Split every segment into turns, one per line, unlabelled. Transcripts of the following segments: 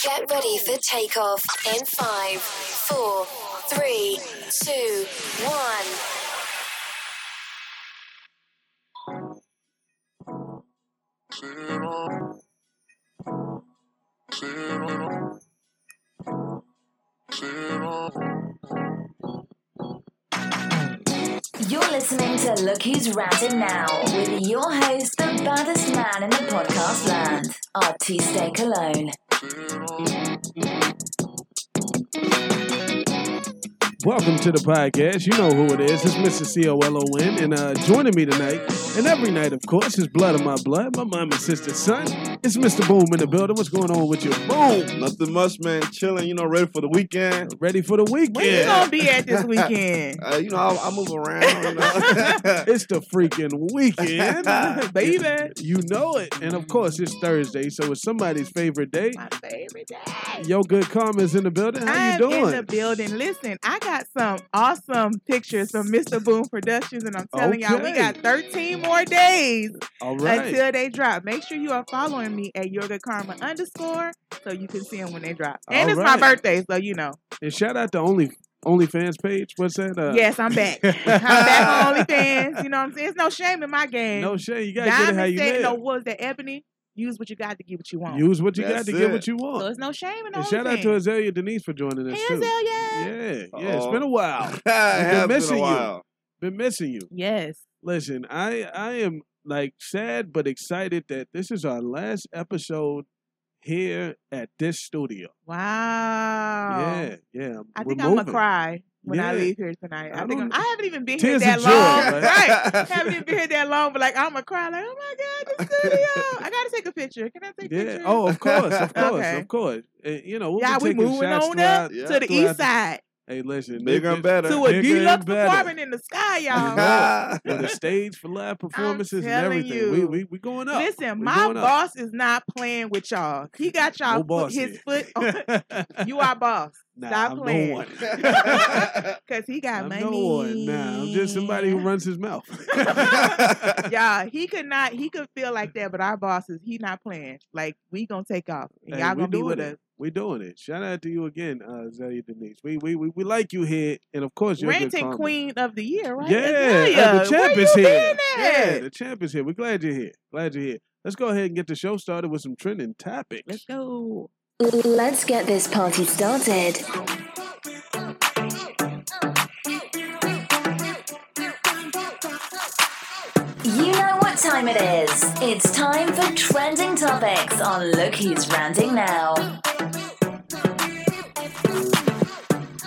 Get ready for takeoff in five, four, three, two, one.
Zero. Zero. Zero.
You're listening to Look Who's Ratting Now with your host, the baddest man in the podcast land, Artiste Cologne.
Welcome to the podcast. You know who it is. It's Mr. C O L O N, and uh, joining me tonight, and every night, of course, is blood of my blood, my mom and sister's son. It's Mr. Boom in the building. What's going on with you, Boom?
Nothing much, man. Chilling, you know, ready for the weekend.
Ready for the weekend?
Where you gonna be at this weekend?
Uh, you know, I, I move around. You know?
It's the freaking weekend, baby. You know it, and of course, it's Thursday, so it's somebody's favorite day.
My favorite day.
Yo, good karma's in the building. How
I'm
you doing?
in the building. Listen, I got some awesome pictures from Mr. Boom Productions, and I'm telling y'all, we
Okay.
got 13 more days
All right.
until they drop. Make sure you are following me at Yoga Karma underscore so you can see them when they drop. And
All
it's
right.
my birthday, so you know.
and shout out to Only OnlyFans page. What's that? Uh,
yes, I'm back. I'm back on OnlyFans. You know what I'm saying? It's no shame in my game.
No shade. You gotta get it how
Diamond
you
said,
live.
"No, was that ebony? Use what you got to get what you want."
Use what you got
That's
to get
it.
what you want.
so it's no shame in
And shout out to
OnlyFans.
Azalea Denise for joining us
Hey,
too.
Azalea.
Yeah, yeah. It's
Uh-oh.
been a while.
it has been
missing
a
you.
while.
Been missing you.
Yes.
Listen, I I am like sad but excited that this is our last episode here at this studio.
Wow.
Yeah, yeah.
Oh, I
we're
think I'm gonna
moving.
cry when I
Yeah.
leave here tonight. I,
I
think I'm,
don't-
I haven't even been
Tears
here that
of joy,
long.
right?
Right. haven't even been here that long, but like I'm gonna cry. Like, oh my god, the studio! I gotta take a picture. Can I take a
Yeah.
picture?
Oh, of course, of course,
Okay.
of course. And, you know, we'll
yeah,
be
we
taking
moving
shots
on
throughout-
up
Yeah.
to the
throughout
east side
Hey, listen,
Bigger and
this-
better.
to a
Bigger and
deluxe
better.
apartment in the sky, y'all.
Yeah.
Nah.
With a stage for live performances and
telling
everything. We
you.
we we going up.
Listen,
We
my
going up.
boss is not playing with y'all. He got y'all
No
foot,
boss
his
here.
foot. On, you are boss
nah,
stop
I'm no
playing.
one.
because he got
I'm
money.
no one. Nah, I'm just somebody who runs his mouth.
Yeah, he could not. He could feel like that, but our boss is he not playing. Like we gonna take off. And
Hey,
y'all
we
gonna be
doing
with
it.
us.
we doing it. Shout out to you again, uh, Zelia Denise. We, we we we like you here, and of course you're a good
Ranting
karma.
queen of the year, right?
Yeah,
Azalea,
uh, the champ
where
is
you
here.
been at?
Yeah, the champ is here. We're glad you're here. Glad you're here. Let's go ahead and get the show started with some trending topics.
Let's go.
Let's get this party started. You know what time it is. It's time for trending topics on Look Who's Ranting Now.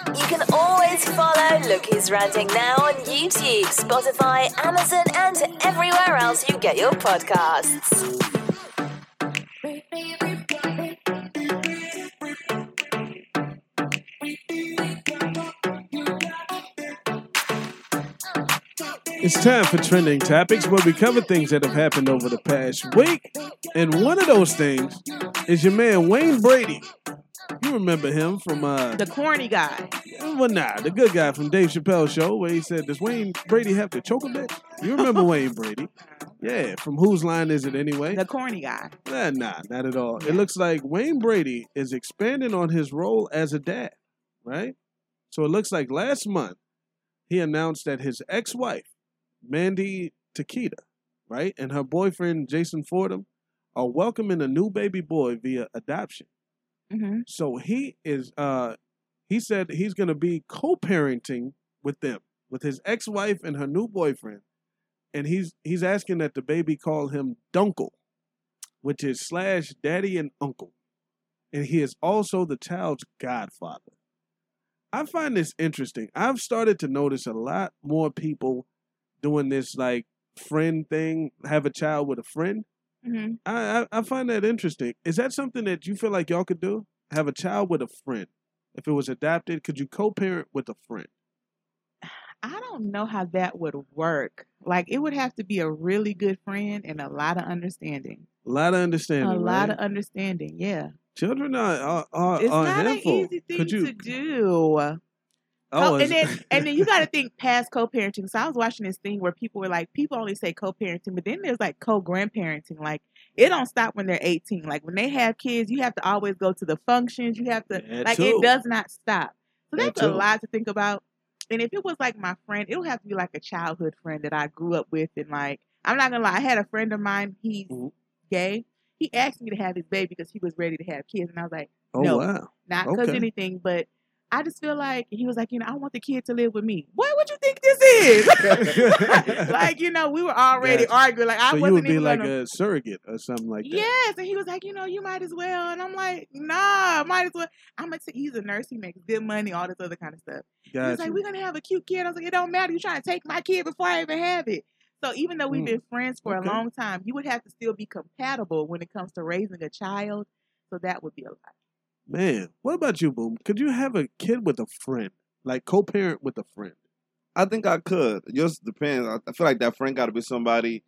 You can always follow Look Who's Ranting Now on YouTube, Spotify, Amazon, and everywhere else you get your podcasts.
It's time for trending topics where we cover things that have happened over the past week. And one of those things is your man Wayne Brady. You remember him from uh
The corny guy.
well nah, the good guy from Dave Chappelle's show where he said, Does Wayne Brady have to choke a bit? You remember Wayne Brady. Yeah, from whose line is it anyway?
The corny guy.
Nah, nah, not at all. It looks like Wayne Brady is expanding on his role as a dad, right? So it looks like last month he announced that his ex wife, Mandy Takeda, right, and her boyfriend, Jason Fordham, are welcoming a new baby boy via adoption.
Mm-hmm.
So he is, uh, he said he's going to be co parenting with them, with his ex wife and her new boyfriend. And he's he's asking that the baby call him Dunkle, which is slash daddy and uncle. And he is also the child's godfather. I find this interesting. I've started to notice a lot more people doing this like friend thing, have a child with a friend.
Mm-hmm.
I, I I find that interesting. Is that something that you feel like y'all could do? Have a child with a friend. If it was adopted, could you co-parent with a friend?
I don't know how that would work. Like it would have to be a really good friend and a lot of understanding.
A lot of understanding.
a lot
right?
of understanding. Yeah,
children are are, are,
it's
are
not an
handful.
easy thing
could you?
to do.
oh,
Co-
is-
and then and then you got to think past co-parenting. So I was watching this thing where people were like, people only say co-parenting, but then there's like co-grandparenting. Like It don't stop when they're 18. Like when they have kids, you have to always go to the functions. You have to
That
like
too.
it does not stop. So
That
that's a
too.
lot to think about. And if it was like my friend, it would have to be like a childhood friend that I grew up with and like I'm not gonna lie, I had a friend of mine, he's
Mhm.
gay. He asked me to have his baby because he was ready to have kids and I was like,
Oh
No.
wow.
not because
Okay.
anything, but I just feel like he was like, you know, I want the kid to live with me. What would you think this is? like, you know, we were already
Gotcha.
arguing. Like I
so
wasn't
you would be
even
like
gonna-
a surrogate or something like that.
Yes, and he was like, you know, you might as well. And I'm like, nah, might as well. I'm like, he's a nurse. He makes good money, all this other kind of stuff. He was
Gotcha.
like, we're gonna have a cute kid. I was like, it don't matter. You're trying to take my kid before I even have it. So even though we've
Mm.
been friends for
Okay.
a long time, you would have to still be compatible when it comes to raising a child. So that would be a lot.
Man, what about you, Boom? Could you have a kid with a friend, like co-parent with a friend?
I think I could. It just depends. I, I feel like that friend got to be somebody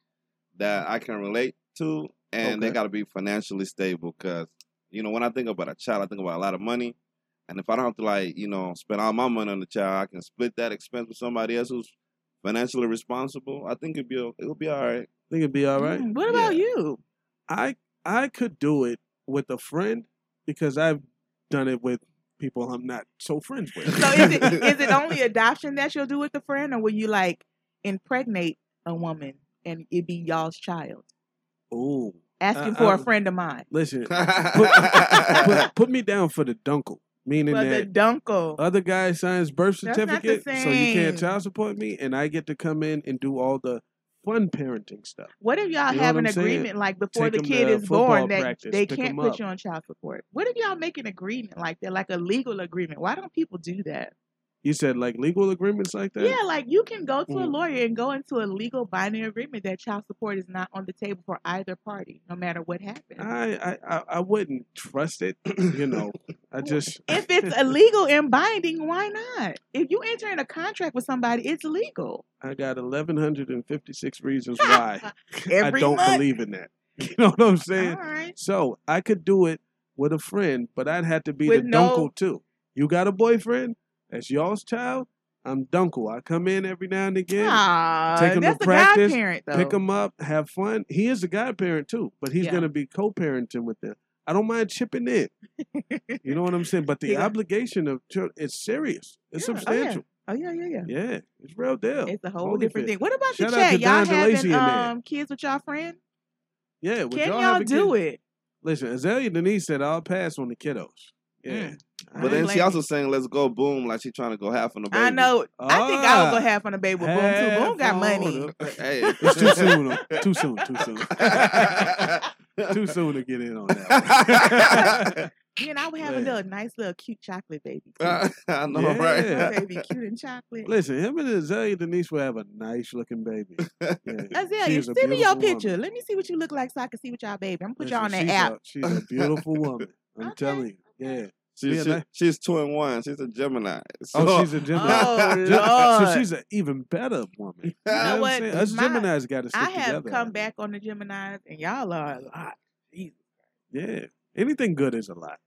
that I can relate to, and they
Okay.
got to be financially stable. Because you know, when I think about a child, I think about a lot of money, and if I don't have to like you know spend all my money on the child, I can split that expense with somebody else who's financially responsible. I think it'd be o- it'll be all right.
Think it'd be all right.
Mm, What about you?
I I could do it with a friend because I've done it with people I'm not so friends with.
So is it is it only adoption that you'll do with a friend, or will you like impregnate a woman and it be y'all's child?
Ooh,
Asking
Uh,
for a
uh,
friend of mine.
listen,
yeah.
put, put me down for the dunkle, meaning
For the
that
dunkle.
other guy signs birth
That's not the
certificate, so you
same.
can't child support me, and I get to come in and do all the fun parenting stuff.
what if y'all
you know
have
what
an
I'm saying?
agreement like before
Take
the
'em
kid
to
is
football
born that
practice,
they
pick
can't
'em
put
up.
you on child support? What if y'all make an agreement like that, like a legal agreement? Why don't people do that?
You said like legal agreements like that.
Yeah, like you can go to a
Mm.
lawyer and go into a legal binding agreement that child support is not on the table for either party, no matter what happens.
I I I, I wouldn't trust it. You know, I just
if it's illegal and binding, why not? If you enter in a contract with somebody, it's legal.
I got eleven hundred and fifty six reasons why I
Every
don't
month.
believe in that. You know what I'm saying?
All right.
So I could do it with a friend, but I'd have to be
With
the
no-
dunkle too. You got a boyfriend? That's y'all's child. I'm dunkle. I come in every now and again,
Aw,
Take 'em to
that's the
practice,
godparent though.
pick him up, have fun. He is a godparent too, but he's
Yeah.
gonna be co-parenting with them. I don't mind chipping in. You know what I'm saying? But the
Yeah.
obligation of children is serious. It's
Yeah, oh, yeah.
substantial.
Oh yeah, yeah, yeah.
yeah. it's real deal.
It's a whole
Holy
different
shit.
thing. What about
Shout
the
out
chat?
to
Y'all
Don DeLacy in
having
there.
um, kids with y'all friend?
Yeah, would
Can
y'all,
y'all,
have a
do
kid?
it?
Listen, Azalea Denise said I'll pass on the kiddos. Yeah,
Mm.
I
But
ain't-
then
blame
she
you.
also saying "Let's go boom" like she trying to go half on the baby.
I know. I think I would
Ah,
go half on the baby with Boom too. Boom got
half
money.
on the-
Hey,
It's too soon. though. Too soon. Too soon. too soon to get in on that. one.
And I would have a
Man.
little nice little cute chocolate baby. too.
I know,
Yeah.
right?
Chocolate baby, cute and chocolate.
Listen, him and Azalea Denise will have a nice looking baby. Yeah. She
Azalea,
is a
send me your
beautiful
picture.
woman.
Let me see what you look like so I can see what y'all baby. I'm gonna put y'all on
Listen,
that
she's
app.
A, she's a beautiful woman. I'm
Okay,
telling you. Yeah.
She's,
Yeah,
she-
that-
she's two and one. She's a Gemini.
Oh, she's a Gemini.
Oh
Ju-
Lord.
so
So she's an even better woman.
You know
I'm
what?
saying? Us
My-
Gemini's got to stick
I have
together.
come back on the Geminis and y'all are a lot. Jesus.
Yeah. Anything good is a lot.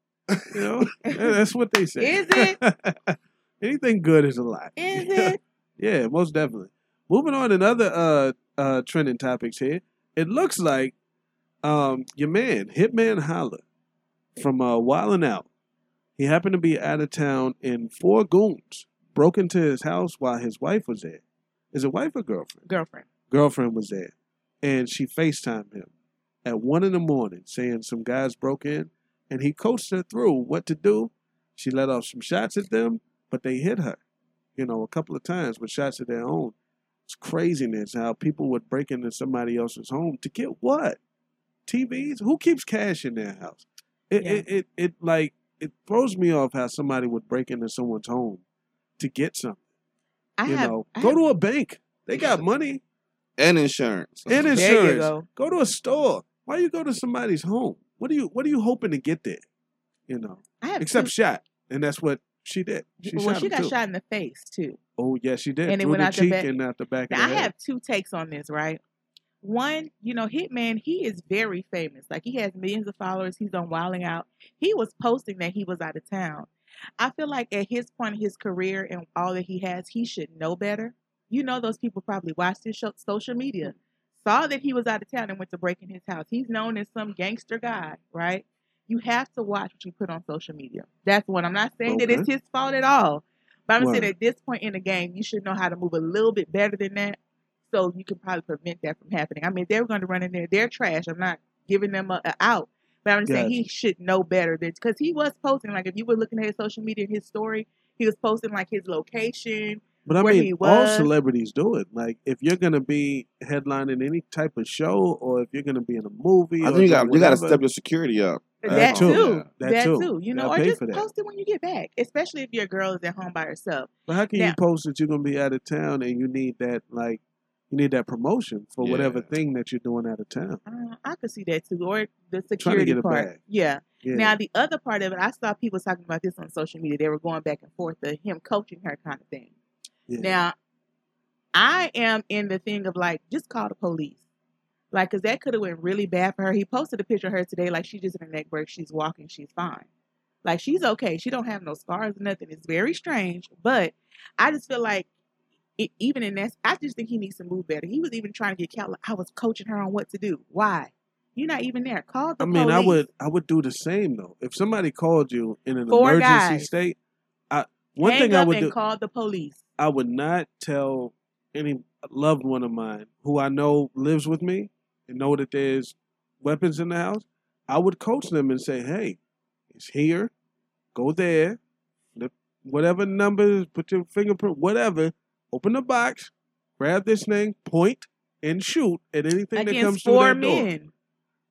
You know? Yeah, That's what they say.
Is
it? Anything good is a lot.
Is it?
Yeah, most definitely. Moving on to another uh uh trending topics here. It looks like um your man, Hitman Holler from uh Wildin' Out. He happened to be out of town and four goons broke into his house while his wife was there. Is it wife or girlfriend?
Girlfriend.
Girlfriend was there. And she FaceTimed him at one in the morning saying some guys broke in and he coached her through what to do. She let off some shots at them, but they hit her, you know, a couple of times with shots of their own. It's craziness how people would break into somebody else's home to get what? TVs? Who keeps cash in their house? It
Yeah.
it, it it like it throws me off how somebody would break into someone's home to get something.
I
you
have
know,
I
go
have-
to a bank. They got money
and insurance.
and insurance.
There you go.
Go to a store. Why you go to somebody's home? What are you What are you hoping to get there? You know,
I have
except
two-
shot, and that's what she did. She
well,
shot
she
him
got
too.
shot in the face too.
Oh yeah, she did.
And it
Through
went
the
out the
cheek
back.
and out the back.
Now,
of
I
the head.
have two takes on this, right? One, you know, Hitman, he is very famous. Like he has millions of followers. He's on Wilding Out. He was posting that he was out of town. I feel like at his point in his career and all that he has, he should know better. You know, those people probably watch his show, social media. saw that he was out of town and went to break in his house. He's known as some gangster guy, right? You have to watch what you put on social media. That's what I'm not saying that it's his fault at all. But I'm saying
Right.
at this point in the game, you should know how to move a little bit better than that. So you can probably prevent that from happening. I mean, they're going to run in there. They're trash. I'm not giving them a, a out. But I'm just saying he should know better because he was posting. Like if you were looking at his social media and his story, he was posting like his location.
But I
where
mean,
he
all
was.
celebrities do it. Like, if you're gonna be headlining any type of show, or if you're gonna be in a movie,
I
or
think you got you got to
whatever,
step your security up.
That
That
too.
too.
Yeah.
That,
That too.
too.
You
You know,
gotta
or
pay
just
for that.
post it when you get back, especially if your girl is at home by herself.
But how can you
Now-
post that you're gonna be out of town and you need that like you need that promotion for whatever
Yeah.
thing that you're doing out of town?
Uh, I could see that too, or the security
get a
part.
bag.
Yeah.
Yeah.
Now the other part of it, I saw people talking about this on social media. They were going back and forth, the him coaching her kind of thing.
yeah.
Now, I am in the thing of like, just call the police. Like, because that could have went really bad for her. He posted a picture of her today, like, she's just in a neck break. She's walking. She's fine. Like, she's okay. She don't have no scars or nothing. It's very strange. But I just feel like, e- even in that, I just think he needs to move better. He was even trying to get Cal. I was coaching her on what to do. Why? You're not even there. Call the
I mean, I
police.
would I would do the same though. If somebody called you in an
Four
emergency
guys.
state, I one
Hang
thing I
up
would
and
do
call the police.
I would not tell any loved one of mine who I know lives with me and know that there's weapons in the house. I would coach them and say, "Hey, it's here. Go there. The- Whatever number, put your fingerprint, whatever. Open the box, grab this thing, point, and shoot at anything that comes
Against
through
four
that door
men.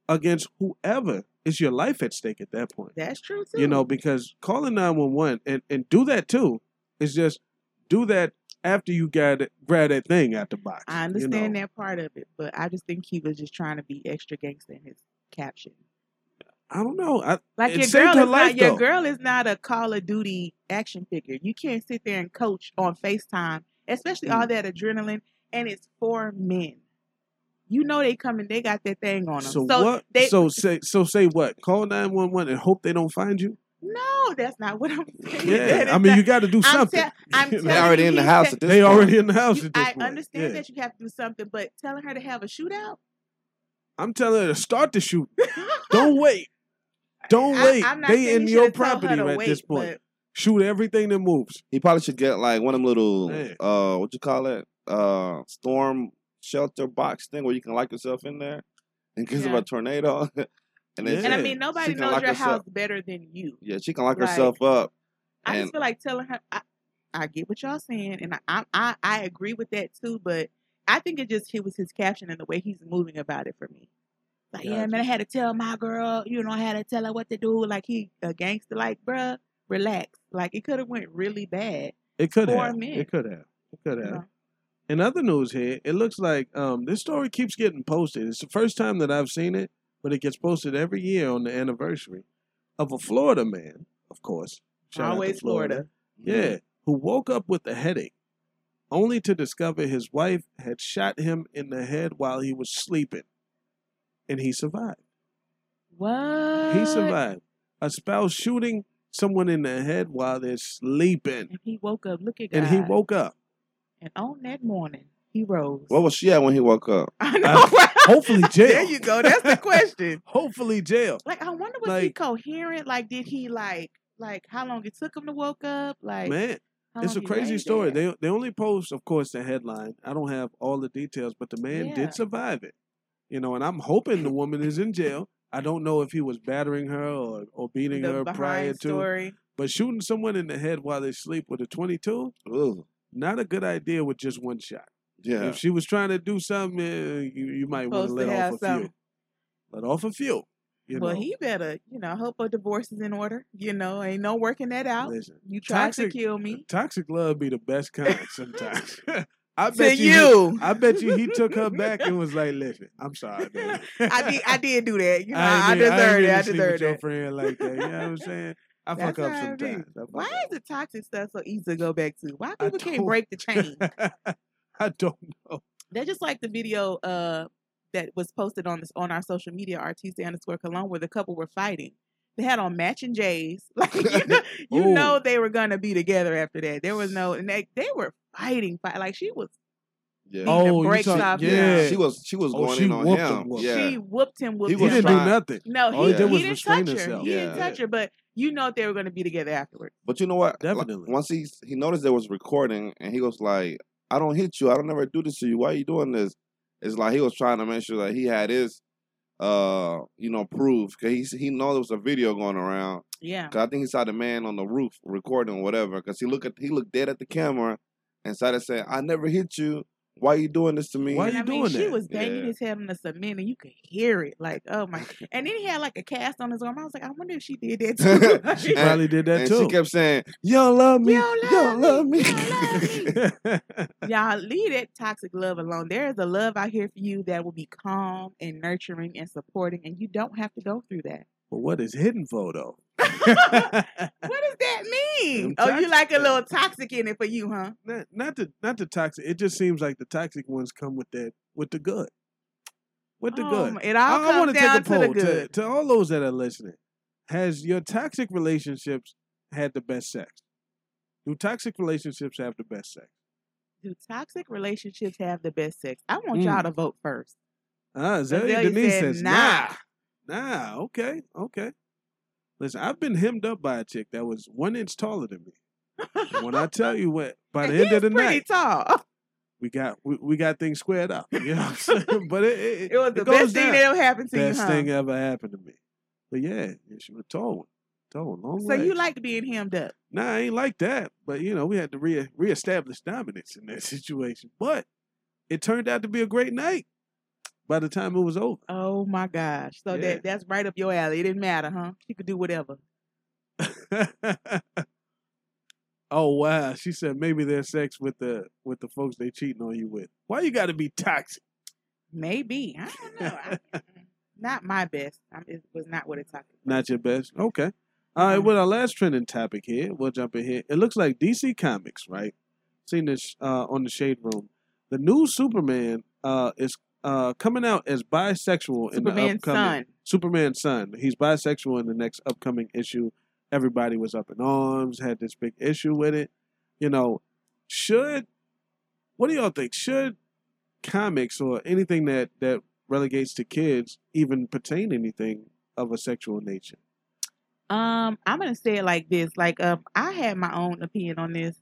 against whoever. It's your life at stake at that point."
That's true, too.
you know because calling 911 and and do that too it's just do that after you got it, grab that thing out the box
I understand that part of it, but I just think he was just trying to be extra gangster in his caption.
that i don't know Oh, I,
Like
It
your
saved
girl is
her
not
life,
your
though.
girl is not a Call of Duty action figure. You can't sit there and coach on FaceTime, especially
Mm.
all that adrenaline, and it's for men. You know they coming, they got that thing on them.
so,
So,
what
they
so say so say what call 911 and hope they don't find you
no, that's not what I'm saying.
yeah
That is
i mean
not-
you got to do
I'm
something
tell- I'm
You know?
They
telling
already
you,
in the
he
house
said-
at this
they
point.
already in the house
you-
at this
I
point
understand
Yeah.
that you have to do something, but telling her to have a shootout.
i'm telling her to start the shoot don't wait don't wait
I'm not
they
saying
in
he
your
should've told her
property
to
right at this
wait,
point
but-
shoot everything that moves
He probably should get like one of them little
Yeah.
uh what you call it? Uh storm shelter box thing where you can lock yourself in there in case of
Yeah.
a tornado. and then
And I
Yeah.
mean,
she
nobody
can
knows
lock
your
herself-
house better than you.
Yeah, she can lock
Like,
herself up.
I
And-
just feel like telling her, I, I get what y'all saying, and I, I, I, I agree with that too. But I think it just it was his caption and the way he's moving about it for me. Like, yeah, man, I had to tell my girl, you know, I had to tell her what to do. Like he a gangster, like, bruh, relax. Like it could have went really bad.
It could
for
have.
men.
It could have. It could have.
No.
In other news here, it looks like um, this story keeps getting posted. It's the first time that I've seen it, but it gets posted every year on the anniversary of a Florida man, of course. Shout out to
Always Florida. Mm-hmm.
Yeah, who woke up with a headache, only to discover his wife had shot him in the head while he was sleeping, and he survived.
What?
He survived. A spouse shooting someone in the head while they're sleeping,
And he woke up. Look at God.
and he woke up.
And on that morning, he rose.
What was she at when he woke up?
I know.
Hopefully, jail.
there you go. That's the question.
Hopefully, jail.
Like, I wonder was he
Like-
coherent? Like, did he like like how long it took him to woke up? Like,
Man,
how
it's a
long he
crazy
laid
story.
there?
They they only post, of course, the headline. I don't have all the details, but the man
Yeah.
did survive it. You know, and I'm hoping the woman is in jail. I don't know if he was battering her or, or beating
the
her
behind
prior to,
story.
but shooting someone in the head while they sleep with a 22,
Ooh,
not a good idea with just one shot.
yeah.
If she was trying to do something, uh, you, you might want
Supposed
to
to
let off
have
a few.
some.
Let off a few. You
well,
know,
he better, you know, hope a divorce is in order. You know, ain't no working that out.
listen,
you tried
toxic-
to kill me.
toxic love be the best kind sometimes. I
To
bet you, he-
you.
I bet you he took her back and was like, "Listen, I'm sorry, man.
I did. I did do that. You know, I,
ain't mean-
deserve
ain't
it. I
mean to sleep with
deserve
your
it.
friend like that. You know what I'm saying? I fuck
That's
up
how it be.
sometimes. I fuck
Why
up.
is the toxic stuff so easy to go back to? Why
I
people can't
don't-
break the chain?
I don't.
They're just like the video uh, that was posted on this on our social media, Artista underscore Cologne, where the couple were fighting. They had on matching J's. Like you know, you
Ooh.
know they were gonna be together after that. There was no and they, they were fighting, fight like she was
Yeah.
the
Oh, you
brakes
talk,
off
yeah.
now.
She was she was
Oh,
going
she
in on
whooped
him.
him, whooped.
Yeah.
She whooped him, whooped
he
him.
was
didn't do
trying-
nothing.
No,
All
he,
he did
was
he didn't
restrain
touch her.
himself.
He didn't
Yeah.
touch her, but you know they were going to be together afterwards.
But you know what? Like,
Definitely.
once he he noticed there was recording, and he was like, "I don't hit you. I don't ever do this to you. Why are you doing this?" It's like he was trying to make sure that he had his, uh, you know, proof. Cause he he know there was a video going around.
Yeah,
Cause I think he saw the man on the roof recording or whatever. Cause he looked at he looked dead at the camera, and started saying, "I never hit you. Why you doing this to me?"
Why
And
you
I mean,
doing
She
that?
was banging
Yeah.
his head on the cement, and you could hear it. Like, oh my! And then he had like a cast on his arm. I was like, I wonder if she did that too. Like,
She
And-
probably did that
and
too.
she kept saying, "You don't love me.
You
You don't
don't love
love
me.
me."
You don't love me. Y'all leave that toxic love alone. There is a love out here for you that will be calm and nurturing and supporting, and you don't have to go through that.
but what is hidden photo?
What does that mean?
Them
Oh, you
toxic-
like a little toxic in it for you, huh?
not, not the not the toxic. It just seems like the toxic ones come with that with the good. With the
Oh,
good.
my- It all
I,
comes
want to take
down to
a
the
poll to,
good.
to all those that are listening. Has your toxic relationships had the best sex? Do toxic relationships have the best sex?
Do toxic relationships have the best sex? I want y'all
Mm.
to vote first.
Ah, Zelia
Azalea
Denise
said,
says, nah. Nah, okay, okay. Listen, I've been hemmed up by a chick that was one inch taller than me. And when I tell you what, by
And
the end
he
of the
was pretty
night,
tall.
we got we, we got things squared up. You know what I'm saying? But it, it,
It was
it
the
goes
best thing
down.
that ever happened to
best
you, huh?
thing ever happened to me. But yeah, yeah, she was a tall one. Tall one, long
so you
legs.
like being hemmed up.
Nah, I ain't like that. But you know, we had to re reestablish dominance in that situation. But it turned out to be a great night by the time it was over.
Oh my gosh. So
Yeah.
that that's right up your alley. It didn't matter, huh? You could do whatever.
oh wow. She said maybe there's sex with the with the folks they cheating on you with. Why you gotta be toxic?
Maybe. I don't know. I- not my best. I, it was not what it talked
Not your best. Okay. All right,
Mhm.
with our last trending topic here, we'll jump in here. It looks like DC Comics, right? Seen this uh, on the Shade Room. The new Superman uh, is uh, coming out as bisexual in the
Superman's
upcoming
son.
Superman's son. He's bisexual in the next upcoming issue. Everybody was up in arms, had this big issue with it. You know, should what do y'all think? Should comics or anything that that relegates to kids even pertain to anything of a sexual nature?
Um, I'm gonna say it like this. Like, um, I had my own opinion on this,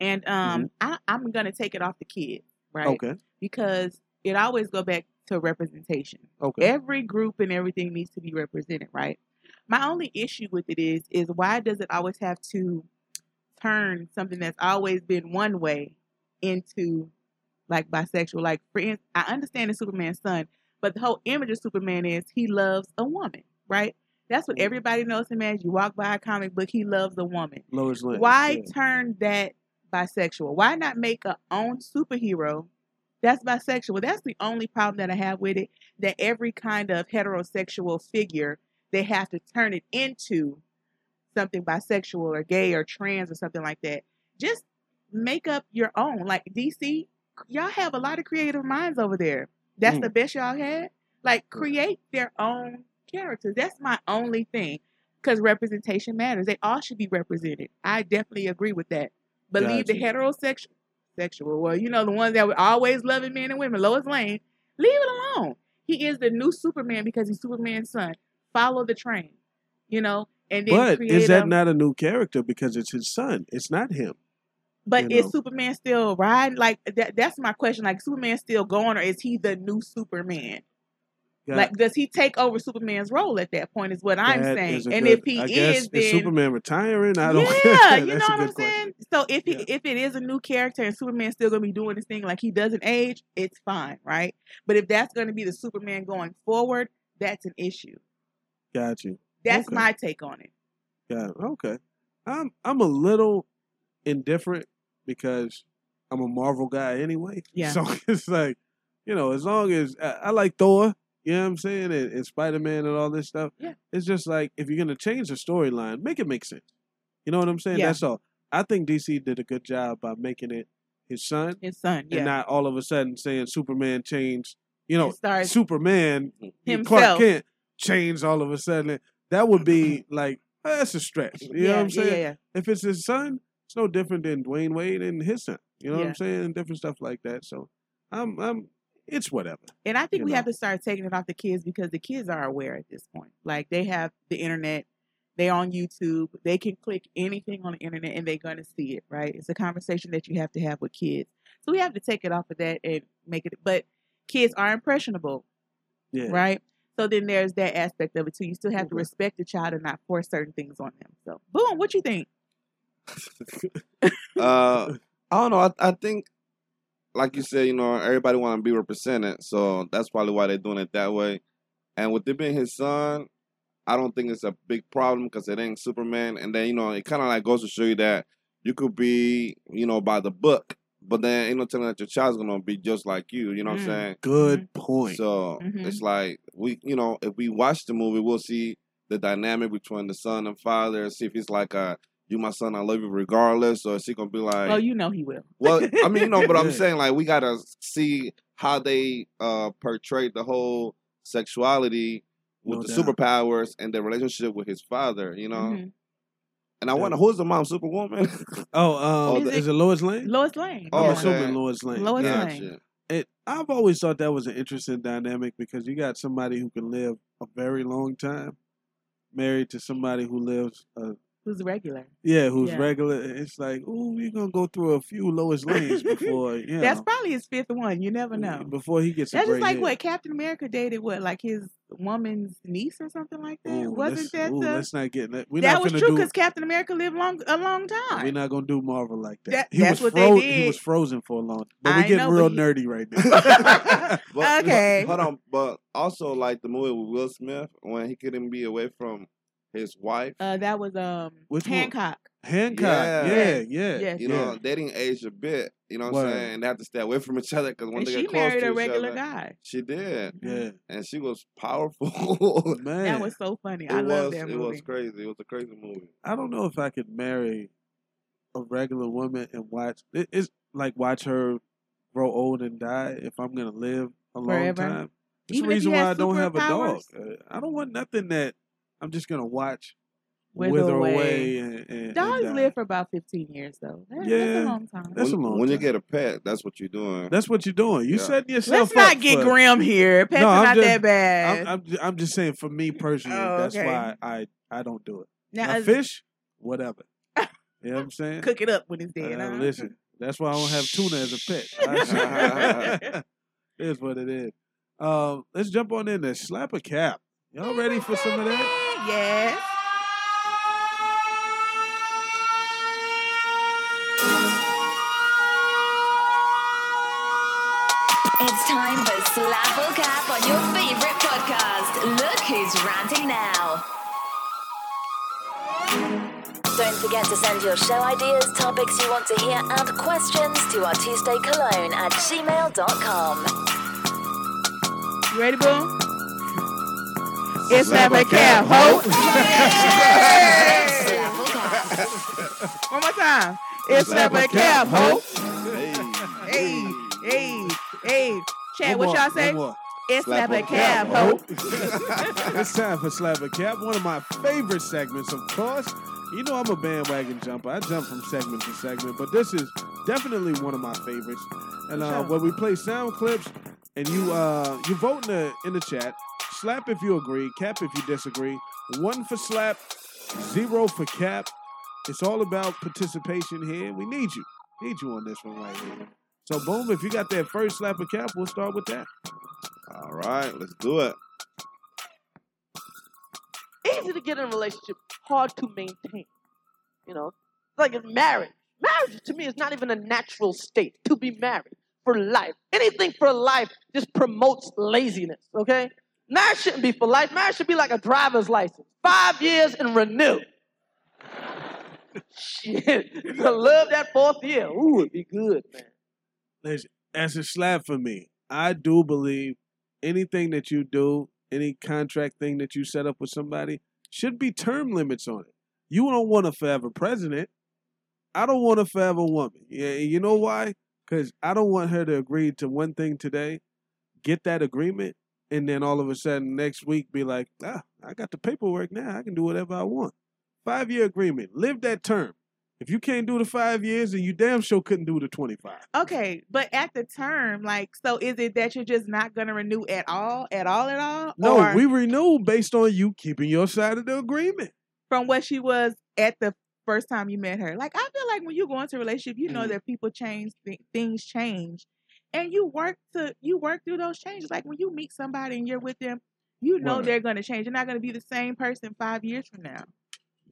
and um, I, I'm gonna take it off the kid, right?
Okay.
Because it always go back to representation.
Okay.
Every group and everything needs to be represented, right? My only issue with it is, is why does it always have to turn something that's always been one way into like bisexual? Like, for instance, I understand the Superman's son, but the whole image of Superman is he loves a woman, right? That's what everybody knows him as. You walk by a comic book, he loves a woman.
Lois Lane.
Why
yeah.
turn that bisexual? Why not make a own superhero that's bisexual? That's the only problem that I have with it. That every kind of heterosexual figure they have to turn it into something bisexual or gay or trans or something like that. Just make up your own. Like DC, y'all have a lot of creative minds over there. That's
Mm.
the best y'all had. Like create their own characters. That's my only thing. Because representation matters. They all should be represented. I definitely agree with that. But leave the heterosexual, sexual, well, you know, the ones that were always loving men and women, Lois Lane, leave it alone. He is the new Superman because he's Superman's son. Follow the train, you know, and then
But
create
is that
a-
not a new character because it's his son? It's not him.
But
you
is
know.
Superman still riding? Like that, that's my question. Like Superman still going, or is he the new Superman?
God,
Like does he take over Superman's role at that point? Is what I'm
that
saying.
is a
And
good-
if he
I guess,
is,
is
then
Superman retiring? I don't.
yeah, you know
That's a
what
good
I'm saying. So if he,
Yeah.
if it is a new character and Superman's still gonna be doing this thing like he doesn't age, it's fine, right? But if that's gonna be the Superman going forward, that's an issue.
Got you.
That's
Okay.
my take on it.
Yeah. Okay. I'm I'm a little indifferent because I'm a Marvel guy anyway.
Yeah.
So it's like, you know, as long as I, I like Thor, you know what I'm saying, and, and Spider Man and all this stuff.
Yeah.
It's just like if you're gonna change the storyline, make it make sense. You know what I'm saying?
Yeah.
That's all. I think DC did a good job by making it his son
His son, yeah,
and not all of a sudden saying Superman changed. You know,
It starts
Superman Clark
himself.
Kent changed all of a sudden. That would be like oh, that's a stretch. You know
yeah,
what I'm saying?
yeah, yeah,
If it's his son, it's no different than Dwayne Wade and his son. You know what
Yeah.
I'm saying? And different stuff like that. So I'm, I'm, it's whatever.
And I think
You
we have
know.
to start taking it off the kids because the kids are aware at this point. Like they have the internet, they on YouTube, they can click anything on the internet and they're gonna see it, right? It's a conversation that you have to have with kids. So we have to take it off of that and make it but kids are impressionable,
Yeah. Mm-hmm.
right? So then there's that aspect of it too. You still have to
Okay.
respect the child and not force certain things on them. So boom, what you think?
uh, I don't know. I, I think, like you said, you know, everybody want to be represented, so that's probably why they're doing it that way. And with it being his son, I don't think it's a big problem because it ain't Superman. And then you know, it kind of like goes to show you that you could be, you know, by the book, but then ain't no telling that your child's gonna be just like you. You know what
Mm.
I'm saying?
Good point.
So
Mhm.
it's like we, you know, if we watch the movie, we'll see the dynamic between the son and father. See if it's like a you my son, I love you regardless, or is he gonna be like,
Well, Oh, you know he will.
well, I mean, you know, but I'm
Yeah.
saying like we gotta see how they uh portray the whole sexuality with
No
the
doubt.
superpowers and their relationship with his father. You know,
Um,
Mhm.
and I wonder who's the mom, Superwoman?
oh, um,
Oh,
is,
the-
it Lois Lane?
Lois Lane.
Oh,
I'm
yeah.
okay.
assuming Lois Lane.
Lois
yeah.
Lane.
It, I've always thought that was an interesting dynamic because you got somebody who can live a very long time married to somebody who lives a
who's regular.
Yeah, who's
Yeah.
regular. It's like, ooh, we're gonna go through a few Lois Lanes before you know.
That's probably his fifth one. You never know.
Before he gets Mm-hmm. a
That's just
gray
like
hair.
what Captain America dated what like his woman's niece or something like that.
Ooh,
Wasn't
let's,
that
ooh,
the?
let's not get that. We're
That
not
was
gonna
true
do.
because Captain America lived long a long time.
we're not gonna do Marvel like that.
That-
he
that's
was
what they
frozen. He
did.
was frozen for a long. But we're
I
getting
know, but
real
he-
nerdy right now.
But,
Okay.
But, hold on, but also like the movie with Will Smith when he couldn't be away from his wife.
uh, that was um
Which one?
Hancock.
Hancock.
Yeah.
Yeah, yeah.
Yes.
you
yeah.
know, they didn't age a bit. You know what I'm
Word.
saying? And they have to stay away from each other because when
And
they
she
get close
married
to
a
each
regular
other,
guy.
she did,
Yeah.
and she was powerful.
Man,
That was so funny.
it
I love
was,
that
it
movie.
was crazy. It was a crazy movie.
I don't know if I could marry a regular woman and watch. It, it's like watch her grow old and die. If I'm gonna live a long
Forever?
time, it's the
Even if
reason
you
why I
had
don't have a dog.
superpowers?
Uh, I don't want nothing that I'm just gonna watch
Wither
wither, away.
away.
and, and,
Dogs
and die.
live for about fifteen years though. That- that's a
Yeah.
long time.
That's a
when,
long
When you
time.
get a pet, that's what you're doing.
That's what you're doing. You
Yeah.
setting yourself
Let's not
up
get
for-
grim here. Pets
No,
are
I'm
not
just-
that bad.
I'm, I'm, ju- I'm just saying for me personally,
Oh,
that's
okay.
why I I don't do it.
now,
Now,
as-
fish, whatever. you know what I'm saying?
cook it up when it's dead.
Uh,
huh?
Listen, that's why I don't have tuna as a pet. it is what it is. Um, let's jump on in there. Slap a cap. Y'all ready for some of that?
Yes.
It's time for Slap or Cap on your favorite podcast. Look who's ranting now.
Don't forget to send your show ideas, topics you want to hear, and questions to our Tuesday Cologne at gmail.com.
You ready, boo? It's Slap a Cap, ho.
Slap or Cap.
One more time. It's Slap a Cap, ho.
Hey,
Hey, hey, hey. Chad,
One
what y'all
more,
say?
one more.
It's
Slap
Slap a
a
Cap,
Cap,
ho.
It's time for Slap a Cap, one of my favorite segments, of course. You know I'm a bandwagon jumper. I jump from segment to segment, but this is definitely one of my favorites. And uh,
Sure.
when we play sound clips, and you uh, you vote in the in the chat, slap if you agree, cap if you disagree. One for slap, zero for cap. It's all about participation here. We need you, need you on this one right here. So boom, if you got that first slap a cap, we'll start with that.
all right, let's do it.
easy to get in a relationship, hard to maintain. You know, It's like it's marriage. Marriage to me is not even a natural state to be married for life. Anything for life just promotes laziness, okay? Marriage shouldn't be for life. Marriage should be like a driver's license five years and renew. Shit. I love that fourth year. Ooh, it'd be good, man.
Listen, as a slap for me, I do believe anything that you do, any contract thing that you set up with somebody, should be term limits on it. You don't want a forever president. I don't want a forever woman. Yeah, you know why? Because I don't want her to agree to one thing today, get that agreement, and then all of a sudden next week be like, ah, I got the paperwork now. I can do whatever I want. Five year agreement. Live that term. If you can't do the five years, then you damn sure couldn't do the twenty five.
Okay, but at the term, like, so is it that you're just not gonna renew at all, at all, at all?
No,
Uh, or
we renew based on you keeping your side of the agreement.
from what she was at the first time you met her. Like, I feel like when you go into a relationship, you know
Mhm.
that people change, th- things change, and you work to you work through those changes. Like when you meet somebody and you're with them, you know
Right.
they're gonna change. You're not gonna be the same person five years from now.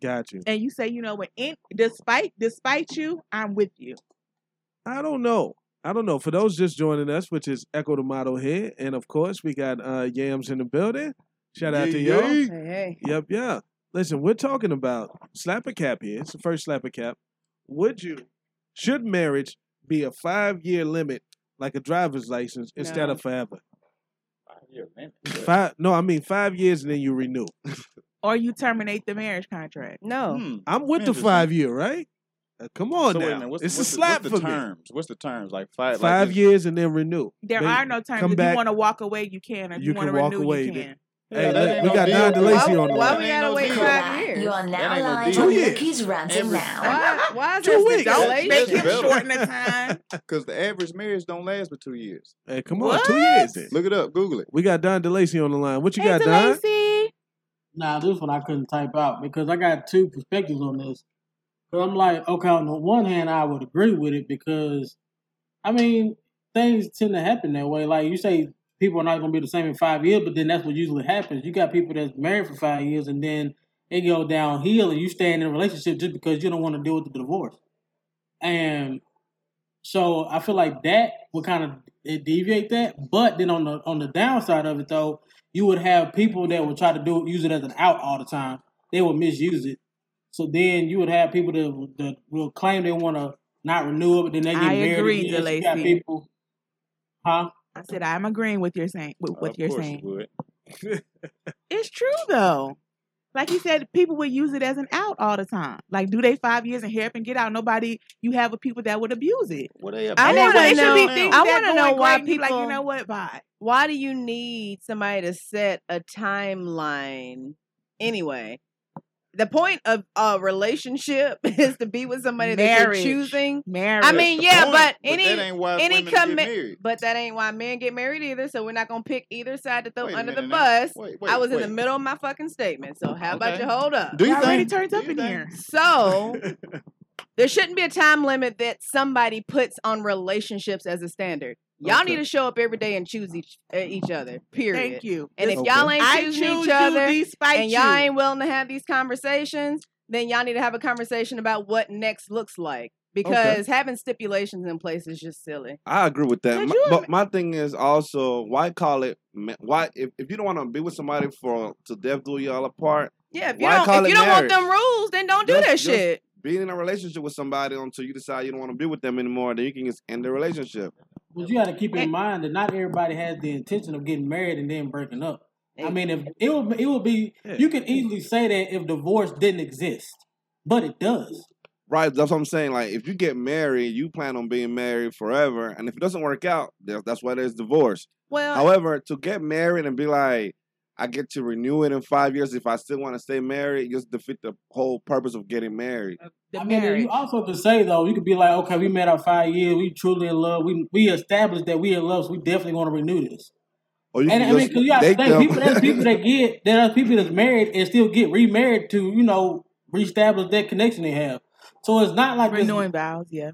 Got you.
And you say, you know what? In, despite despite you, I'm with you.
I don't know. I don't know. For those just joining us, which is Echo the Model here, and of course we got uh, Yams in the building. Shout out to y'all.
Hey,
Yep, yeah. Listen, we're talking about slap a cap here. It's the first slap a cap. Would you, should marriage be a five year limit like a driver's license instead
No.
of forever?
Five-year limit.
Five? No, I mean five years and then you renew.
or you terminate the marriage contract.
No.
Hmm.
I'm with the
Interesting.
five year, right? Uh, come on
So wait a
now,
minute, what's,
it's
what's
a slap
the, what's
for
the
me.
terms? What's the terms? Like five,
Five
like
years and then renew.
There
They-
are no terms.
come
If you
back-
want to walk away, you can. If you,
You
want to
can walk
renew,
away
you
then.
can.
Yeah,
Hey,
that
look,
ain't
we
no
got
deal.
Don DeLacy
Why-
on the
why
line.
we
That ain't
gotta
no
wait
deal.
five
That,
years.
You are
That
now
ain't no
live
deal.
on
Two years.
Lucky's Ranting
Every-
Now.
Why? Why is
Two
that
weeks.
the
Don't
That's-
delay?
make
that's
him
better.
shorten the time.
Because the average marriage don't last but two years.
Hey, come on,
What?
two years. Then.
Look it up. Google it.
We got Don DeLacy on the line. What you
Hey,
got, Don?
DeLacy.
Nah, this one I couldn't type out because I got two perspectives on this. But I'm like, okay, on the one hand, I would agree with it because, I mean, things tend to happen that way. Like you say, people are not going to be the same in five years, but then that's what usually happens. You got people that's married for five years and then it go downhill, and you stay in a relationship just because you don't want to deal with the divorce. And so I feel like that would kind of deviate that. But then on the on the downside of it though, you would have people that would try to do use it as an out all the time. They would misuse it. So then you would have people that, that will claim they want to not renew it, but then they get
I
married.
agree,
again. So you got
DeLacy.
people, huh?
I said I'm agreeing with your saying with what
of
you're
course
saying.
you would.
It's true though. Like you said, people would use it as an out all the time. Like, do they five years and hair up and get out? Nobody you have with people that would abuse it.
What they
I
about
And they
wanna
would- it should
know-
be
now?
things
I
that
wanna
going
know
great
why
and you be Like, you
people-
know what? Bye.
Why do you need somebody to set a timeline anyway? The point of a relationship is to be with somebody that
Marriage.
you're choosing.
Marriage.
I mean,
That's the
yeah,
point,
but
that
any-
ain't why
any
women get
commi-
married.
But that ain't why men get married either. So we're not gonna pick either side to throw
Wait a
under the
minute now.
bus.
Wait, wait,
I was in the
wait.
middle of my fucking statement. So how about
Okay.
you hold up?
Do you
Y'all already
think?
turned
do
up
you
in
think-
here.
So there shouldn't be a time limit that somebody puts on relationships as a standard. Y'all
Okay.
need to show up every day and choose each uh, each other. Period.
Thank you.
And if
Okay.
y'all ain't
I
choosing
choose
each other
you, despite
and y'all
you.
ain't willing to have these conversations, then y'all need to have a conversation about what next looks like. Because having stipulations in place is just silly.
I agree with that.
Could
My,
you
but my thing is also why call it ma- why if, if you don't want to be with somebody for to death do y'all apart,
Yeah, if you
Why call
don't if
it
you don't want
marriage?
them rules, then don't do
Just-
that
just-
shit.
being in a relationship with somebody until you decide you don't want to be with them anymore, then you can just end the relationship.
But you got to keep in mind that not everybody has the intention of getting married and then breaking up. I mean, if it would, it would be you can easily say that if divorce didn't exist, but it does.
Right, that's what I'm saying. Like if you get married, you plan on being married forever, and if it doesn't work out, that's, that's why there's divorce.
Well,
However, to get married and be like, I get to renew it in five years if I still want to stay married, just defeat the whole purpose of getting married.
The
I mean,
marriage.
you also could say though, you could be like, okay, we met our five years, we truly in love, we we established that we in love, so we definitely want to renew this.
Or you
And I
can
mean,
just
because you got to
date
think,
them.
people, there's people that get, there's people that's married and still get remarried to, you know, reestablish that connection they have. So it's not like it's,
Renewing vows, yeah.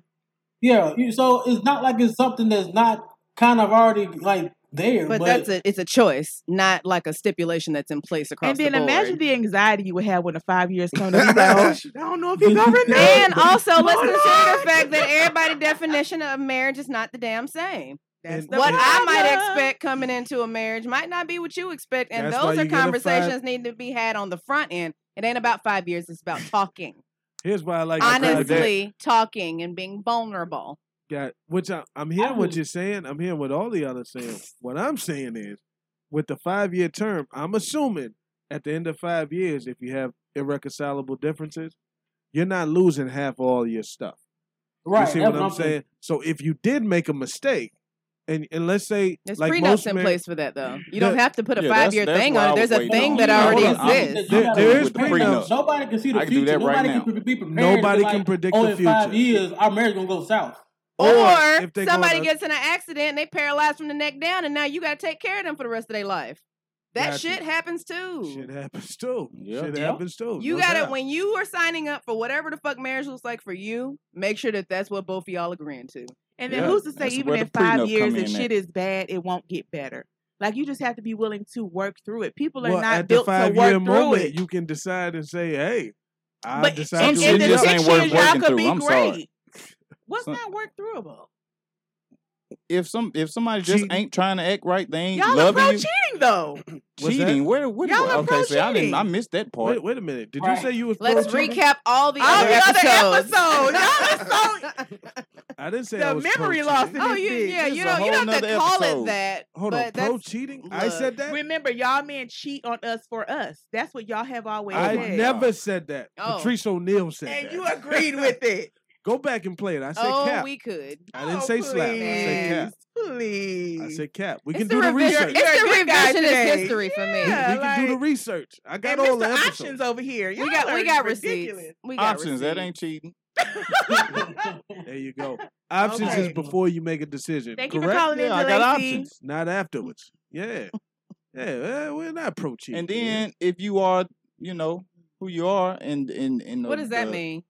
yeah, you, so it's not like it's something that's not kind of already like there.
but,
But,
that's a it's a choice, not like a stipulation that's in place across
And then
the board.
imagine the anxiety you would have when the five years come up. You're like, oh, shoot, I don't know if you're gonna renew.
And also,
Hold
let's consider
on.
the fact that everybody's definition of marriage is not the damn same.
That's
And-
the
What I might
problem.
expect coming into a marriage might not be what you expect, and
That's why
those
you
are
get a five-
conversations need to be had on the front end. It ain't about five years; it's about talking,
Here's why I like the five years.
honestly, talking and being vulnerable.
Got which I, I'm
I
hearing what
would-
you're saying. I'm hearing what all the others saying. What I'm saying is, with the five year term, I'm assuming at the end of five years, if you have irreconcilable differences, you're not losing half all your stuff.
right,
you see
that's
what I'm saying? So if you did make a mistake, and and let's say
There's
like
prenups
most
in
mar-
place for that though. You don't
That-
have to put a
yeah, that's-
five year
that's
thing
why
on
I
it.
was
There's a
waiting
thing
on
that
you.
already
Hold on, I'm-
exists.
There-
gotta
there
be
is
prepared.
prenups.
Nobody can see the
I can do
future.
that right
Nobody
now.
can pre- be prepared.
Nobody
to be
can
like,
predict
oh,
the
in five
future."
years, our marriage gonna go south.
Or,
Or if they go
somebody
to-
gets in an accident and they paralyzed from the neck down, and now you got to take care of them for the rest of their life. That
Gotcha.
shit happens too.
Shit happens too.
Yeah.
Shit
Yeah.
happens too.
you
Oh, no
gotta
doubt.
when you are signing up for whatever the fuck marriage looks like for you, make sure that that's what both of y'all agreeing to.
And then
Yeah,
who's to say
that's
even
where
in
the prenup
five
come
years
in
if
at.
shit is bad, it won't get better. Like you just have to be willing to work through it. People are
Well,
not
at the
built to
five year
work through
moment,
it.
you can decide and say, "Hey, I
But
decide
and,
to
Some shit
and the
re-up."
just
six
ain't worth
years y'all
working
could
through.
be
I'm sorry.
great. What's
Some-
not work throughable?
If some if somebody just
Cheating.
ain't trying to act right, they ain't
Y'all are
loving
pro
you.
cheating though.
What's that?
Cheating. Where? What?
Y'all are
okay, see, I didn't.
pro-cheating.
I missed that part.
Wait, wait a minute. Did
Right.
you say you was
Let's
pro cheating?
recap all the
All
other
the other
episodes.
episodes. Y'all are
I didn't say I
The
was
memory
pro-cheating.
loss in
oh,
this
you
bitch.
yeah,
This is
you
a
don't you
whole
don't have to
nother
call it
episode.
that.
Hold on,
but
pro
that's
cheating? I said that.
Remember, y'all men cheat on us for us. That's what y'all have always
I
my
said.
never said that.
Oh.
Patrice O'Neill said
and
that.
you agreed with it.
Go back and play it. I said
oh,
cap.
we could.
I didn't
Oh,
say slap. I said cap.
please, Please.
I said cap. We
It's
can
the
do the
revision-
research.
It's
You're a
the
good guy
revisionist
today.
history for me.
we
Yeah,
can do the
like-
research. I got
and
all
Mr.
the episodes.
options over here.
we
Y'all
got
are
we got
ridiculous.
receipts. We got
Options. That
receipts.
ain't cheating.
There you go. Options is
Okay.
before you make a decision.
Thank you for
correct?
calling in,
Yeah, I got
Jalacy.
options.
Not afterwards. Yeah. Yeah, eh, we're not pro cheating.
And then if you are, you know, who you are, and and and
What
the-
does that
the-
mean?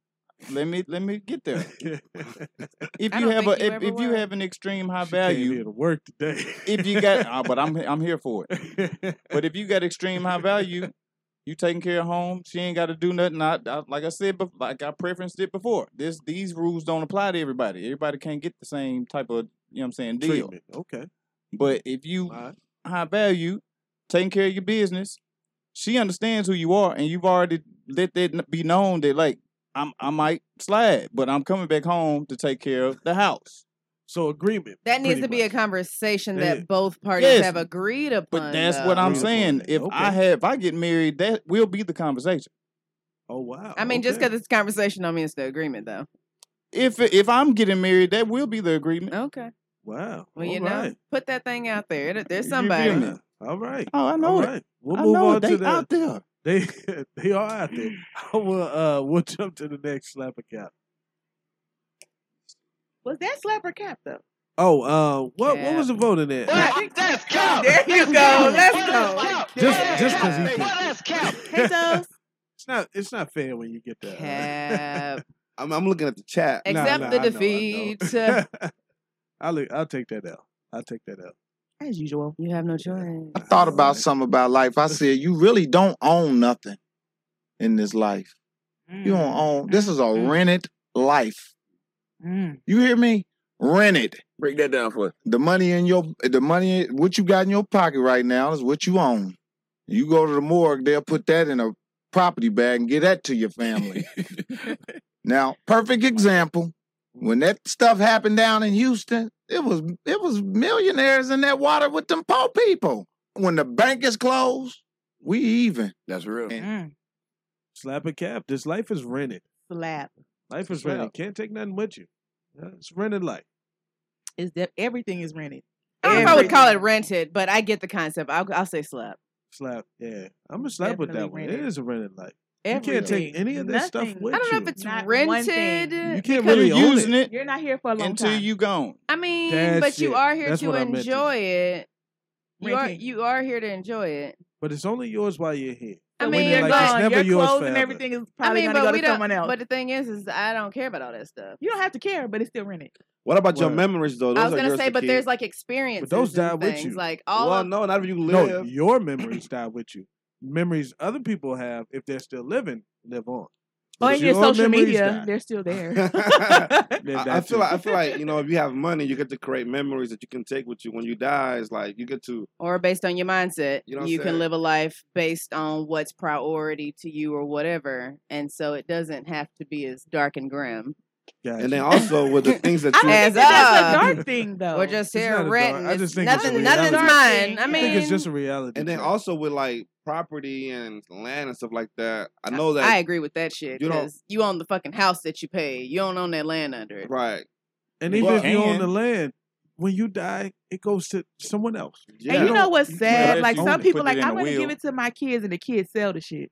Let me let me get there.
you
If
I
you
don't
have
think
a
you
if,
ever
if you
were.
have an extreme high
Came
value,
here to work today.
if you got, ah, but I'm I'm here for it.
but
But if you got extreme high value, you taking care of home. She ain't got to do nothing. I, I like I said, bef- like I preferenced it before. This these rules don't apply to everybody. Everybody can't get the same type of you know what I'm saying deal.
treatment. Okay.
But if you
All right.
high value, taking care of your business, she understands who you are, and you've already let that kn- be known that like I'm I might slide, but I'm coming back home to take care of the house.
So agreement.
That needs
pretty
to be a
much.
conversation
Yeah.
that both parties
Yes,
have agreed upon.
But that's what
though.
I'm
Agreed upon
saying.
that.
If I
Okay.
have, if I get married, that will be the conversation.
Oh wow.
I mean, just
okay.
because it's a conversation don't mean it's the agreement, though.
If if I'm getting married, that will be the agreement.
Okay.
Wow.
Well,
all
you know,
right.
put that thing out there. There- There's
You feel
somebody.
me?
All right.
Oh, I know
All
that.
right. We'll
I
move
know
on
they
to the
out there.
They they are out there. I will uh we'll jump to the next slap account.
Was that slap or cap though?
Oh, uh what what
Cap.
was the vote in there?
There you go. Let's go.
Just just cause he
Hey,
picked.
Hey, Dose.
It's not it's not fair when you get that.
Cap.
I'm, I'm looking at the chat.
Nah,
Accept
nah,
the
I know, I know.
defeat. Uh,
I'll I'll take that out. I'll take that out.
As usual.
you have no choice.
I thought
know,
about
right?
something about life. I said, you really don't own nothing in this life. You
Mm.
don't own. This is a rented life.
Mm.
You hear me? Rented.
Break that down for us.
The money in your the money what you got in your pocket right now is what you own. You go to the morgue, they'll put that in a property bag and get that to your family. now, perfect example. When that stuff happened down in Houston, it was it was millionaires in that water with them poor people. When the bank is closed, we even.
That's real.
And
Mm.
Slap a cap. This life is rented.
Slap.
Life is
Slap.
rented. Can't take nothing with you. Yeah, It's rented life.
Is that everything is rented?
I don't know if I would call it
Everything.
rented, but I get the concept. I'll, I'll say slap.
Slap. Yeah. I'm gonna slap with that
Definitely
one. It
rented.
is a rented life. You can't
Everything.
take any of that stuff
Nothing.
with
I don't know
you.
if it's
Not one
rented.
thing.
you
because-
can't really
You're
own
using
it.
it,
You're not here for a long
until
time.
you gone.
I mean,
That's
but you
it.
are here
That's
to
what I meant to
enjoy it. You are
Renting.
you are here to enjoy it.
But it's only yours while you're here.
I
So
mean,
when you're
like, it's
gone,
never
your
yours
clothes and
forever.
everything is
I
probably
mean,
gonna
but
go
we
to someone
don't.
else.
But the thing is, is I don't care about all that stuff.
you don't have to care, but it's still rented.
What about your
Word.
memories though? Those
I was
are
gonna
yours
say,
to
but
keep.
there's like experiences
die
and
with
things.
you.
Like all
Well,
of
no, not if you live.
No, your memories die with you. Memories other people have, if they're still living, live on.
Oh,
But
and your
your
social
memories
media,
die.
they're still there.
I,
Live
I
that
feel
too.
like I feel like you know if you have money, you get to create memories that you can take with you when you die. It's like you get to
or based on your mindset,
You know
you,
what I'm
can
saying?
live a life based on what's priority to you or whatever, and so it doesn't have to be as dark and grim.
Gotcha.
and then also with the things that
I
you
don't
As
think that that's
of.
a dark thing though.
We're just
It's
here
not a dark-
renting.
I
It's
just think it's
nothing.
a
nothing's
reality.
mine. I
I
I think it's just a
mean,
reality.
and then
check.
also with like property and land and stuff like that. I know that
I agree with that shit
you don't-
because you own the fucking house that you pay. You don't own that land under it.
right.
and
You
even if you own
can.
the land, when you die, it goes to someone else.
And you know what's
Well,
sad?
if
Like
you
some people
put
like,
it in
I'm
a
gonna give
will,
it to my kids and the kids sell the shit.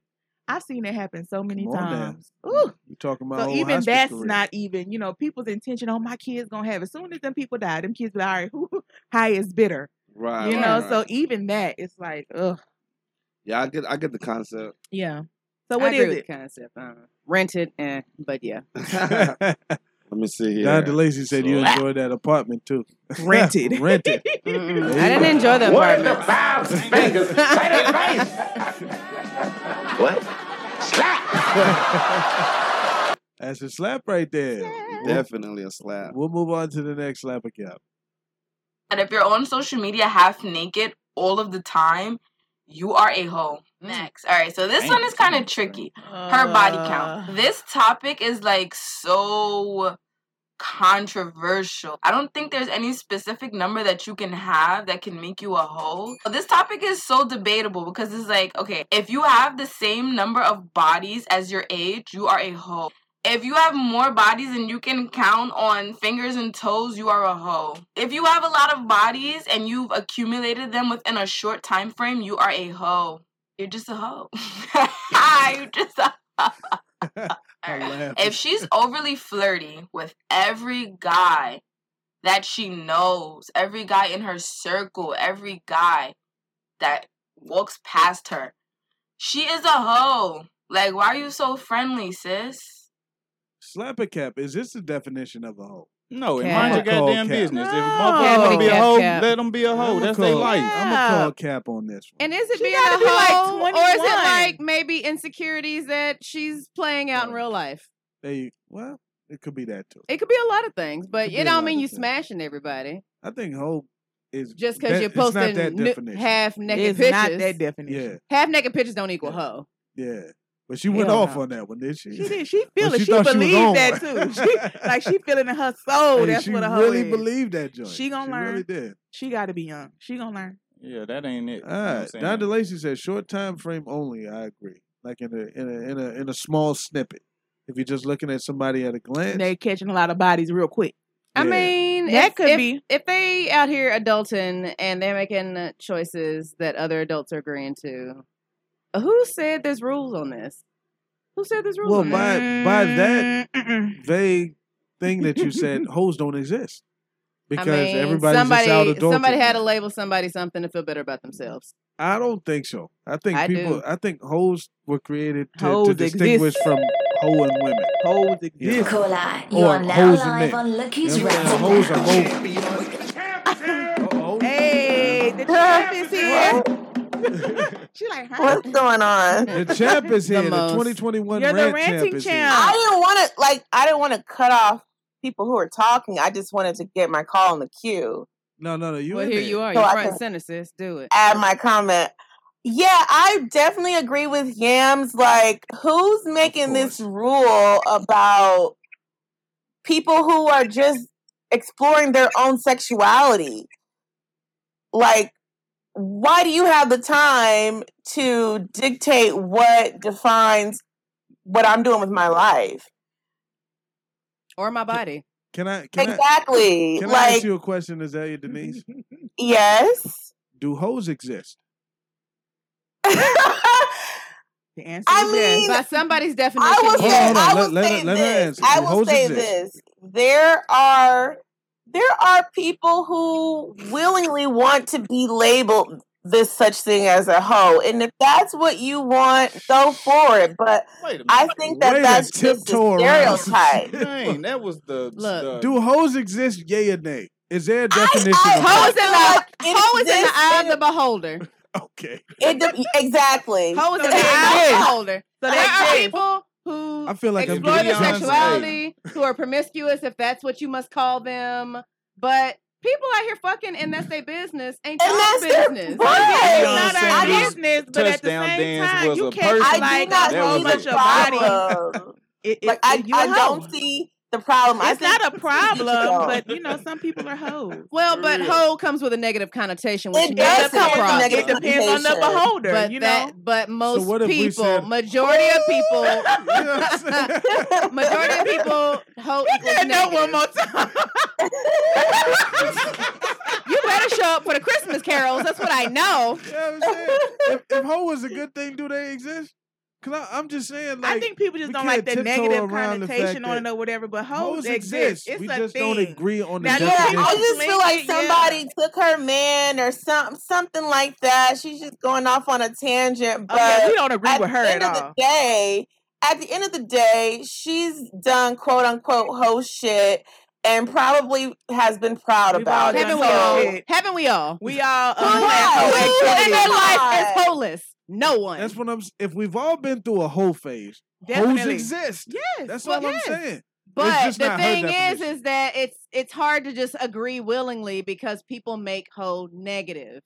I've seen it happen so many
Come on now.
times. Ooh.
You talking about
So
whole
even
hospice
that's
career.
not even, you know, people's intention, oh my kids gonna have it. As soon as them people die, them kids be like, all right, who highest bidder.
Right.
You
right,
know,
right.
so even that it's like, ugh.
yeah, I get I get the concept.
Yeah. So
I
what
agree
is
with
it?
the concept. Uh, rented, eh, but yeah.
Let me see here.
Don DeLacy said you
So-
enjoyed that apartment too.
Rented.
Rented.
Mm-mm.
There
I
you
didn't
go.
enjoy the
What
apartment.
What?
That's a slap right there.
Definitely a slap.
We'll move on to the next slap account.
that if you're on social media half naked all of the time, you are a hoe. Next. All right, so Mm. this one is kind of tricky. Her body count. This topic is like so controversial. I don't think there's any specific number that you can have that can make you a hoe. This topic is so debatable because it's like, okay, if you have the same number of bodies as your age, you are a hoe. If you have more bodies and you can count on fingers and toes, you are a hoe. If you have a lot of bodies and you've accumulated them within a short time frame, you are a hoe. You're just a hoe. You're just a if she's overly flirty with every guy that she knows, every guy in her circle, every guy that walks past her, she is a hoe. Like, why are you so friendly, sis?
Slap a cap. Is this the definition of a hoe?
No, and
Cap.
mind your
I'ma call
goddamn
cap.
business. If
Cap,
motherfuckers want to be a
cap,
hoe,
cap.
let them be a hoe.
I'ma
That's their
call-
life.
I'ma call cap on this one.
And is it
She
being
gotta
a
be, like,
hoe, or is it
21.
like maybe insecurities that she's playing out in real life?
There you, well, it could be that too.
It could be a lot of things, but
could be
it
a
don't
lot
mean
of
you
things.
smashing everybody
I think hoe is
just because
that-
you're
it's not that
posting nu-
definition.
half naked
It's
pictures.
not that definition.
yeah,
Half naked pictures don't equal hoe.
yeah. But she went
Hell
off
no.
on that one, didn't she?
She did. She
But
feel it.
she
She,
thought she was
believes
on
that
one.
too. She, like she feeling in her soul.
Hey,
that's
she
what a hoe
really
is.
believed that joint.
She gonna learn.
really did.
She gotta be young. She gonna learn.
Yeah, that ain't it. You know what
All
I'm
right.
saying?
Don DeLacy says short time frame only. I agree. Like in a in a in a in a small snippet. If you're just looking at somebody at a glance,
They catching a lot of bodies real quick.
I
Yeah.
mean,
That
if,
could
if,
be.
if they out here adulting and they're making uh, choices that other adults are agreeing to. Who said there's rules on this? Who said there's rules
well,
on this?
by by that
Mm-mm.
vague thing that you said, hoes don't exist because
I mean,
everybody's
somebody,
just out adulting.
somebody had to label somebody something to feel better about themselves.
I don't think so. I think
I
people.
do.
I think hoes were created to, to
Hoes
distinguish
exist.
from hoe and women.
Hoes
you know,
exist.
Cola, uh, you
or
are now
hoes and
live
men.
on
You
Lucky's
know what I'm saying?
Ranting
Hoes are
Now.
both. Oh,
Hey, the champ is here. She like, huh?
What's going on?
The champ is
The
here. The,
most.
2021
You're the
rant
ranting
champ is
champ.
I didn't want to like I didn't want to cut off people who were talking. I just wanted to get my call in the queue
here. No, no, no. You
Well,
in
here
there.
you are.
so
You're
I
front
can
and center, sis. Do it.
add my comment. Yeah, I definitely agree with Yams. Like, who's making this
course.
rule about people who are just exploring their own sexuality? Like, why do you have the time to dictate what defines what I'm doing with my life?
Or my body.
Can I can
Exactly.
I can I
like,
ask you a question, Azalea Denise?
yes.
Do hoes exist?
I
The answer
I
is yes.
mean,
By somebody's definition,
I will
Hold
say,
on,
yes.
hold on.
I
Let-
will
let her-
say
let her
this.
answer.
I
Do
will
hoes
say
exist?
this. There are there are people who willingly want to be labeled this such thing as a hoe, and if that's what you want, go for it. But
Wait a
I
minute.
think that
Way to
that's just a
tiptoe around.
stereotype.
Man, that was the
Look.
the
Do hoes exist? Yay or nay? Is there a
I,
definition of
I,
Hoe
hoe?
is in
I
the
feel like
hoe is in the eye of
it
the beholder.
Okay,
exists. It, de- exactly.
Hoe is
So
in the
they
eye of the
exist.
beholder.
So
there are
they exist.
people who
I feel like I'm
explore
getting
their
Beyonce.
sexuality, who are promiscuous, if that's what you must call them. But people out here fucking, and that's their business. Ain't
And
y'all's
that's their
business.
right.
It's not
Beyonce
our
Beyonce's
business, but at the
touchdown
same
dance
time,
was
you
a
can't
person.
I
like
do not
That
too
was
see
a-
much
the
your body.
problem.
It, it,
Like I,
it- you a
I
hoe.
don't see the problem. I
It's
think
not a
it's too
problem,
detailed.
but you know, some people are hoes.
Well,
For
but
real.
hoe comes with a negative connotation, which
It
makes
does
it a
come with a
on,
problem.
it
negative
depends on the
connotation.
beholder,
But
you know.
that, but most
what if we
people,
said-
majority of people,
You know what I'm saying?
majority of people, hoe equals
no
negative.
one more time.
like, no.
Yeah, I'm saying if, if hoe was a good thing, do they exist? Cause I, I'm just saying, like
I think people just
we
don't like
can't
the
tiptoe
negative
around the fact
connotation on
that
it or whatever. But hoes
Hoes
exist.
exist.
It's
We
a
just
thing.
don't agree on the
Now,
Yeah,
definition.
I just feel like
Yeah.
somebody took her man or some something like that. She's just going off on a tangent. But
Oh, yeah, we don't agree
at
with her
the end
at
of
all.
the day, at the end of the day, she's done quote unquote whole shit and probably has been proud about it.
haven't we
So-
all? Haven't we all?
We all.
Who, has- who in their life is holeless? No one.
That's what I'm. s- If we've all been through a hoe phase, hoes
Definitely.
exist.
Yes,
that's
well,
all I'm
yes.
saying. It's
But
just
the
not her
thing is,
definition.
is that it's it's hard to just agree willingly because people make hoe negative.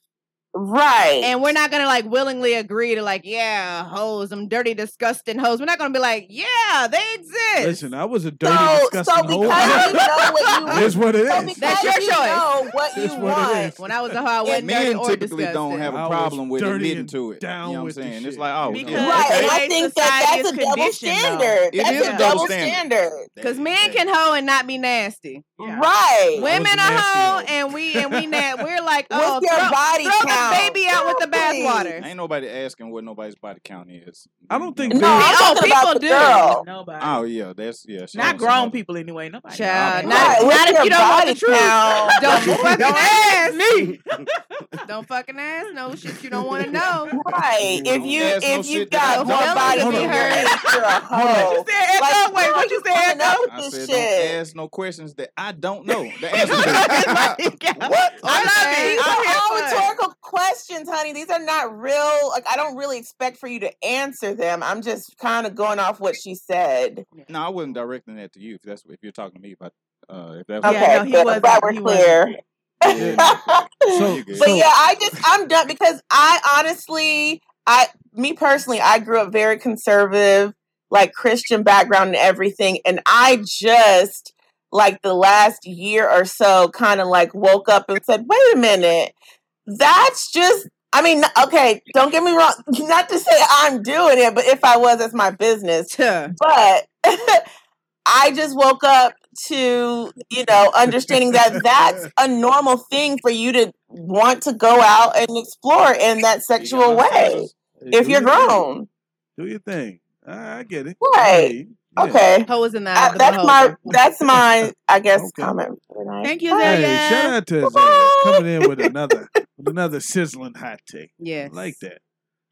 Right.
And we're not gonna like willingly agree to like, yeah, hoes, them dirty, disgusting hoes. We're not gonna be like, yeah, they exist.
listen, I was a dirty,
So-
disgusting
so
hoe.
because you know
what
you-
That's what it
so
is.
because That's your
you
choice.
know what
That's
you
what it
want.
is.
When I was a hoe, I wasn't dirty
Men
or
typically don't
disgusting.
have
I
a
was
problem with
dirty
admitting
and
to it.
down
you know what I'm
with the
saying? It's
shit,
like, oh,
you
yeah,
know?
Right. And I
Today's
think that
society
that's
is
a double
conditioned, though.
standard.
It
that's
is
a
a double
double
standard.
standard.
Because men can hoe and not be nasty.
Right.
Women are
nasty
hoe and we and we na- we're like,
What's
oh,
your
throw,
body
throw
count?
the baby out with the bathwater.
Ain't nobody asking what nobody's body count is.
I don't think.
No,
men-
I'm
Oh, people do.
Nobody.
Oh yeah, that's yeah. so-
Not
so
grown people anyway. Nobody.
Child,
Okay.
not,
Right,
if-
what's
not if
your
you don't want the
body
truth.
count?
Don't fucking
Don't
ask
me.
don't fucking ask no shit you don't want to know.
Right. If you
ask no
if you've
shit that I
got
don't
more
want.
body
Hold
than
on.
you're you're a hoe.
Hold
Said
Like,
Echo, wait,
girl,
what you said,
coming up
Echo?
with
I
this
said don't
shit.
ask no questions that I don't know the answer to. what?
I love
These
it.
are all
I'm here for it.
rhetorical questions, honey. These are not real. Like, I don't really expect for you to answer them. I'm just kind of going off what she said.
No, I wasn't directing that to you. If that's if you're talking to me, but uh, if that's
Okay,
what-
yeah, no, he good. I'm glad wasn't. we're He wasn't. clear.
Yeah,
So,
good.
but
so
yeah, I just I'm done because I honestly, I me personally, I grew up very conservative, like Christian background and everything, and I just like the last year or so kind of like woke up and said, "Wait a minute, that's just." I mean, okay, don't get me wrong. Not to say I'm doing it, but if I was, that's my business. But I just woke up to, you know, understanding that that's a normal thing for you to want to go out and explore in that sexual way if
Do
you're
your thing.
grown.
Do your thing. I, I get it.
Right.
Hey,
Okay.
Hoe is in the eye
Uh,
of the
that's my
beholder.
that's my I guess
Okay.
comment. for tonight.
Thank you,
Bye.
Azalea.
Hey, shout out to Azalea coming in with another with another sizzling hot take.
Yes.
I like that.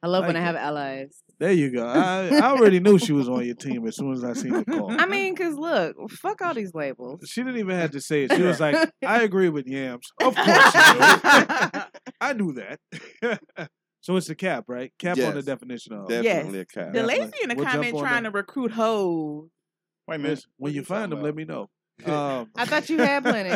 I love when I
Like
have
it.
allies.
There you go. I, I already knew she was on your team as soon as I seen the call.
I mean, cause look, fuck all these labels.
She didn't even have to say it. She was like, "I agree with yams." Of course, you do. I knew that. so it's a cap, right? Cap on the
Yes.
definition of
Definitely a cap.
The
Definitely.
lady in the
We'll jump
comment
on
trying
that.
to recruit hoes.
Wait a
Listen, when you find them, let me know. Um,
I thought you had plenty.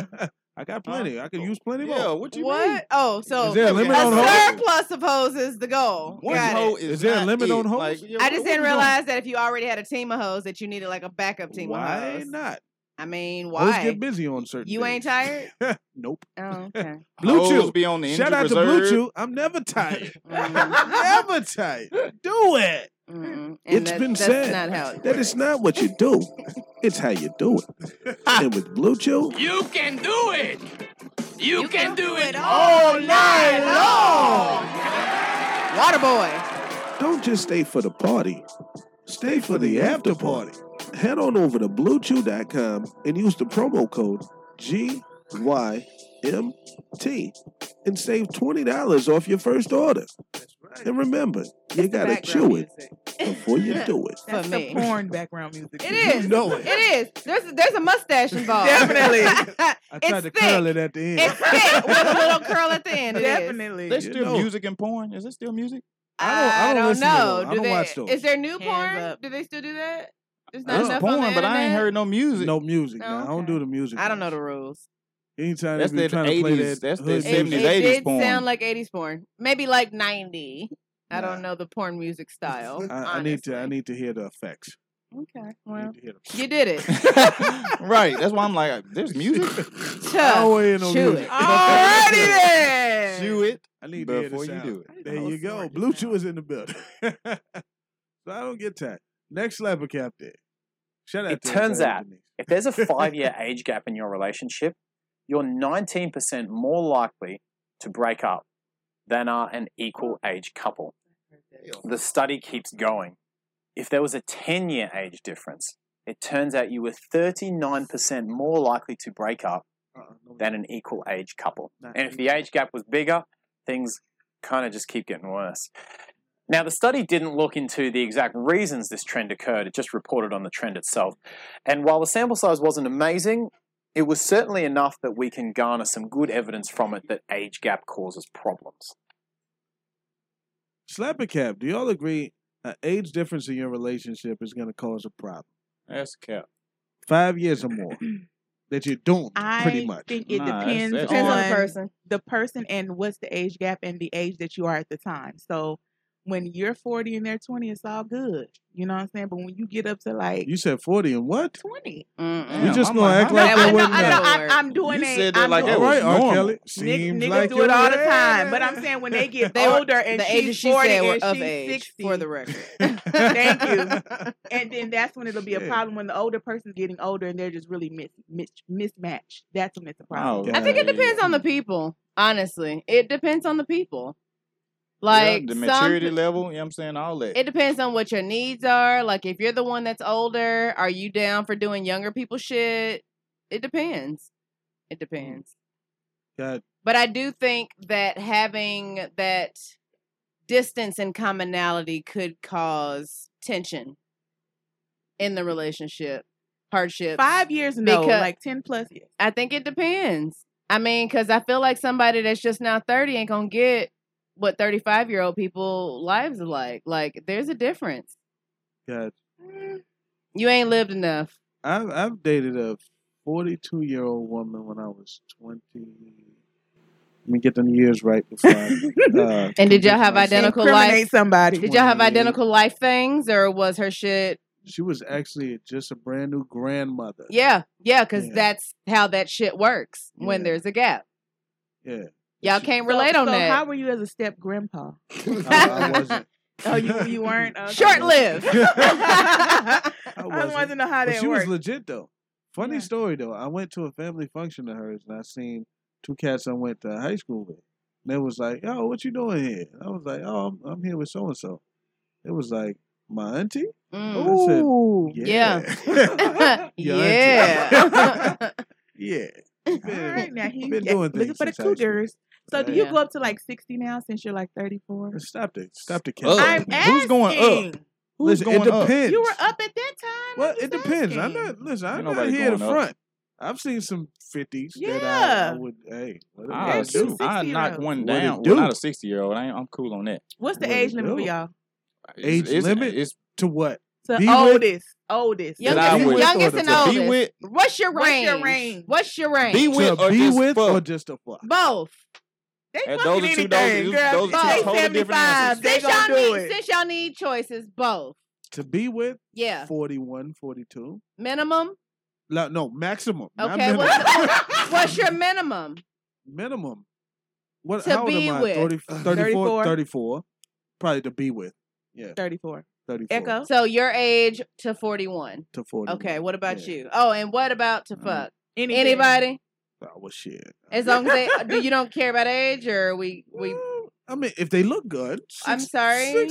I got plenty. I could use plenty
Yeah,
more.
what you
what?
mean?
Oh, so
Is there a limit on
a
hoes?
surplus of hoes is the goal.
One
Got it.
hoe is
Is there a
not
limit
it.
on hoes?
Like, yeah, what-
I just
what
didn't
you doing?
realize that if you already had a team of hoes, that you needed like a backup team of
Why
hoes.
not?
I mean,
Hoes
why?
get busy on certain.
You ain't
days.
tired?
Nope.
Oh, okay.
Blue
Hoes
Chew.
be on the
Shout
injured
out
reserve.
to Blue Chew. I'm never tired.
Mm,
never tired. Do it.
mm, and
it's
that-
been
that's
said
not how it
that it's not what you do, it's how you do it. and with Blue Chew,
You can do it. You, can, do it
all night Water boy.
don't just stay for the party, stay for the after party. Head on over to BlueChew.com and use the promo code GYMT and save $20 off your first order. And remember, you gotta chew it before you do it.
for
That's the
me.
porn background music.
It is.
You know it.
It is. There's there's a mustache involved.
Definitely.
I
It's
tried to
thick.
curl it at the end.
it's thick with a little curl at the end. It is.
Definitely.
There's
You
still
know.
music and porn. Is there still music?
I don't- I don't listen to
know.
those. I
do
don't
they,
watch those.
Is there new
Hands
porn?
up.
Do they still do that? There's not
There's
enough
porn,
on the
but I ain't
internet?
heard no music.
No music.
Oh,
now. I don't
okay.
do the music.
I don't know
ones.
the rules.
Anytime
That's
they be
the
trying to
80s.
play that,
That's the
hood
It,
70s,
music.
it
80s
did
porn.
sound like 80s porn. Maybe like 90. I don't
Nah.
know the porn music style.
I, I need to. I
honestly.
need to hear the effects.
Okay.
I
Well,
need to hear the.
you did it.
right. That's why I'm like, there's music.
I
Tough.
don't hear no
Chew
music.
it.
Alrighty then.
Do it
I need to hear the
before you
sound.
do it.
There you go. Blue Chew is in the building. so I don't get tired. Next level captain. Shout out
It
to
turns
Isaiah
out-
Denise.
If there's a five year age gap in your relationship, you're 19% more likely to break up than are an equal age couple. The study keeps going. If there was a 10 year age difference, it turns out you were 39% more likely to break up than an equal age couple. And if the age gap was bigger, things kind of just keep getting worse. Now, the study didn't look into the exact reasons this trend occurred, it just reported on the trend itself. And while the sample size wasn't amazing, it was certainly enough that we can garner some good evidence from it that age gap causes problems.
Slap a cap. Do y'all agree an age difference in your relationship is going to cause a problem?
That's a cap.
Five years or more that you're doing
I
pretty much.
think it depends, on, the person, the person, and what's the age gap and the age that you are at the time. So when you're 40 and they're 20, it's all good. You know what I'm saying? But when you get up to like
You said 40 and what?
20,
you just
I'm
gonna
like,
act
I'm not-
like that
I know,
wasn't
I know,
there.
I'm, I'm doing
You
it.
said that
I'm
like
doing
that was
it.
All right, R. normal. Kelly. Seems
niggas
like
do it
you
all the
were.
time. But I'm saying when they get
They were-
older and
the
she's
ages she
40
said were
and
of
she's
age,
60,
for the record.
Thank you. And then that's when it'll be a
Shit.
problem when the older person's getting older and they're just really mis- mis- mismatched. That's when it's a problem.
Oh,
I think it depends on the people. Honestly, it depends on the people. Like
yeah, the
some
maturity
pe-
level, you know what I'm saying? All that.
It depends on what your needs are. Like if you're the one that's older, are you down for doing younger people shit? It depends. It depends.
God,
But I do think that having that distance and commonality could cause tension in the relationship, hardship.
Five years, no,
Because-
like 10 plus years.
I think it depends. I mean, because I feel like somebody that's just now 30 ain't going to get what 35 year old people lives are like. Like, there's a difference.
God.
You ain't lived enough.
I've, I've dated a 42 year old woman when I was 20. Let me get them years right before I. Uh,
And did y'all
convince
have identical life?
myself.
Did y'all have
28.
identical life things or was her shit?
She was actually just a brand new grandmother.
Yeah. Yeah. Because
Yeah.
that's how that shit works when
Yeah.
there's a gap.
Yeah.
Y'all can't relate on
so
that.
How were you as a step grandpa?
I wasn't.
oh, you you weren't Okay.
Short lived.
I just wanted
wasn't.
to know how
But
that
she
worked.
was legit though. Funny story though. I went to a family function of hers and I seen two cats I went to high school with. And they was like, "Yo, what you doing here?" And I was like, "Oh, I'm, I'm here with so and so." It was like my auntie.
Ooh.
I said,
Yeah.
"Yeah, Your auntie."
Yeah.
yeah."
All right, now he
been
yeah,
doing
looking
things
for the
since high school.
cougars. So do
Right.
you
Yeah.
go up to like sixty now since you're like thirty four?
Stop it! Stop the cat.
Up. I'm
Who's going
asking.
up? Who's
going
it
up?
depends.
You were up at that time.
Well, it depends. I'm not. Listen, I'm
Ain't
not
nobody
here to
going up.
front. I've seen some fifties that I, I
Yeah.
would. Hey, what
I'll, shoot, I'll knock one
What it
down. Well,
do?
not a 60 year old. I'm cool on that.
What's the
What
age
it
limit for
do?
y'all?
Age
It's- it's-
limit
it's-
to what?
To
Be with-
oldest, oldest,
Youngest That I and- would- youngest and oldest. Be with-
What's your
What's your
range?
range?
What's your range?
Be with
to
or
be
just
with
fuck?
or just a fuck?
Both.
They
And those are two- those are-
anything, girl.
those are two
If they
totally different
75,
answers.
they
Since
gonna
y'all,
do
need,
it.
since y'all need choices, both.
To be with?
Yeah.
41, 42.
Minimum.
No, no maximum. not
Okay.
minimum.
What's, what's- what's your minimum?
minimum. What?
To
how old
be
am I?
with.
30, 34,
34.
34. Probably to be with. Yeah.
34.
34.
Echo. So your age to 41.
To 40.
Okay. What about you? Oh, and what about
Mm.
to fuck? Anybody?
Oh, well, shit.
As long as they do, you don't care about age, or we we.
I mean, if they look good,
I'm sorry.
They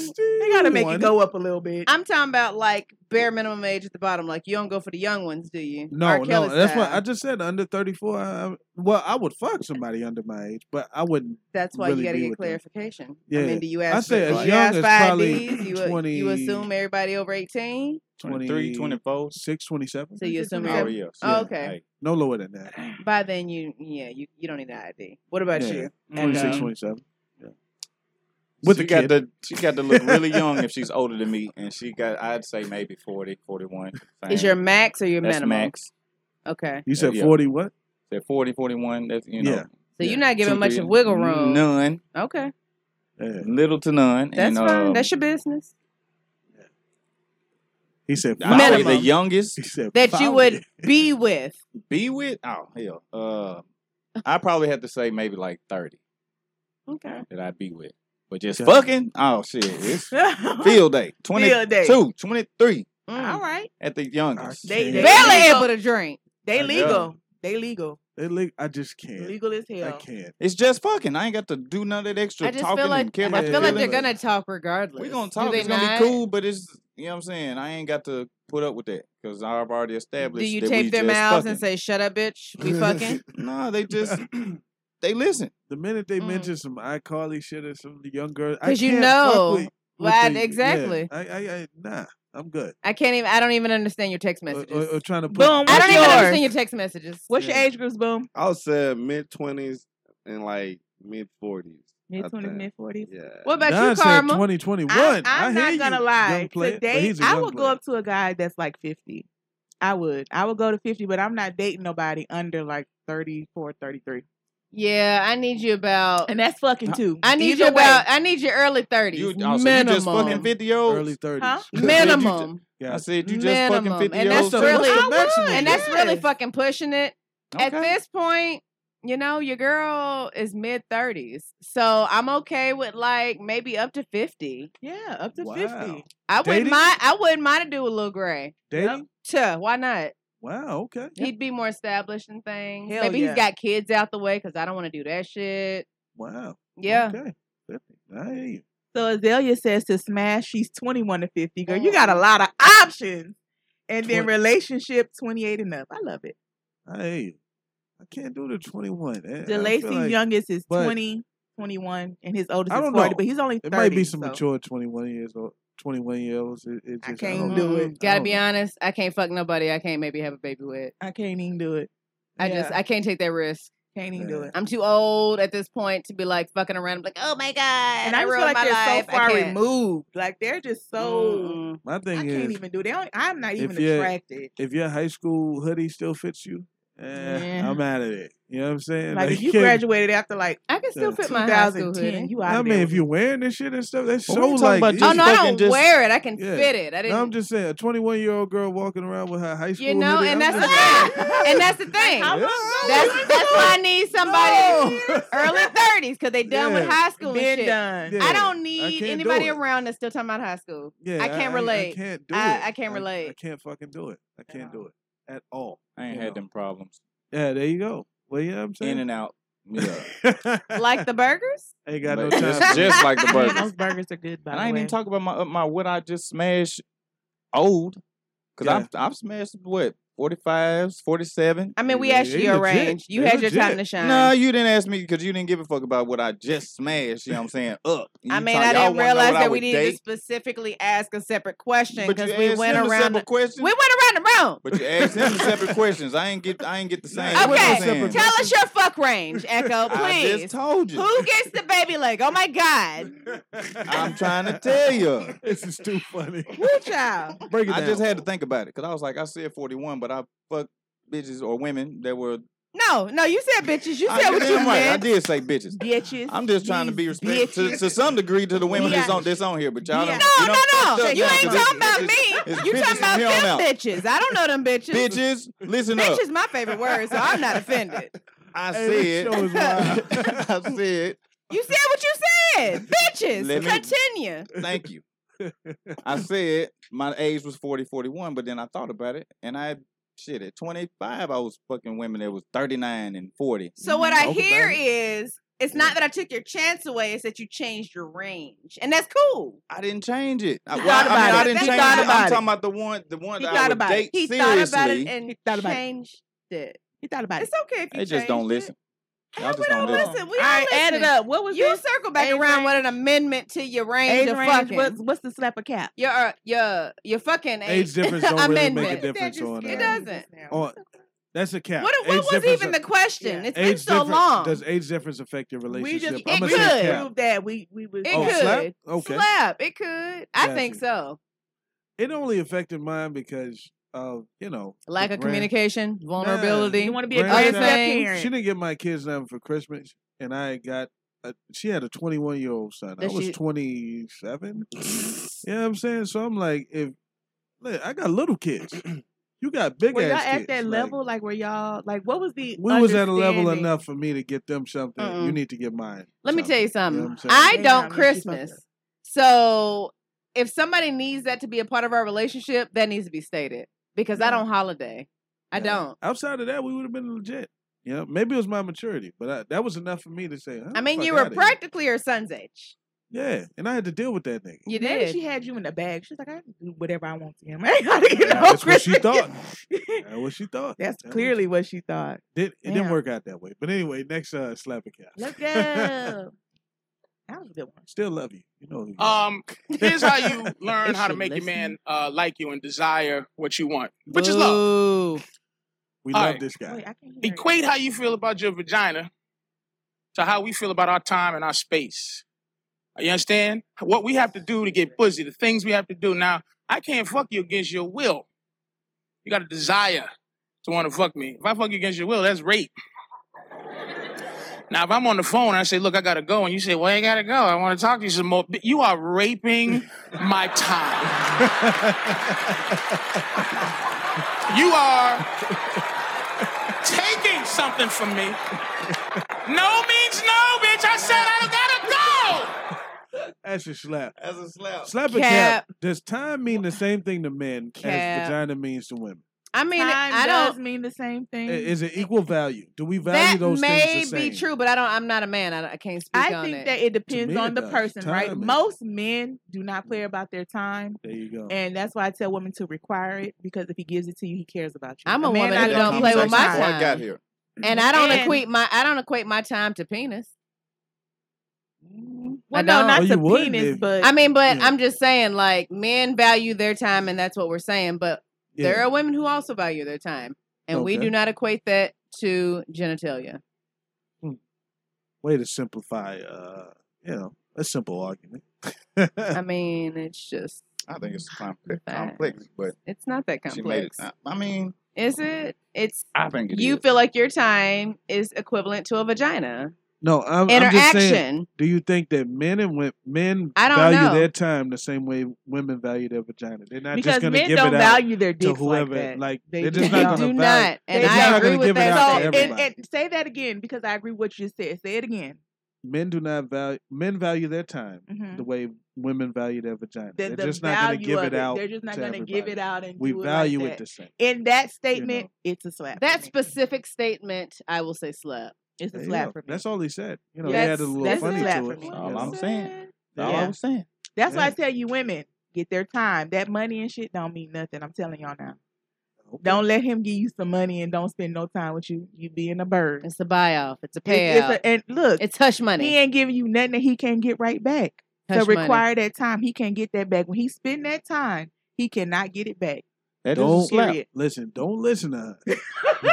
gotta make you
61.
go up a little bit.
I'm talking about like bare minimum age at the bottom. Like you don't go for the young ones, do you?
No,
R. Kelly
no, that's
style.
what I just said. Under thirty four, I, I- well, I would fuck somebody under my age, but I wouldn't.
That's why
really
you got to
be
get
with them.
clarification.
Yeah,
I mean, do you
I
ask?
say
do
as
you
young
ask
as
five
probably
Ds? You,
20
you assume everybody over eighteen.
23, 24, 6, 27.
So you assume you're-
Oh,
Oh, yeah. Oh, okay. Hey.
No lower than that.
By then, you yeah, you, you don't need an ID. What about
Yeah,
you? um,
26,
Echo?
27.
she
the
got
kid.
the she got to look really young if she's older than me, and she got I'd say maybe 40, 41.
Is
same.
your max or your
That's
minimum?
max.
Okay.
You said
Yeah.
40 what?
Said 40, 41. That's you know.
Yeah.
So you're not giving
two,
much
three-
of wiggle room.
None.
Okay.
Little to none.
That's
and,
fine.
um,
That's your business.
He said
I say the
Minimum.
youngest
That you would be with.
be with. Oh hell. Uh, I probably have to say maybe like thirty
Okay.
that I'd be with, but just fucking. Oh shit, it's field day. Twenty
Field day.
two, 23
All right.
at the youngest.
They, they
Barely
legal.
Mm. able to drink.
They
I know.
legal. They legal.
They li- I just can't.
Legal as
I
hell.
can't.
It's just fucking. I ain't got to do none of that extra
I just
talking
feel
and
like
care
I
about
feel like they're
feelings.
gonna talk regardless.
We're gonna
Do
talk.
they
It's gonna
not?
be cool, but it's you know what I'm saying. I ain't got to put up with that because I've already established.
Do you
that we
tape their
just
mouths
fucking.
and say, "Shut up, bitch, we fucking"?
nah, they just they listen.
The minute they mention some iCarly shit or some of the young girls, I
Because Mm. you
can't fuck
know.
with- with
Right,
the- yeah,
exactly.
I, I, I, nah, I'm good.
I can't even. I don't even understand your
Uh,
text
Or,
messages.
or- or Uh, trying to put.
Boom. I don't even understand your text messages.
What's your age groups, Boom?
I would say mid twenties and like mid forties.
Mid twenties, mid forties.
Yeah.
What about
Don
you,
said
Karma?
2021.
I'm,
I
I'm
hear
not gonna
you,
lie.
young player, but
Today,
he's a
I
young
would go
player.
up to a guy that's like 50. I would. I would go to 50, but I'm not dating nobody under like 34, 33.
Yeah, I need you about.
And that's fucking too.
I need
Either
you
way.
about. I need you early thirties.
You, oh,
minimum.
so you just fucking fifty year olds,
early thirties.
Huh? Minimum.
I said you just
minimum,
fucking fifty
and
year olds.
that's really
maximum?
and that's really
Yes.
fucking pushing it. At
Okay.
this point, you know your girl is mid thirties, so I'm okay with like maybe up to fifty.
Yeah, up to
Wow.
50.
I wouldn't
Dating?
mind. I wouldn't mind to do a little gray.
Dating?
Tuh, why not?
Wow. Okay.
He'd be more established in things.
Hell
maybe
yeah.
he's got kids out the way because I don't want to do that shit.
Wow.
Yeah.
Okay. I hear you.
So Azalea says to smash, she's 21 to 50. Girl, you
Oh.
got a lot of options. And then
Twen-
relationship 28 and up. I love it.
I hear you. I can't do the 21. eh, I
The
feel
Lacey's
like-
youngest is
but
20, 21, and his oldest
I
is
don't
40,
know.
but he's only 30.
It might be some
so-
mature 21 years old. 21 year olds. It, it just,
I
don't
can't
know.
do it.
mm-hmm.
Oh.
Gotta be honest, I can't fuck nobody. I can't maybe have a baby with.
I can't even do it.
I just
Yeah.
I can't take that risk.
Can't even do it.
I'm too old at this point to be like fucking around. like, oh my god,
And I,
I
just
ruined
feel like
my
they're
life.
so
I
far
can't.
removed. Like they're just so.
My thing
I
is,
can't even do. They don't, I'm not even
if your
attracted.
if your high school hoodie still fits you, eh,
Yeah.
I'm out of it. You know what I'm saying?
Like, if you
can't-
graduated after like
I can still
Yeah.
fit my high school
2010,
hoodie.
you
I
outta
mean,
there
if you're wearing this shit and stuff, that's
But we
so
ain't talking
like.
about
these-
oh no, I don't wear it. I can
Yeah.
fit it. I didn't.
No, I'm just saying, a 21 year old girl walking around with her high school.
you know,
hoodie,
and
I'm
that's the
just
thing. And that's the thing.
how much
That's that's why I need somebody early thirties because they done with
Yeah.
high school
Been
and shit.
done.
Yeah.
I don't
I
need
can't do
anybody
it.
around that's still talking about high school.
Yeah,
I can't
I,
relate.
I can't do
I,
it.
I can't
I
relate.
can't fucking do it. I can't do it at all.
I ain't
you
had
know.
them problems.
Yeah, there you go. Well, you know what I'm saying?
In and out. Yeah.
like the burgers?
Ain't got no
But
time.
just-
for
just
it.
like the burgers.
Those burgers are good, by
And
the
I ain't
way.
even talk about my uh, my what I just smashed old because I've I've smashed what 45s, 47.
I mean, we asked you your range. You had your time to shine.
No, you didn't ask me because you didn't give a fuck about what I just smashed. You know what I'm saying? Up.
I
You
mean,
talk-
I
y'all
didn't
wanna know
realize
what I
that we
would
needed
date,
to specifically ask a separate question
But you
because we
asked
went
him a
around.
separate question.
We went around the room.
But you asked him the separate questions. I ain't get I ain't get the same. you know what I'm
Okay,
saying?
tell us your fuck range, Echo,
I
please.
just told you.
Who gets the baby leg? Oh my god!
I'm trying to tell you.
This is too funny.
Woo, child.
Break it
I just
down.
had to think about it because I was like, I said 41, but I fucked bitches or women that were.
No, no, you said bitches. You
I,
said what you
damn right, I
meant.
did say bitches.
Bitches.
I'm just trying to be respectful to,
bitches.
to some degree to the women that's on that's on here, but y'all
Yeah.
don't.
No,
you know,
No, no,
fucked up
you
now,
ain't
'cause it's
talking about
bitches-
me.
it's
You
bitches
talking
from
about
here on
them
out.
bitches? I don't know them bitches.
Bitches, listen
bitch
up.
is my favorite word, so I'm not offended.
I
Hey, this
said,
show is wild.
I said,
You said what you said, bitches.
Let me-
Continue.
thank you. I said my age was 40, 41, but then I thought about it and I shit at 25 I was fucking women that was 39 and 40.
So what I
Okay.
hear is it's not that I took your chance away, it's that you changed your range. And that's cool.
I didn't change it. I,
He
well, I-
thought
I mean,
about
I
it.
didn't
He
change
thought
it.
about
I'm
it.
talking about the one, the one
He
that I
thought
would
about
date
it. He
seriously.
thought about it and
thought about it.
changed it.
He thought about
it's
it.
okay if you
they just don't
changed
listen. Y'all
It. We
just
don't
don't
listen.
listen.
We
All
don't
right,
listen.
add it up. What was
you
this?
circle back
Age
around with an amendment to your range
Age
of
range.
fucking.
What's, what's the slap a cap?
your uh, your your fucking
Age difference don't really
amendment.
make a difference on
It
uh,
doesn't.
on- that's a cap.
What
Age
what was
difference
even
a-
the question? It's been
age
so
difference-
long.
Does age difference affect your relationship?
just-
I'ma
it
say
could.
cap.
That we we was.
It
Oh,
could.
slap? Okay.
Slap. It could. I think
Gotcha.
so.
It only affected mine because of you know
Lack
the
of
grand-
communication,
Nah,
vulnerability.
You wanna be a
other
grandson-
things.
She didn't get my kids nothing for Christmas, and I got. A, she had a 21 year old son. I
That
was
she-
27. you know what I'm saying? So I'm like, if look, I got little kids, you got big
Were y'all
ass
at
kids.
that
like,
level? Like, were y'all like what was the?
we was at a level
understanding?
enough for me to get them something. You
Mm-mm.
need to get mine.
Let me tell you something.
what I'm saying?
I don't
They not meant you fucked
Christmas. So if somebody needs that to be a part of our relationship, that needs to be stated because I don't holiday. I don't.
Outside of that, we would have been legit. You know, maybe it was my maturity, but I, that was enough for me to say.
I mean, you were
pregnant.
practically her son's age.
Yeah, and I had to deal with that nigga.
You
Maybe
did.
she had you in the bag. She's like, I can do whatever I want to him. I gotta get over
That's what she
it.
thought. That's what she thought.
That's
That was-
clearly what she thought.
Did, it didn't
Yeah.
work out that way. But anyway, next uh, slap a cat.
Let's go. that was a good one. Uh,
Still love you. You know. who you are.
Um, here's how you learn
They
how to
should
make your
listen.
man uh, like you and desire what you want, which is love.
We
All
love
right.
this guy.
Equate how you feel about your vagina to how we feel about our time and our space. You understand? What we have to do to get pussy, the things we have to do. Now, I can't fuck you against your will. You got a desire to want to fuck me. If I fuck you against your will, that's rape. Now, if I'm on the phone and I say, look, I got to go, and you say, well, I got to go. I want to talk to you some more. You are raping my time. you are taking something from me. No means no, bitch. I said I gotta go.
That's a slap.
uh,
That's a slap.
Slap a cap. Does time mean the same thing to men
Cap.
as vagina means to women?
I mean,
Time
I
does
don't.
mean the same
I-
thing.
Is it equal value? Do we value
That
those
may
things the
be
same?
true, but I don't. I'm not a man. I, don't- I can't speak
I
on
think
it.
that it
me,
depends
it
on the
does.
person, right?
Time is-
Most men do not care about their time,
There you go.
and that's why I tell women to require it because if he gives it to you, he cares about you.
I'm a
man
woman
not
who
gonna
don't
keep
play
your
with my
time.
time. and I don't equate my I don't equate my time to penis.
Well, no,
don't.
not
Well,
to
Oh, you wouldn't
penis,
if-
but
I mean, but
Yeah.
I'm just saying, like men value their time, and that's what we're saying. But there
Yeah.
are women who also value their time, and we
Okay.
do not equate that to genitalia.
Way to simplify. Uh, you know, a simple argument.
I mean, it's just
I think it's complex, complex but
it's not that
she made it.
complex.
I, I mean,
Is it? It's
I think it
you
is.
feel like your time is equivalent to a vagina.
No, I'm, I'm just saying.
Interaction.
Do you think that men and wo- men
I don't
value
know.
their time the same way women value their vagina? They're not
Because
just going
men
give
don't
it out
value their
to
dicks like
whoever.
that. They
are
do
just
not.
not
They
going
do
to value.
not, and
they're
I
just not
agree
gonna
with
give it
that
out to
So,
everybody.
and, and say that again because I agree with what you said. Say it again.
men do not value men value their time
Mhm.
the way women value their vagina.
The,
They're
the
just not going
value
to give
of
it out.
They're just not
to
going to give
everybody.
it out and
We
do
value
it,
it
like that.
the same.
In that statement, it's a slap.
That specific statement, I will say slap.
It's
There you go. That's all he said. You know, he
That's-
added a little
that's a
funny
slap
to
for
it.
me.
you
All
know.
I'm saying. That's all
Yeah.
I was saying.
That's why I
Yeah.
tell you women, get their time. That money and shit don't mean nothing. I'm telling y'all now. Don't let him give you some money and don't spend no time with you. You being a bird.
It's a buy off. It's a
it's
payout.
a, and look,
it's hush money.
He ain't giving you nothing that he can't get right back. so
Hush money.
require that time. He can't get that back. When he spend that time, he cannot get it back.
That is a
don't
slap.
Period. listen. Don't listen to her.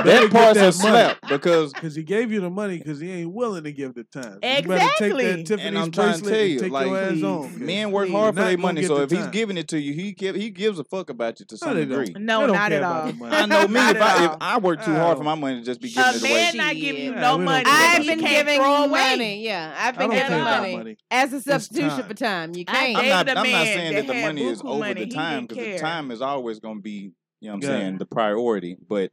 That part's a slap because
because he gave you the money because he ain't willing to give the time. You better
Exactly.
take that Tiffany's
and I'm trying to
bracelet
tell
and
you,
take
like,
your ass on. 'cause
men work
you're
hard for
not
their
gonna
money.
get
So
the
if he's
time.
giving it to you, he give, he gives a fuck about you to some
they don't.
degree.
No, They don't not care at about all. the money.
I know me.
Not
If
at
I if
all.
I work too hard for my money to just be giving
A
it away,
man not giving you no
we don't
money.
care about
I've
that
been
money.
giving
throw away.
money. Yeah, I've been
I don't
giving
care about
money.
money.
as a
It's
substitution
time.
for time. You
I
can't.
I'm not.
dated a
I'm not
man
saying
that
that the
had
money is
buku
over
money.
the
He
time
didn't
because the
care.
time is always going to be. You know what I'm
Yeah.
saying the priority. But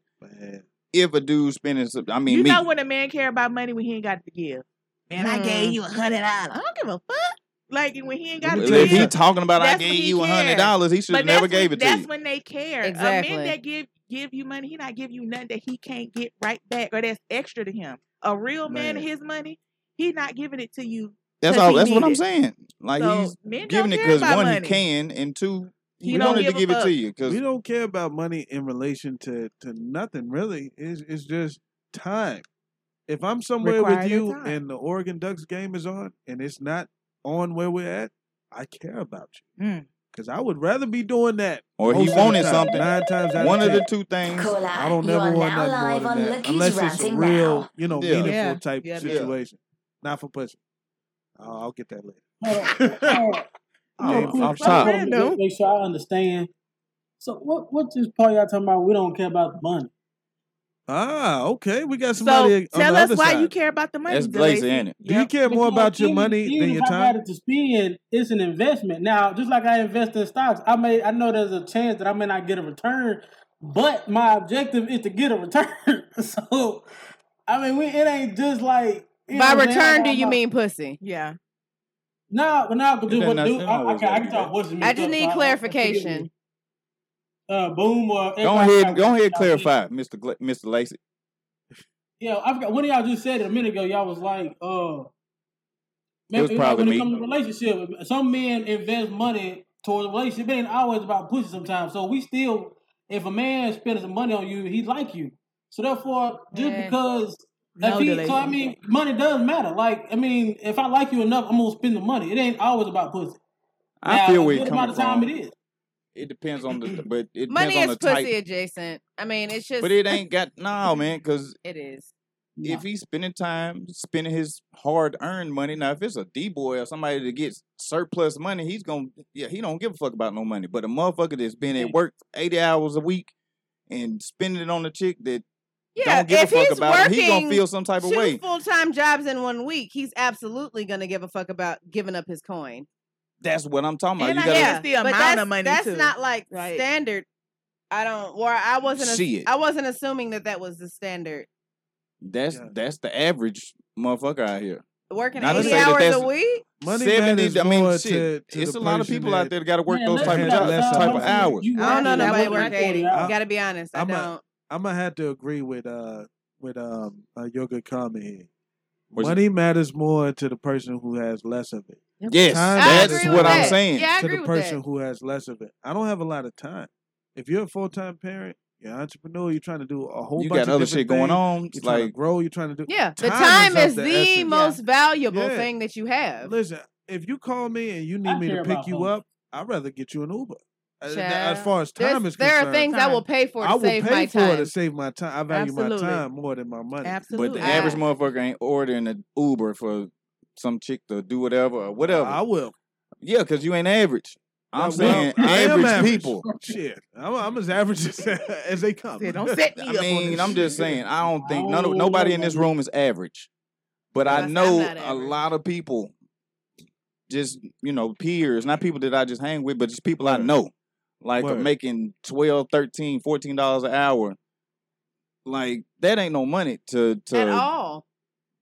if a dude spending, some- I mean
you
me,
know when a man care about money when he ain't got it to give. Man, I gave you a hundred dollars. I don't give a fuck. Like when he ain't got it to
if he
give,
talking about I
that's when
gave
he
you a hundred
cared.
dollars, he should
But
have never
that's when-
gave it to
That's
you.
when they care. A
Exactly.
man that give give you money, he not give you nothing that he can't get right back or that's extra to him. A real man,
Man.
his money, he not giving it to you.
That's
'cause
all.
he
That's what
need
I'm
it.
saying. Like
So,
he's
men
giving
don't
it
care
because
about
one
money.
he can and two
He
he
don't
wanted to
give a
give it
fuck.
to you because
we don't care about money in relation to to nothing really. It's it's just time. If I'm somewhere
Require
with
their
you
time.
and the Oregon Ducks game is on and it's not on where we're at, I care about you
Mm.
because I would rather be doing that.
Or he
most of the
wanted
time,
something.
Nine times out
One
of,
of the
10.
two things.
Caller,
I don't
you
never
are
want
now
nothing more
live
than
on
that
Look Who's
unless it's a
Ranting
real,
Now.
you know,
Yeah.
meaningful
Yeah.
type
Yeah, man.
situation. Not for pussy. Oh, I'll get that later. Oh,
Real
Game
quick,
off
I just
top.
wanted to make- make sure I understand. So what? What this part y'all talking about? We don't care about the money.
Ah, okay. We got
So,
somebody on
tell
the
us
other
why you
side.
care about the money,
That's
Delacey.
Blazy, ain't it? Do you care more about your
even-
money
even
than
if
your
I
time?
got it to spend, it's an investment. Now, just like I invest in stocks, I may I know there's a chance that I may not get a return, but my objective is to get a return. so, I mean, we it ain't just like you
By
know what I'm saying?
return, do
I'm
you
not-
mean pussy?
Yeah.
No, but no, but
It
do
doesn't
what do?
not- it
I,
always
okay, I
gotta
can
be
talk
that.
what's mixed
I just
up,
need
so I- I- forgive me.
clarification.
Uh, boom or
Go
everybody
ahead.
got-
Go ahead.
got mixed.
Clarify, Mister Gla- Mister Lacey.
Yeah, I forgot. One of y'all just said it a minute ago. Y'all was like,
It
uh,
was
maybe, like,
probably
when
me.
it comes to relationship, some men invest money towards a relationship. It ain't always about pussy sometimes. So we still, if a man spends some money on you, he like you. So therefore, just
Yeah.
because.
No
if he, so I
relationship.
mean, money does matter. Like, I mean, if I like you enough, I'm gonna spend the money. It ain't always about pussy.
I
Now,
feel where
what
you're
about
coming
the time
from.
it is?
It depends on the, but it depends
Money
on the
is pussy
type.
adjacent. I mean, it's just.
But it ain't got no man, because
It is.
if he's spending time spending his hard earned money, now if it's a D boy or somebody that gets surplus money, he's gonna yeah he don't give a fuck about no money. But a motherfucker that's been at work eighty hours a week and spending it on a chick that
Yeah,
don't give a
if
fuck
he's
about him,
working
he's gonna feel some type of
two
way.
full time jobs in one week, he's absolutely gonna give a fuck about giving up his coin.
That's what I'm talking about.
And
you
I
gotta
guess
the
but
amount
that's,
of money,
That's
too,
not like
right?
standard. I don't. Or I wasn't. ass-
Shit.
I wasn't assuming that that was the standard.
that's that's the average motherfucker out here.
Working
Not to
eighty
say that
hours
that's-
a week.
Money
Seventy.
matters
I mean,
more
shit.
to- to
it's a
the
lot of
person
people out
that
there that got to work
Man,
those
let's
type of
not
jobs,
sound
type of
hurtful.
hours.
You
I don't know
working
nobody
that
work
much.
eighty.
I-
Gotta be honest. I
I'm
don't.
A, I'm gonna have to agree with uh with um uh, your good comment here.
Was it-
Money matters more to the person who has less of it.
Yes,
Time
I
matters
agree
more
with that. Yeah, I
to
agree
the
with
person
that.
who has less of it. I don't have a lot of time. If you're a full time parent, you're an entrepreneur, you're trying to do a whole
You
bunch
got
of
other
different
shit going
things.
on,
You're trying to
like-
grow. You're trying to do.
Yeah, the
Time
time
is
is
of
the
the essence.
most valuable
Yeah.
thing that you have.
Listen, if you call me and you need
I
me
care
to pick
about
you
both.
up, I'd rather get you an Uber. Uh, th-
Child,
As far as
there's-
time is
there are
concerned,
things I will pay for to
I will
save
pay
my
for it
time.
to save my time. I value
Absolutely.
my time more than my money.
But the average motherfucker ain't ordering an Uber for some chick to do whatever or whatever. I
will.
Yeah, because you ain't average. I'm
Well,
saying
I am
average,
average.
people.
Shit, I'm, I'm as average as, as they come.
Don't I mean, I'm just saying. I don't think none
Oh,
of nobody in
Oh,
this room is average. But I
Yes, I'm
know
not
a lot of people, just you know, peers, not people that I just hang with, but just people I know, like are
Word.
making 12 13 14 dollars an hour. Like that ain't no money to to
At all.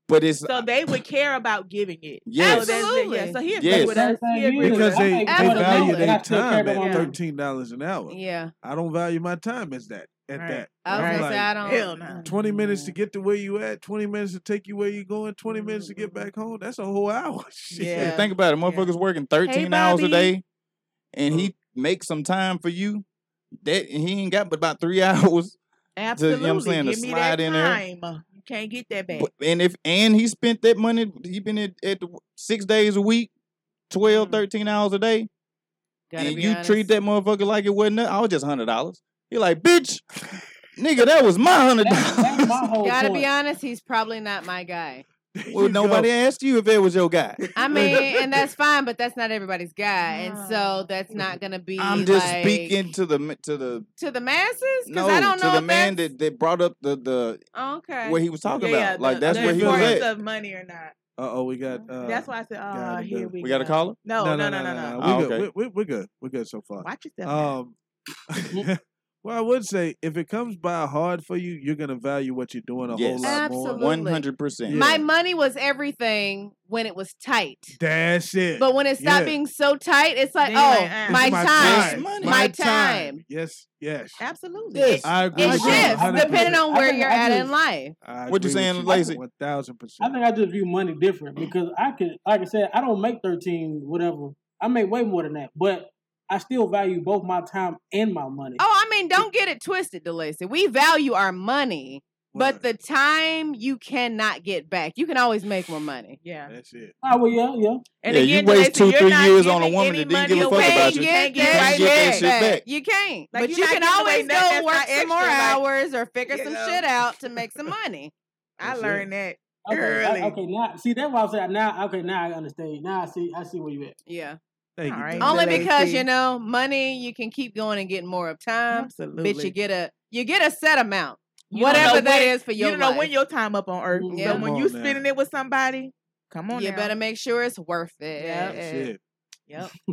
But it's
So they would care about giving it.
Yes.
So that's- yeah, so he agreed
Yes.
with us. He agreed
because
with us.
they, they value their time at
Yeah.
thirteen dollars an hour.
Yeah.
I don't value my time as that at
Right.
that.
I was
I'm
gonna say, I don't- Hell
Twenty minutes
Mm.
to get to where you at. Twenty minutes to take you where you going. Twenty minutes to get back home. That's a whole hour. Shit.
Yeah. Think about it. Motherfuckers working 13
Hey,
hours a
Bobby.
day and
Mm.
he makes some time for you. That and he ain't got but about three hours. To, you
Absolutely.
know what I'm saying? To
Give me that
slide in there.
time. You can't get that back.
But, and if and he spent that money, he been at, at the, w- six days a week, 12, 13 hours a day.
Gotta
and
be
you
honest.
treat that motherfucker like it wasn't. nothing. I was just hundred dollars. You're like, bitch, nigga, that was my hundred dollars.
Gotta be honest, he's probably not my guy.
Well, nobody asked you if it was your guy.
I mean, and that's fine, but that's not everybody's guy, and so that's not gonna be.
I'm just
like,
speaking to the to the
to the masses
no
because I don't
to
know.
the
if
man that, that brought up the the
Oh,
that, okay,
what he was talking about. like that's
the
where he was
importance
at.
of money or not.
Uh oh, we got. Uh,
That's why I said, oh,
gotta
here
do.
we,
We got a caller.
No, no, no, no, no.
We're
Oh,
good.
okay.
We're, we're, we're good. We're good so far.
Watch yourself now.
Um, well, I would say if it comes by hard for you, you're gonna value what you're doing a
Yes.
whole lot
Absolutely.
more.
100%.
My money was everything when it was tight.
That's it.
But when it stopped
Yeah.
being so tight, it's like,
Then
oh,
you're like, ah.
my,
It's my
time,
time. Money.
my
My
time.
time. Yes, yes.
Absolutely.
Yes.
It,
I agree
It
with you
shifts
100%.
depending on
I
where
think-
you're
I
at
think-
in life.
I
What you
agree with
saying, Lazy?
One thousand percent.
I think I just view money different because I could, like I said, I don't make thirteen whatever. I make way more than that, but I still value both my time and my money.
Oh, I mean, don't get it twisted, DeLacy. We value our money, but the time you cannot get back. You can always make more money.
Yeah.
That's it.
Oh well, yeah, yeah.
And
yeah,
again,
you waste
Delacey,
two,
you're
three
not
years on a
giving
woman
any
that didn't
money
give a fuck
away.
about you. You
You can't
can't
get
get
it
that
right
shit back.
You can't.
Like,
but
you're
you
not
can
giving away
always
nothing
go
that's
work
not
some more
extra, like,
hours or figure
you
some
know.
shit out to make some money.
I learned that
Okay, I-
early.
okay, now see that's why I'm saying now. Okay, now I understand. Now I see, I see where you at.
Yeah.
Thank
you.
Only because you know money, you can keep going and getting more of time. Bitch,
Absolutely.
you get a you get a set amount,
You don't know
whatever that is
when-
for
you
your
don't
life.
know when your time up on earth.
Yeah.
So
Come
when
on
you
now.
spending it with somebody, come on,
you
now.
better make sure it's worth it.
Yep.
That's it.
Yep.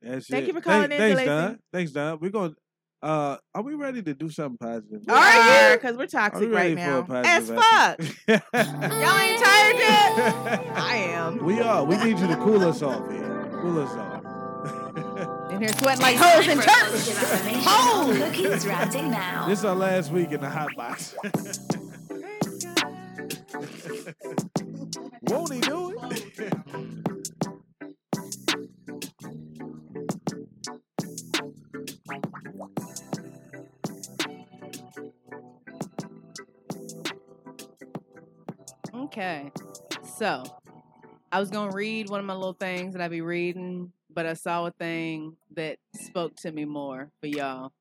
That's
Thank
it.
you for calling in,
Thanks,
Delacey.
Don. Thanks, Don. We're going. Uh, are we ready to do something positive?
We are because we're
Are we
toxic
ready
right
for a
now. As
positive
fuck.
Y'all
ain't tired yet? I am.
We are. We need you to cool us off here. Cool us off.
In here sweating like hoes in church.
Hoes! Look, he's ranting now.
This is our last week in the hot box. Won't he do it?
Okay. So I was going to read one of my little things that I be reading, but I saw a thing that spoke to me more for y'all.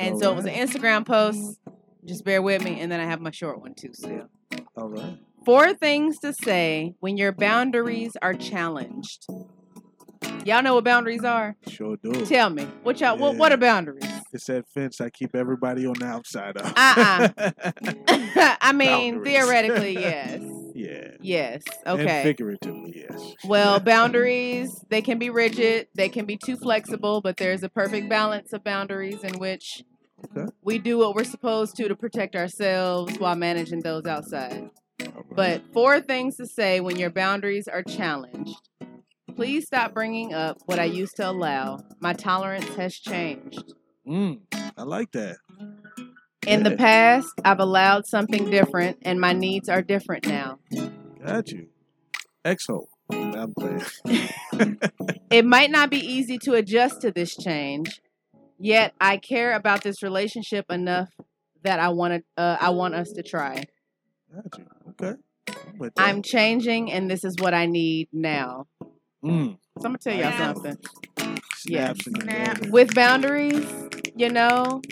and so it was an Instagram post. Just bear with me. And then I have my short one too still.
All right.
Four things to say when your boundaries are challenged. Y'all know what boundaries are?
Sure do.
Tell me. What y'all what, what
Yeah.
are boundaries?
It's that fence I keep everybody on the outside of.
Uh-uh. I mean,
Boundaries.
theoretically, yes.
yeah.
Yes.
And
Okay.
figuratively, yes.
Well, boundaries, they can be rigid, they can be too flexible, but there's a perfect balance of boundaries in which we do what we're supposed to to protect ourselves while managing those outside. But four things to say when your boundaries are challenged. Please stop bringing up what I used to allow. My tolerance has changed.
Mm, I like that.
In the
Yeah.
past, I've allowed something different, and my needs are different now.
Got you. Exhale. I'm playing.
It might not be easy to adjust to this change, yet I care about this relationship enough that I want to, uh, I want us to try.
Okay. with that.
I'm changing, and this is what I need now.
Mm.
So I'm gonna tell y'all something.
Snaps in the middle.
With boundaries, you know,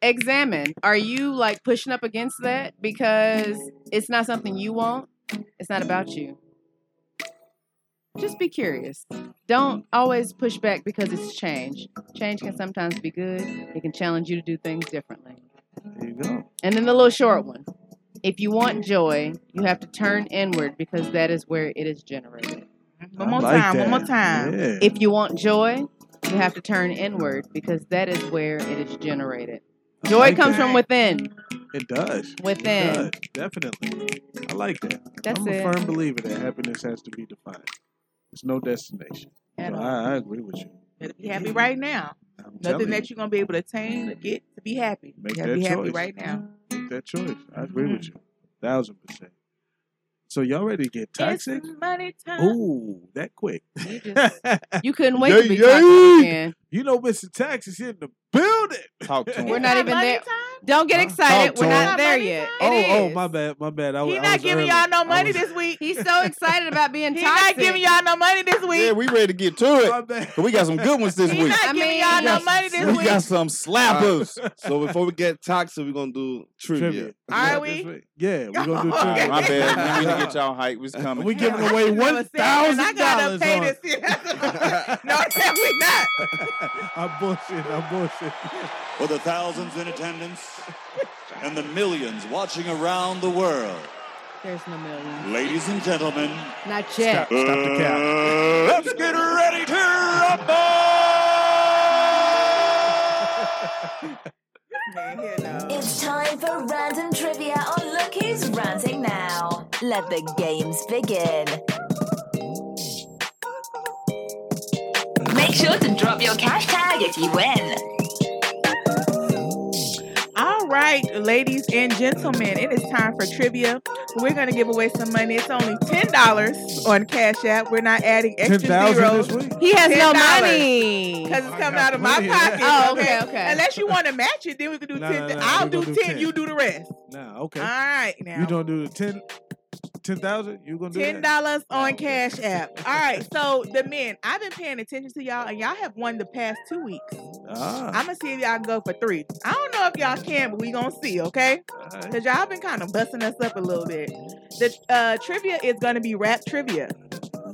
examine: Are you like pushing up against that because it's not something you want? It's not about you. Just be curious. Don't always push back because it's change. Change can sometimes be good. It can challenge you to do things differently.
There you go.
And then the little short one. If you want joy, you have to turn inward because that is where it is generated.
Mm-hmm. One more like time, one that. more time. Yeah.
If you want joy, you have to turn inward because that is where it is generated.
I
Joy
like
comes
that.
from within.
It does.
Within.
It does. Definitely. I like that.
That's
I'm
it.
a firm believer that happiness has to be defined. There's no destination.
At
So
all.
I, I agree with you.
Better be happy right now.
telling
Nothing that you're gonna be able to attain or get to be happy.
Make
you
that
gotta be happy
choice.
right now.
Make that choice. I agree with
Mm-hmm.
you. Thousand percent. So y'all ready to get toxic?
It's money time.
Ooh, that quick.
You just you couldn't wait
Yeah,
to be
yeah.
toxic again.
You know Mr. Tax is in the building.
Talk to
We're not even there. Don't get
Huh?
excited.
Talk
We're
to
not
him.
there yet.
Oh,
It
oh,
is.
my bad, my bad. I, wa-
He
I
not
was
giving
early.
y'all no
I
money
was-
this week. He's so excited about being
He
toxic.
not giving y'all no money this week.
Yeah, we ready to get to it.
My bad.
'Cause We got some good ones this
He
week.
not giving y'all no money this
we
week.
got some slappers.
Uh, So before we get toxic, we're gonna do trivia.
Are we?
Yeah, we're gonna do
All
trivia.
right, my bad. We need to get y'all hype. It's coming.
We giving away one
I
thousand
gotta
dollars.
pay this. year. no, we not.
I'm bullshit. I'm bullshit.
For the thousands in attendance and the millions watching around the world,
There's no million.
ladies and gentlemen,
Not yet.
the
uh, let's get ready to rumble!
It's time for random trivia on Look Who's Ranting Now.
Let the games begin.
Make sure to drop your cash tag if you win.
All right, ladies and gentlemen, it is time for trivia. We're going to give away some money. It's only $10 on Cash App. We're not adding extra
10,000
zeros.
this week?
He has no money.
Because it's coming
got
out of my
plenty of that.
pocket.
Oh, okay, okay.
Unless you want to match it, then we can do
No,
10.
no, no,
I'll
we gonna
do
do
10,
10.
you do the rest.
Nah, okay.
All right,
You
now.
don't do the ten, ten thousand. You gonna do
Ten
that?
dollars on Cash App. All right, so the men, I've been paying attention to y'all, and y'all have won the past two weeks.
Ah,
I'm gonna see if y'all can go for three. I don't know if y'all can, but we gonna see, okay? Cause y'all been kind of busting us up a little bit. The uh, trivia is gonna be rap trivia.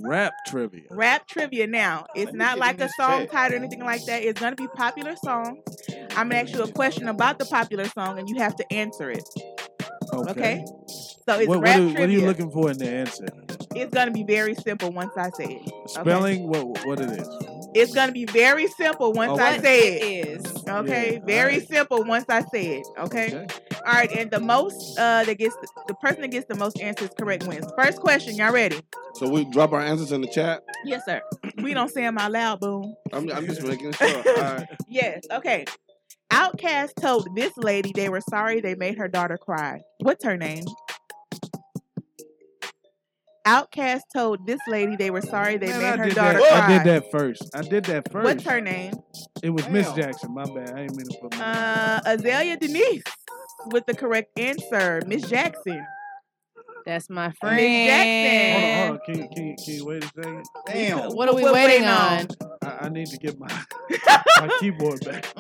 rap trivia.
Rap trivia. Now it's
me
not
get
like
in
a
this
song
bag.
title or anything like that. It's gonna be popular songs. I'm gonna ask you a question about the popular song, and you have to answer it.
Okay.
Okay. So it's
what, what,
rap
are,
trivia.
what are you looking for in the answer?
It's gonna be very simple once I say it. Okay?
Spelling what what it is?
It's gonna be very simple once I
Okay.
say it.
It is.
Okay,
Yeah,
very
alright.
simple once I say it. Okay? All right, and the most uh that gets the person that gets the most answers correct wins. First question, y'all ready?
So we drop our answers in the chat.
Yes, sir. we don't say them out loud, boom.
I'm, I'm just making sure. All right.
Yes, okay. Outcast told this lady they were sorry they made her daughter cry. What's her name? Outcast told this lady they were sorry they
Man,
made
I
her
did
daughter
that.
cry.
I did that first. I did that first.
What's her name?
It was Miss Jackson. My bad. I didn't mean to put my.
Uh, Azalea Denise with the correct answer. Miss Jackson.
That's my
Uh, Miss
Hold on,
Jackson.
hold on. Can you, can you, can you wait a second?
Damn. What are we What waiting waiting on?
I, I need to get my my keyboard back.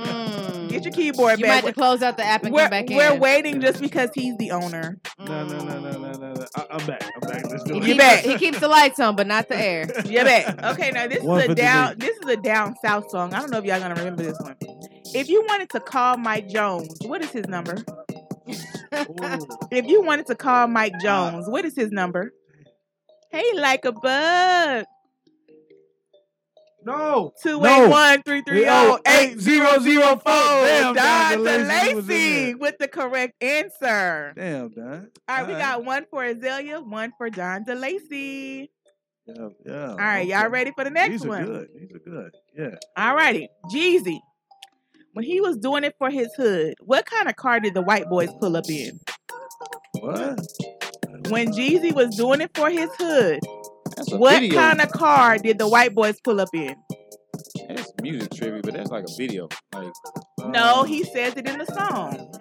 Get your keyboard
You might
back.
have to close out the app and
we're,
come back
We're
in.
waiting just because he's the owner.
No, no, no, no, no, no, no. I, I'm back. I'm back. Let's do
He
it.
keeps, he keeps the lights on, but not the air.
Yeah, bet. Okay, now this is a
153.
down. This is a down south song. I don't know if y'all gonna remember this one. If you wanted to call Mike Jones, what is his number? if you wanted to call Mike Jones, what is his number? Hey, like a bug.
No.
Two eight one three three zero eight
zero zero four.
Oh,
Damn,
Dr.
Dr. Lacey was in
Lacey with the correct answer.
Damn, Don.
All right, we
All right.
got one for Azalea, one for Don DeLacy.
Yeah, yeah.
All right, y'all ready for the next
These are
one?
good. These are good. Yeah.
All righty, Jeezy. When he was doing it for his hood, what kind of car did the white boys pull up in?
What?
When Jeezy was doing it for his hood,
a
what
video.
kind of car did the white boys pull up in?
That's music trivia, but that's like a video. Like
No, he says it in the song.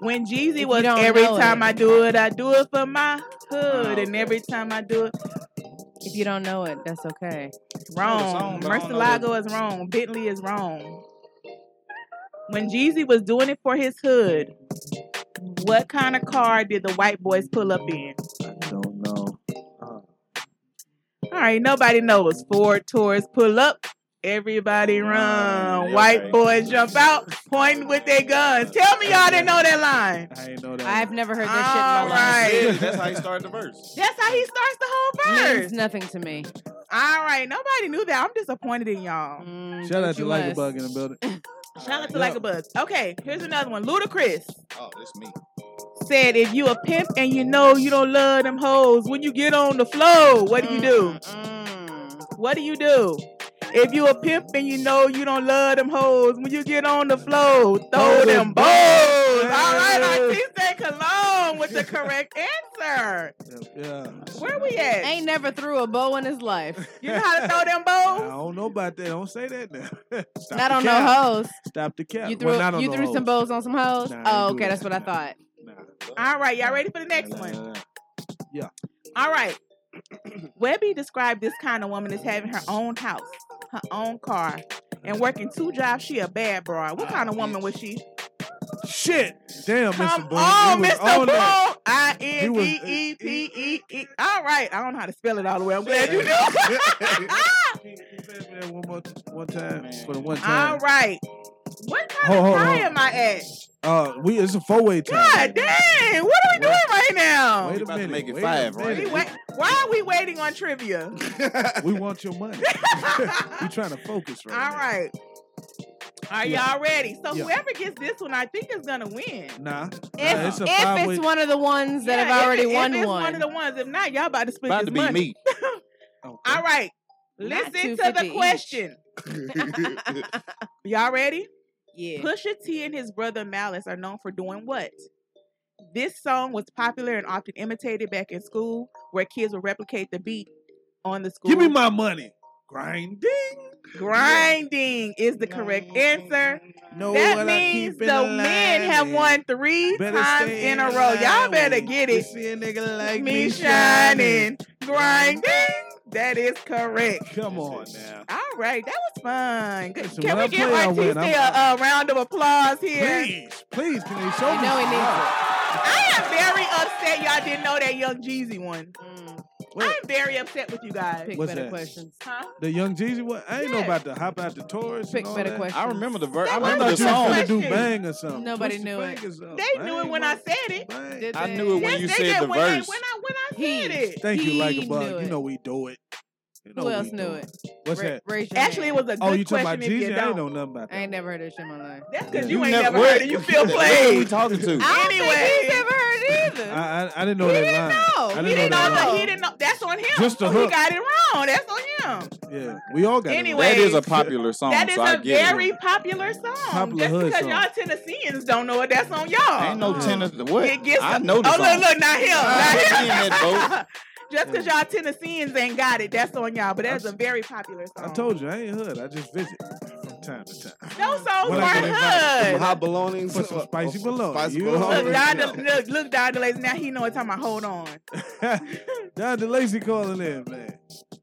When Jeezy was
don't
every
know
time
it.
I do it, I do it for my hood,
Oh,
and every time I do it,
If you don't know it, that's okay.
wrong. Murcielago is wrong. Bentley is wrong. When Jeezy was doing it for his hood, what kind of car did the white boys pull up in?
Don't know.
All right, nobody knows. Ford Taurus pull up. Everybody run.
okay.
White boys jump out, pointing with their guns. Tell me y'all didn't know that line.
I ain't know that.
I've never heard this
All right.
shit. in my life.
that's how he started the verse.
That's how he starts the whole
Means
verse.
nothing to me.
All right, nobody knew that. I'm disappointed in y'all.
Mm,
Shout out to Like a Bug in the building.
Shout out to Like a Buzz. Okay, here's another one. Ludacris
Oh, it's me.
said, "If you a pimp and you know you don't love them hoes, when you get on the flow, what do you do? What do you do? If you a pimp and you know you don't love them hoes, when you get on the flow, throw them balls." All right, Artiste Cologne with the correct answer.
Yeah.
Where we at?
Ain't never threw a bow in his life.
You know how to throw them bows?
I don't know about that. Don't say that now. Stop
Not
the
on no
cap.
hoes.
Stop the cap.
You threw
well, not on
you
no
threw
hoes.
some bows on some hoes.
Nah, I
oh,
ain't do
okay, that's
that.
what I thought.
All right, y'all ready for the next one?
Yeah.
All right. Webby described this kind of woman as having her own house, her own car, and working two jobs. She a bad broad. What kind of woman was she?
Shit. Damn, Mr. Boone.
Oh,
you was
Mr.
on that.
Bull. I
You
N
was- eh,
D E P E E. All right. I don't know how to spell it all the way. I'm glad you knew.
Yeah, One more, one time for the one time.
all right. What kind
Hold,
of
hold,
tie
hold.
am I at?
Uh, we it's a four way tie.
God dang. What are we doing right now?
Wait a minute.
make it
wait a
five, right?
minute.
We wait- Why are we waiting on trivia?
We want your money. we trying to focus right
All right. Are
Yeah.
y'all ready? So
Yeah.
whoever gets this one, I think is gonna win.
now. Nah.
If,
nah, it's a
if
five way.
it's one of the ones that
Yeah,
have already
if it- if
won
it's
one.
of the ones. If not, y'all about to split
About
this
to be
money.
me.
All right. Listen
Not
to
250
the
each.
question. Y'all ready?
Yeah.
Pusha T and his brother Malice are known for doing what? This song was popular and often imitated back in school, where kids would replicate the beat on the school.
Give me my money. Grinding.
Grinding is the correct answer.
Know
that
what I
means
keep
the
in
men
line
have
and
won three
better
times
stay
in a
in
row. Y'all
line
better
when
get
you
it.
see a nigga like
me,
me
shining,
shining.
grinding. That is correct.
Come on now.
All right, that was fun. Good-
Listen,
can
when
we
I
give
play, I win.
Artiste a, a round of applause here?
Please, please, can they show me?
know he
some
needs
love?
I am very upset y'all didn't know that Young Jeezy one. I'm very upset with you guys.
Pick Mm. What's better that? questions.
Huh?
The young Jeezy one. I ain't know about to hop out the Taurus.
Pick
and all
better
that.
questions. I
remember the verse.
I
I
remember
remember the
you was
song.
gonna do bang or something.
Nobody
Twist
knew
your
it.
fingers up.
They knew it
Bang,
when I said it.
I knew it when
Yes,
you
they
said
did.
the
when they-
verse.
when I when I said it.
Thank you, like a
knew
bug. You
it.
know we do it. You know
Who else
we
knew
do
it?
What's
Ra-
that?
raise your
Actually, it
hand.
was a good
Oh, you talking
question
about
if you
Jeezy? I
don't.
ain't know nothing about that.
I ain't never heard this shit in my life.
That's because
Yeah.
you
You
ain't
never-
never
what?
heard it. You feel
Who
played.
we talking to?
I don't think he's ever
heard it either.
I, I, I didn't know that line. I
he didn't
that
know.
line.
He didn't know. That's on him.
Just the
So He
hook.
got it wrong. That's on him.
Yeah, we all got
Anyway,
it.
That is a popular song,
that is
so I
a
get
very
it.
popular song.
Popular
Just
hood
because
song. Uh-huh.
y'all Tennesseans don't know it, that's on y'all.
Ain't no tennis. What?
It gets
I know the
oh,
song.
look, look, not him.
I
Not
ain't
him.
in that boat.
Just because y'all Tennesseans ain't got it, that's on y'all. But that's a very popular
I
Um,
song.
told you I ain't hood. I just visit from time to time.
Those songs
When
were
I get invited.
Oh, hood.
hot bologna, for some spicy bologna.
spicy
You
bologna.
already
Look,
know.
Don, look, look, Don DeLace, now he know what time I hold on.
Don DeLacy calling in, man.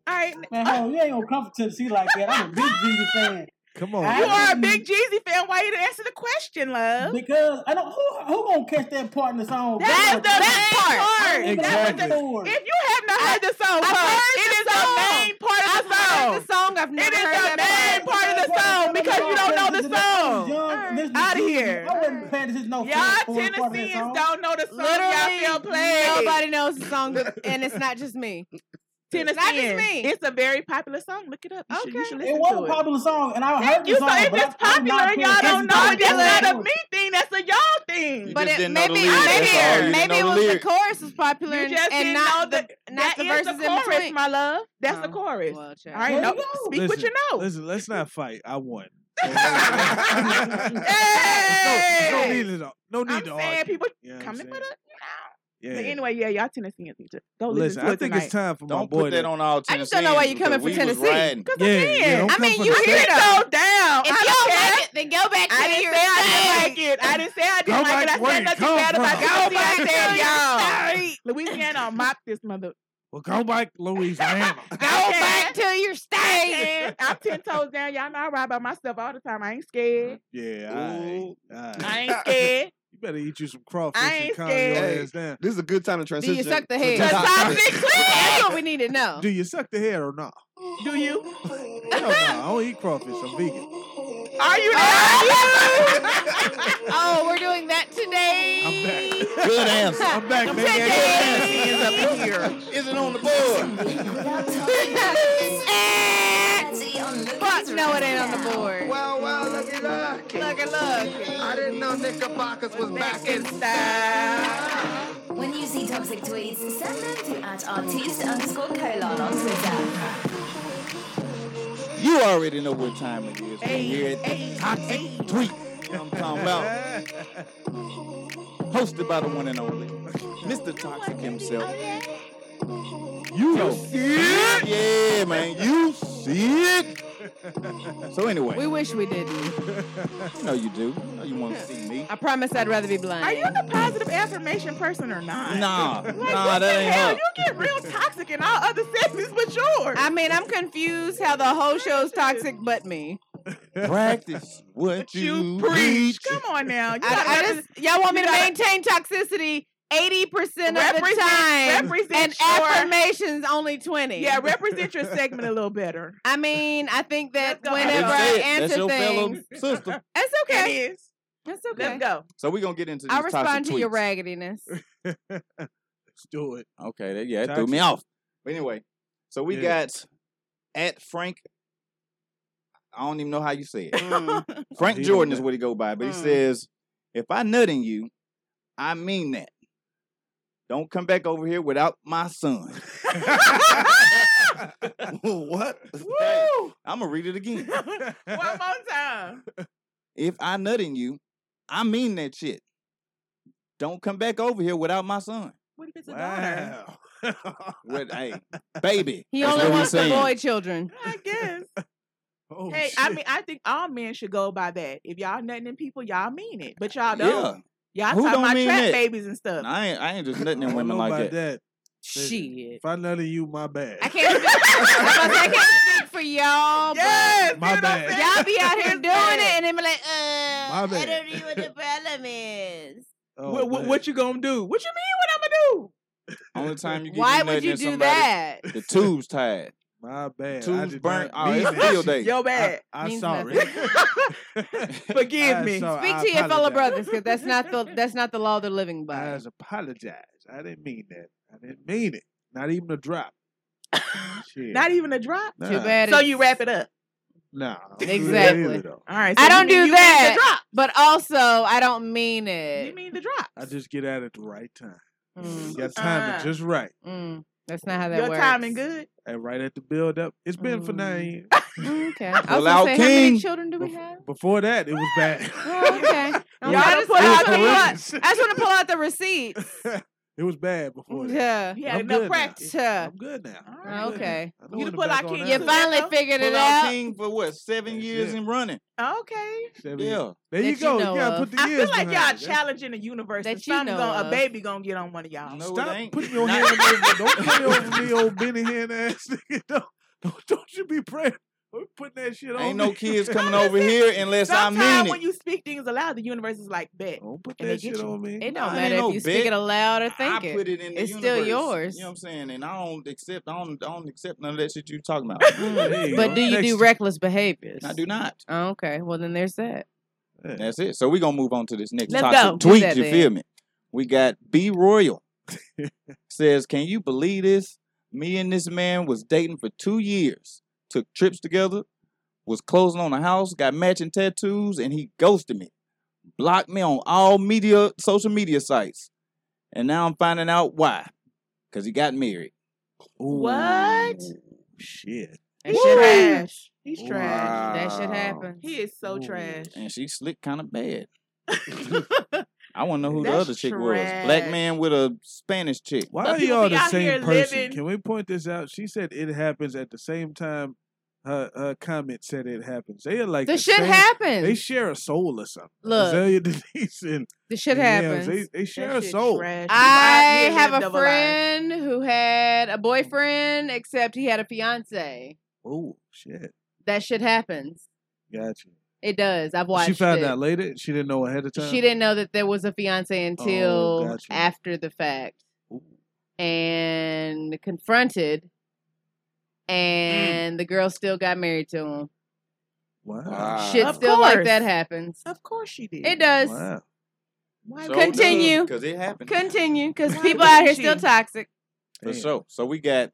All right. uh,
Man, hold on, Oh, you ain't gonna come from Tennessee like that. I'm a big Jeezy fan.
Come on.
you are a big Jeezy fan. Why you didn't answer the question, love?
Because I don't. Who, who gonna catch that part in the song?
That's the main part.
Exactly.
If you have not heard the song,
I've
part,
heard
it
the
is the
song.
main part of the song.
heard the
song. I've
never heard the main part of the song because you don't know the song.
Out of here. I wasn't paying attention to no fast
Y'all
forward part of that
Tennesseans
song.
don't know the song.
Literally,
y'all feel played.
nobody knows the song, but- and it's not just me.
Tennessean.
Not just me.
It's a very popular song. Look it up. You okay. should, you should listen
It was
to
a
it.
popular song, and I
Thank
heard
you.
the song.
so if
but
it's
I- I'm not
popular and
paying
y'all don't
attention to
know it,
the
that's
lyrics.
not a me thing. That's a y'all thing.
But it, maybe maybe, maybe it was the chorus was popular,
You
and,
just
and
didn't
not
know
the,
the-
not
that
the
is
verses
the chorus,
in between.
my love. That's the chorus. All right, no, speak
listen,
what you know.
Listen, let's not fight. I won.
Hey!
No need to, no need
I'm
to
saying
argue.
people
You know what I'm
coming
saying?
with it.
Yeah.
But anyway, yeah, y'all Tennesseans need to go listen,
Listen,
to
I
it
think
tonight.
it's time for my
Don't
boy.
put that
to-
on all
I just don't know why you coming from
because we was
Tennessee.
riding.
yeah, yeah, don't
I
come
mean,
for
you
the
hear it
state.
Go down. I
If you
don't
don't
care.
like it, then go back to
I didn't
your
say I
thing.
didn't like it. I didn't say I
Go
didn't like it.
back
I
where
said
you
nothing
come
bad about
from.
Tennessee.
Go back to your
I said
state.
y'all. Louisiana mop this mother.
Well, go back, Louisiana.
Go back to
I
your state.
can. I'm ten toes down. Y'all know I ride by myself all the time. I ain't scared.
yeah, all right, all right.
I ain't scared.
You better eat you some crawfish
I
and
ain't
calm your
scared.
ass down.
This is a good time to
Do
transition.
you suck the head? That's what we need to know.
Do you suck the head or not?
Do you?
Hell no, I don't eat crawfish. I'm vegan.
Are you
Oh, we're doing that today.
I'm back.
Good answer.
I'm back, baby.
Today.
Is it on the board?
Fuck no, it ain't on the board.
Wow, wow, looky, look.
Look at look.
I didn't know Knickerbockers was back in
style.
When you see toxic tweets, send them to at artiste underscore colon on Twitter.
You already know what time it is.
Hey,
Hey, Here at
hey,
Toxic
hey.
Tweet. I'm talking about. Hosted by the one and only, Mr. Toxic himself. You see it? Yeah, man. You see it? So anyway,
We wish we didn't.
you know you do. You know you want to see me.
I promise I'd rather be blind.
Are you the positive affirmation person or not?
Nah,
Like,
nah, that
what the
ain't
hell?
her.
You get real toxic in all other segments but yours.
I mean, I'm confused how the whole show's toxic but me.
Practice what you,
preach. Come on now. You
I,
gotta
I
represent-
just y'all want me
you
to
gotta-
maintain toxicity 80% of the
Represent-
time
represent
and
your-
affirmations only 20.
Yeah, represent your segment a little better.
I mean, I think that
Let's go.
whenever
That's
I
it. That's
answer
your fellow
things,
sister.
that's
That
okay.
is.
That's okay.
Let's go.
So we're gonna get into these
I respond
toxic
to
tweets.
your raggediness.
Let's do it.
Okay, that, yeah, that
Toxic.
threw me off. But anyway, so we
Yeah.
got at Frank. I don't even know how you say it.
Mm.
Frank
He don't
Jordan is
know.
what he go by, but he
Mm.
says, "If I nut in you, I mean that. Don't come back over here without my son." what?
Woo!
I'm gonna read it again.
One more time.
If I nut in you, I mean that shit. Don't come back over here without my son.
What if it's
wow.
With hey, baby.
He
That's
only
what he's
wants the
saying.
boy children.
I guess.
Oh,
hey, I
shit.
mean, I think all men should go by that. If y'all nothing in people, y'all mean it. But y'all
Yeah.
don't. Y'all
Who
talking
don't
about
mean
trap
that?
babies and stuff.
I ain't, I ain't just nothing in
I don't
women
know
like
about
that.
that.
Shit.
If I none of you, my bad.
I can't speak, I can't speak for y'all, but
Yes,
My
you know what I'm
bad.
saying?
y'all be out
It's
here doing
bad.
it and then be like, uh,
My
I
bad.
don't know what the problem is.
Oh,
what, what,
man.
what you gonna do? What you mean? What I'm gonna do?
Only time you get
Why
your nut
would
in
you do
somebody,
that?
The tubes tied.
My bad. I
Tubes
did
burnt.
not
Oh,
mean
it's
that.
field day.
Yo, bad.
I, I
Means
sorry. Uh,
Forgive me.
Speak to your fellow brothers, because that's not the that's not the law they're living
I
by.
just apologize. I didn't mean that. I didn't mean it. Not even a drop.
e-,
Shit.
Not even a drop.
nah.
Too bad.
So
it's-
you wrap it up.
Nah.
Exactly.
All right.
I
so you mean-
don't do
you mean
that.
The drop.
But also, I don't mean
You
it.
mean the drop?
I just get at it the right time.
Mm,
You got time
Uh-uh.
it just right.
mm. That's not how that
Your
works.
timing good.
And right at the build up. It's been for nine years.
Mm, Okay. I was
Well,
gonna
out
say, how many
king.
children do we have?
Before that, it was bad.
Oh, okay.
Y'all
I
done
just,
put
I
out
just
the
wanna pull out,
receipts.
I just want to pull out the receipts.
It was bad before. that.
Yeah. He had
I'm
enough
good now.
practice.
I'm good now.
Oh, okay.
I don't You wanna put back our on king
You
that.
finally figured it out.
King for what seven years
it.
and running.
Okay.
Seven
yeah,
years. There That you go. you know Yeah, of. put the
I
years
feel like
behind
y'all
it. That's-
challenging the universe. That
you know
gonna,
of.
a baby gonna get on one of y'all.
Stop putting your hand over. Don't put it over me, old Benny hand ass nigga. Don't, don't, don't you be praying. Don't put that shit on
Ain't
me.
no kids coming over here unless I
Sometimes
mean
when
it.
you speak things aloud, the universe is like, bet.
Don't put
that shit on me.
It don't
Nah, it
matter
ain't
if
no
you speak
bet.
it aloud or think
I
it.
put it in the
It's still
universe.
yours.
You know what I'm saying? And I don't accept. I don't. I don't accept none of that shit you talking about.
But do you do reckless behaviors?
I do not.
Oh, okay. Well, then there's that.
That's it. So we're gonna move on to this next
Let's
toxic
go. Do
tweet.
that
You
then.
feel me? We got B Royal says, "Can you believe this? Me and this man was dating for two years. Took trips together. Was closing on a house. Got matching tattoos, and he ghosted me. Blocked me on all media, social media sites. And now I'm finding out why. Cause he got married.
What?
Shit.
That shit
trash. He's trash.
That shit Wow. happens.
He is so trash.
and she slick kind of bad. I want to know who the
That's
other chick was. Black
trash.
man with a Spanish chick.
Why are y'all the same person? Can we point this out? She said it happens at the same time. Her, her comment said it happens. They are like
The shit
same-
happens.
They share a soul or something.
Look.
Azalea Denise and
The shit
and
happens.
Yams, They, they share a soul.
I
Five years
have
lived
a
double life.
friend who had a boyfriend, except he had a fiance.
Oh shit!
That shit happens.
Gotcha.
It does. I've watched.
she found
it.
out later. She didn't know ahead of time. Oh,
She didn't know that there was a fiance until
gotcha.
after the fact, and confronted,
Mm.
and the girl still got married to him.
Wow.
Shit
Of
still like
course.
that happens.
Of course she did.
It does.
Wow.
Why
So
Continue.
Because it happened.
Continue, because
Why
people
would
out here
she?
still toxic.
For sure. So we got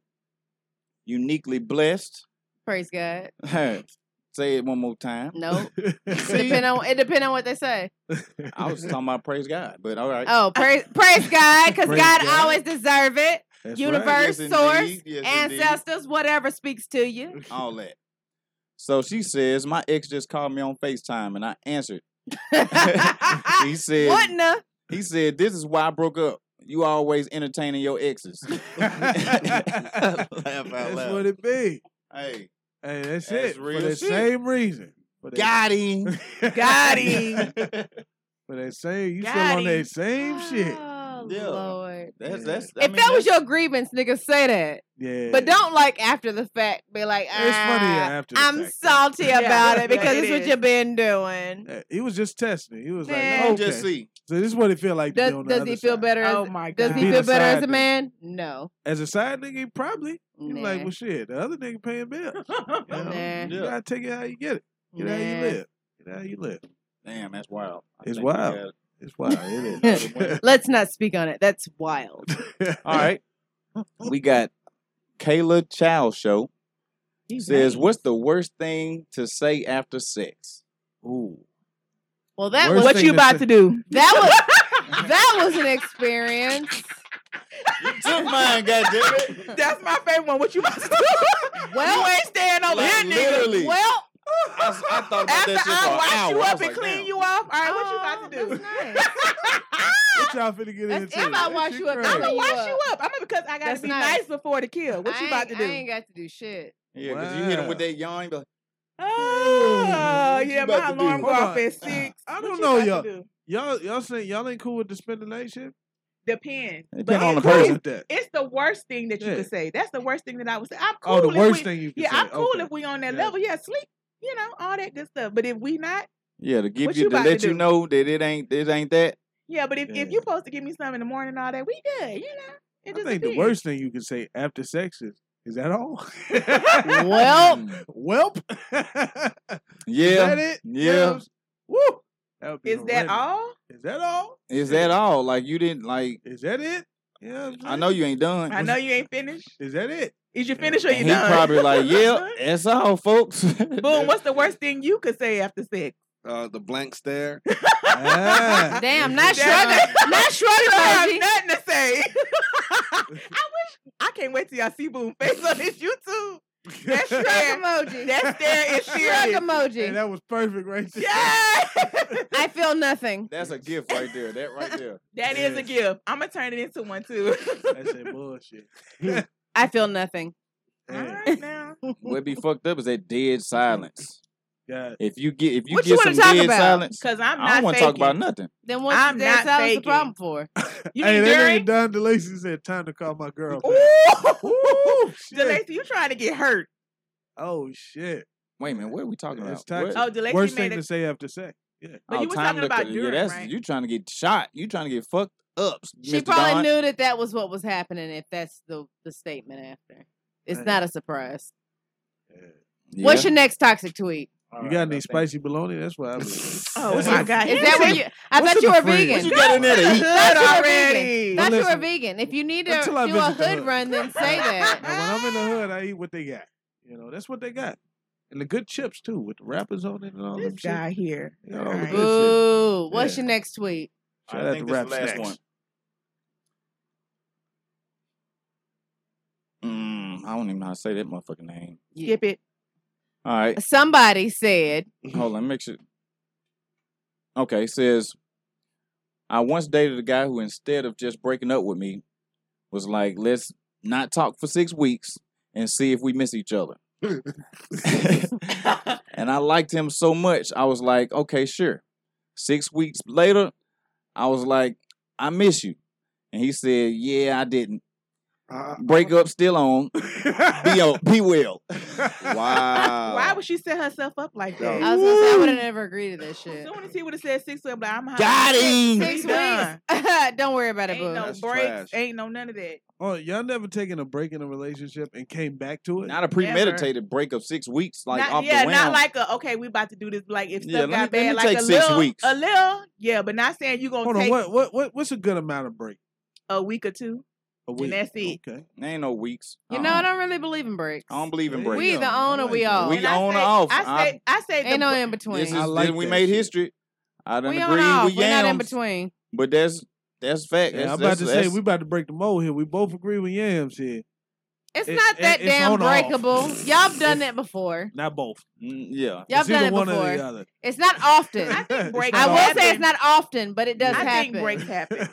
uniquely blessed.
Praise God.
Say it one more time.
No. It depend on it depend on what they say.
I was talking about praise God, but all right.
Oh, praise praise God, because
Praise
God,
God.
always deserve it.
That's right.
Universe,
Yes,
source,
indeed. Yes,
ancestors, whatever speaks to you.
Oh,
all that. So she says, my ex just called me on FaceTime and I answered. he said,
What now?
He said, this is why I broke up. You always entertaining your exes. Laugh out
That's
loud.
what it be.
Hey,
hey, that's,
that's
it.
real
For the
shit.
same reason. For that-
Got him.
Got
him.
For that same, you still
Got
on
him.
that same shit.
Oh
Yeah.
Lord.
That's that's. I
if
mean,
that was your grievance, nigga, say that.
Yeah.
But don't like after the fact be like, ah,
It's funnier after the
I'm
fact.
salty
Yeah,
about
yeah,
it because
it
it's
is.
what you've been doing.
Uh, He was just testing. it. He was like,
Man.
oh,
Let
okay.
me just
see.
So this is what it feel like to
Does,
be on the
does
other
he feel
side.
better?
Oh
as,
my
Does
God.
he
Be the
feel better as
side
a
nigga.
man? No.
As a side nigga, he probably. You
Nah.
like, well, shit, the other nigga paying bills. You, know?
Nah.
you gotta take it how you get it. Get it how
Nah.
you live. Get it how you live.
Damn, that's wild. I think
It's
we
wild.
got-
It's wild. It is.
Let's not speak on it. That's wild.
All right. We got Kayla Chow Show.
These
says,
names.
what's the worst thing to say after sex?
Ooh.
Well, that
Worst
was
What thing you to about say- to do?
That was that was an experience.
Took mine, goddammit.
That's my favorite one. What you about to do?
Well,
you ain't staying over
Like,
here, nigga.
literally.
Well,
I, s- I thought about
after
that shit for
I
an
wash
hour.
you
I
up
was
and
like,
clean
damn.
you off, all right, what you about to do?
What y'all finna get into?
if I
That
wash
shit
you up,
crazy.
I'ma
I'm gonna wash
up.
you up. I'm gonna because I gotta
That's
be
nice.
nice. before the kill. What
I
you about to
ain't-
do?
I ain't got to do shit.
Yeah, because you hit him with that yawn. you be like,
Oh,
What you
yeah,
about
my
to do?
alarm go
Hold
off
on.
at six.
I
What
don't
you
know
about to
y'all.
do?
Y'all y'all saying y'all ain't cool with the spend the night shit?
Depends.
Depend
But
on
it's
the person.
cool. It's the worst thing that you
Yeah.
could say. That's the worst thing that I would say. I'm cool.
Oh, the
if
worst
we,
thing you could
Yeah,
say.
I'm cool
Okay.
if we on that
Yeah.
level. Yeah, sleep. You know, all that good stuff. But if we not,
yeah, to give
What
you,
you
to
about to
let you
do?
know that it ain't it ain't that.
yeah. But if,
Yeah.
if you supposed to give me some in the morning, and all that, we good. You know, it
I
just
think the
depends.
worst thing you can say after sex is, is that all?
Welp.
Welp.
Yeah,
Is that it?
yeah.
Woo. That would be
Is that
horrendous.
all?
Is that all?
Is that all? Like you didn't like?
Is that it? Yeah.
I know uh, you ain't done.
I know you ain't finished.
Is that it?
Is you finished or
he
you done?
probably like, yeah, that's all, folks.
Boom. What's the worst thing you could say after sex?
Uh, the blank stare.
Damn, not
Damn.
shrugging, not shrugging.
You don't have
emoji.
nothing to say. I wish I can't wait till y'all see Boom face on this YouTube.
That's
shrug emoji.
That stare is serious.
Shrug emoji.
Hey, that was perfect right there.
I feel nothing.
That's a gift right there. That right there.
That is a gift. I'm gonna turn it into one too.
That's that bullshit.
I feel nothing.
What be fucked up is that dead silence.
God.
If you get if you
What
get
you
some
wanna talk
dead
about?
silence,
'Cause I'm
I
not
don't wanna talk
faking.
about nothing.
Then once
I'm
I'm
not
not what's the
faking.
problem for?
You
hey,
need
that
Derek?
nigga Don DeLacy said, "Time to call my girl." back."
DeLacy, you trying to get hurt?
Oh shit!
Wait a minute, what are we talking
It's
about? What?
toxic.
Oh,
Worst thing to say after sex. Yeah.
Oh, time to co- yeah, that's, You trying to get shot? You trying to get fucked up?
She
Mr.
probably
Don.
knew that that was what was happening. If that's the the statement after, it's
Hey.
not a surprise.
Yeah.
What's your next toxic tweet?
You got any spicy bologna? That's what I was.
Oh, my God. Is that what you- I thought you were vegan.
What you got in there to
Thought
eat?
you were
Well,
vegan. Thought you were
listen,
vegan. If you need to
until I
do a
visit the
hood
hood.
run, then say that.
Now, when I'm in the hood, I eat what they got. You know, that's what they got, and the good chips too, with the wrappers on it and all
This
them
guy
shit.
here.
They got all the good
Ooh,
shit.
what's
Yeah.
your next tweet?
Shout out to Rap Snacks.
Mm, I don't even know how to say that motherfucking name.
Skip it.
All right,
Somebody said,
hold on, make sure. Okay, it says, I once dated a guy who, instead of just breaking up with me, was like, "Let's not talk for six weeks and see if we miss each other." and I liked him so much, I was like, "Okay, sure." Six weeks later, I was like, "I miss you," and he said, "Yeah, I didn't." Break up still on. Be on. Be well. Wow.
Why would she set herself up like that?
I was gonna say I would have never agreed to this
As
shit.
soon as he would have said six, I'm like, I'm hot.
Got him.
Six weeks. Don't worry about it,
Ain't
boo.
no
That's
breaks.
trash.
Ain't no none of that.
Oh, y'all never taken a break in a relationship and came back to it?
Not a premeditated break of six weeks, like
not,
off
yeah,
the
not
round.
like a okay, we about to do this. Like if stuff
Yeah, let me-
got
let me
bad, like
take
a
six
little,
weeks.
a little, yeah, but not saying you gonna
Hold
take
on, what, what what what's a good amount of break?
a week or two.
A
And that's it.
Okay.
There ain't no weeks. Uh-uh.
You know, I don't really believe in breaks.
I don't believe in breaks.
We the owner, we all.
We own or off.
I say, I say,
Ain't
the,
no in between.
This is, then we made history. I don't
We
agree.
on off.
We
We're not in
yams,
between.
but that's that's fact.
Yeah,
that's,
I'm about
that's-
to say
that's-
we about to break the mold here. We both agree with yams here.
It's
It-
not
it-
that
it's
damn
on or off.
breakable. Y'all have done that before.
Not both.
Mm, yeah.
Y'all have done it
one or the
before.
other.
It's not often. I,
think
breaks
will say it's
happen.
not often, but it does
I
happen.
think breaks happen.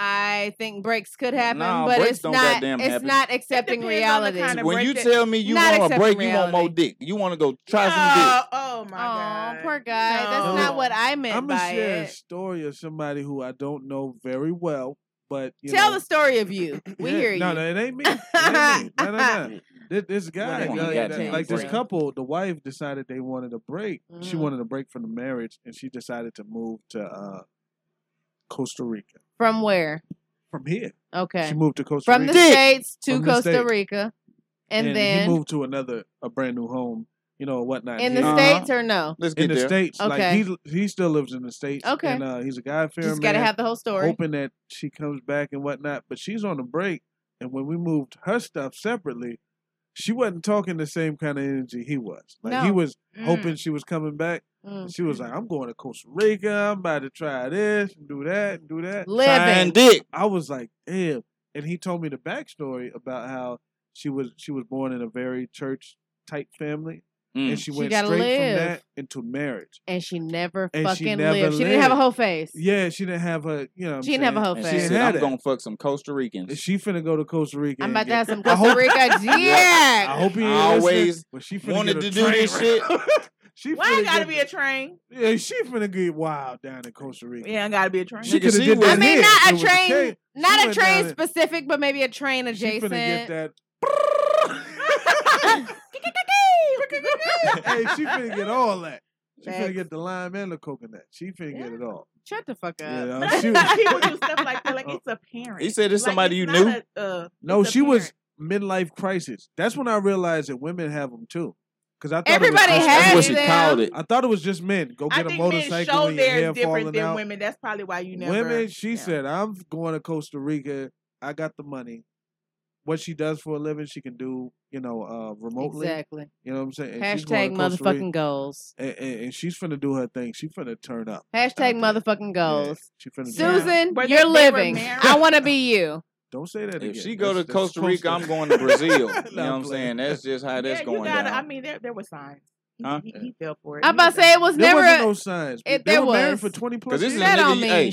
I think breaks could happen,
Nah,
but
breaks
it's
don't
not.
goddamn
It's
happen.
not accepting reality.
when you tell me you
Not
want a
accepting
break, you want more
reality.
dick. You want to go try
No.
some
Oh my
god. poor guy. That's
No.
not what I meant
I'm gonna
by
share a
it.
story of somebody who I don't know very well, but you
Tell
know,
the story of you. We
Yeah,
hear you.
No, no, it ain't me. It ain't me. No, no, no. This, this guy,
Well,
uh,
they want
that-
that
like this
break.
couple, the wife decided they wanted a break. She
Mm.
wanted a break from the marriage, and she decided to move to uh, Costa Rica
From where?
from here.
Okay.
She moved to Costa
From the
Rica
states to
From the
Costa
States.
Rica, and, then
he moved to another a brand new home, you know, whatnot.
in
here.
the states or no?
in the states,
Okay.
like he he still lives in the states.
Okay.
and uh, he's a guy fair
Just gotta
man,
have the whole story.
hoping that she comes back and whatnot. But she's on a break, and when we moved her stuff separately, she wasn't talking the same kind of energy he was. Like he
No.
was
Mm.
hoping she was coming back. and
Mm.
She was like, "I'm going to Costa Rica. I'm about to try this and do that and do that."
Living. Trying
dick.
I was like, "Damn!" And he told me the backstory about how she was she was born in a very church type family,
Mm.
and
She
she went
gotta
straight
live.
from that into marriage.
And she never
And she
fucking
never
lived. She didn't have a
lived.
whole face.
Yeah, she didn't have her. You know, what
She
I'm
didn't have a
saying?
whole
dick.
face.
And she
She
said,
had
I'm
it.
going to fuck some Costa Ricans.
She finna go to Costa Rica.
I'm
and
about to
get-
have some
I
Costa
hope-
Rica. Yeah.
I hope he
I
ain't always
always
but she finna
wanted
get a
to do
train
this
ride.
shit.
she
Why it
finna
gotta
get-
be a train?
Yeah, she finna get wild down in Costa Rica.
Yeah, it gotta be a train.
She could
she
have did
was-
that
I mean,
here
not
if it
a
was
train,
case. She
not a
went
train
down
specific, but maybe a train
there- She
adjacent.
finna get that. hey, she finna get all that. She finna
Facts.
get the lime and the coconut. She finna get it all.
Shut the fuck up.
Yeah,
But I
she
think
was- Oh.
people do stuff like that. Like it's a parent.
He said it's
Like,
somebody
it's
you
not A, uh,
No,
it's a
she was
parent.
midlife crisis. That's when I realized that women have them too. Because I thought
Everybody
it was
has
just men.
That's what she them. called
it.
I thought it was just men. Go
I
get a
think men
motorcycle
show
and your hair
they're
falling
different than
out.
women. That's probably why you never.
Women, she said, "I'm going to Costa Rica. I got the money. What she does for a living, she can do, you know, uh, remotely.
Exactly.
You know what I'm saying? And she's
Hashtag
going to Costa Rica,
motherfucking goals.
And, and, and she's finna do her thing. She finna turn up.
Hashtag motherfucking goals.
She finna. do her-
Susan,
Were they-
you're
they were
living.
married?
I want to be you.
Don't say that again.
If she go
That's-
to
that's
Costa Rica, I'm
Costa-
going to Brazil.
No,
you know what I'm
play.
saying? That's just how that's
yeah, you
going
gotta.
down.
I mean, there there were signs. He,
Huh?
he, he fell for it.
I'm
He
about to say it was
There
never.
wasn't no signs.
it-
they
there
were married
was.
for 20
Because
plus
this
years.
is a nigga. you- hey, You said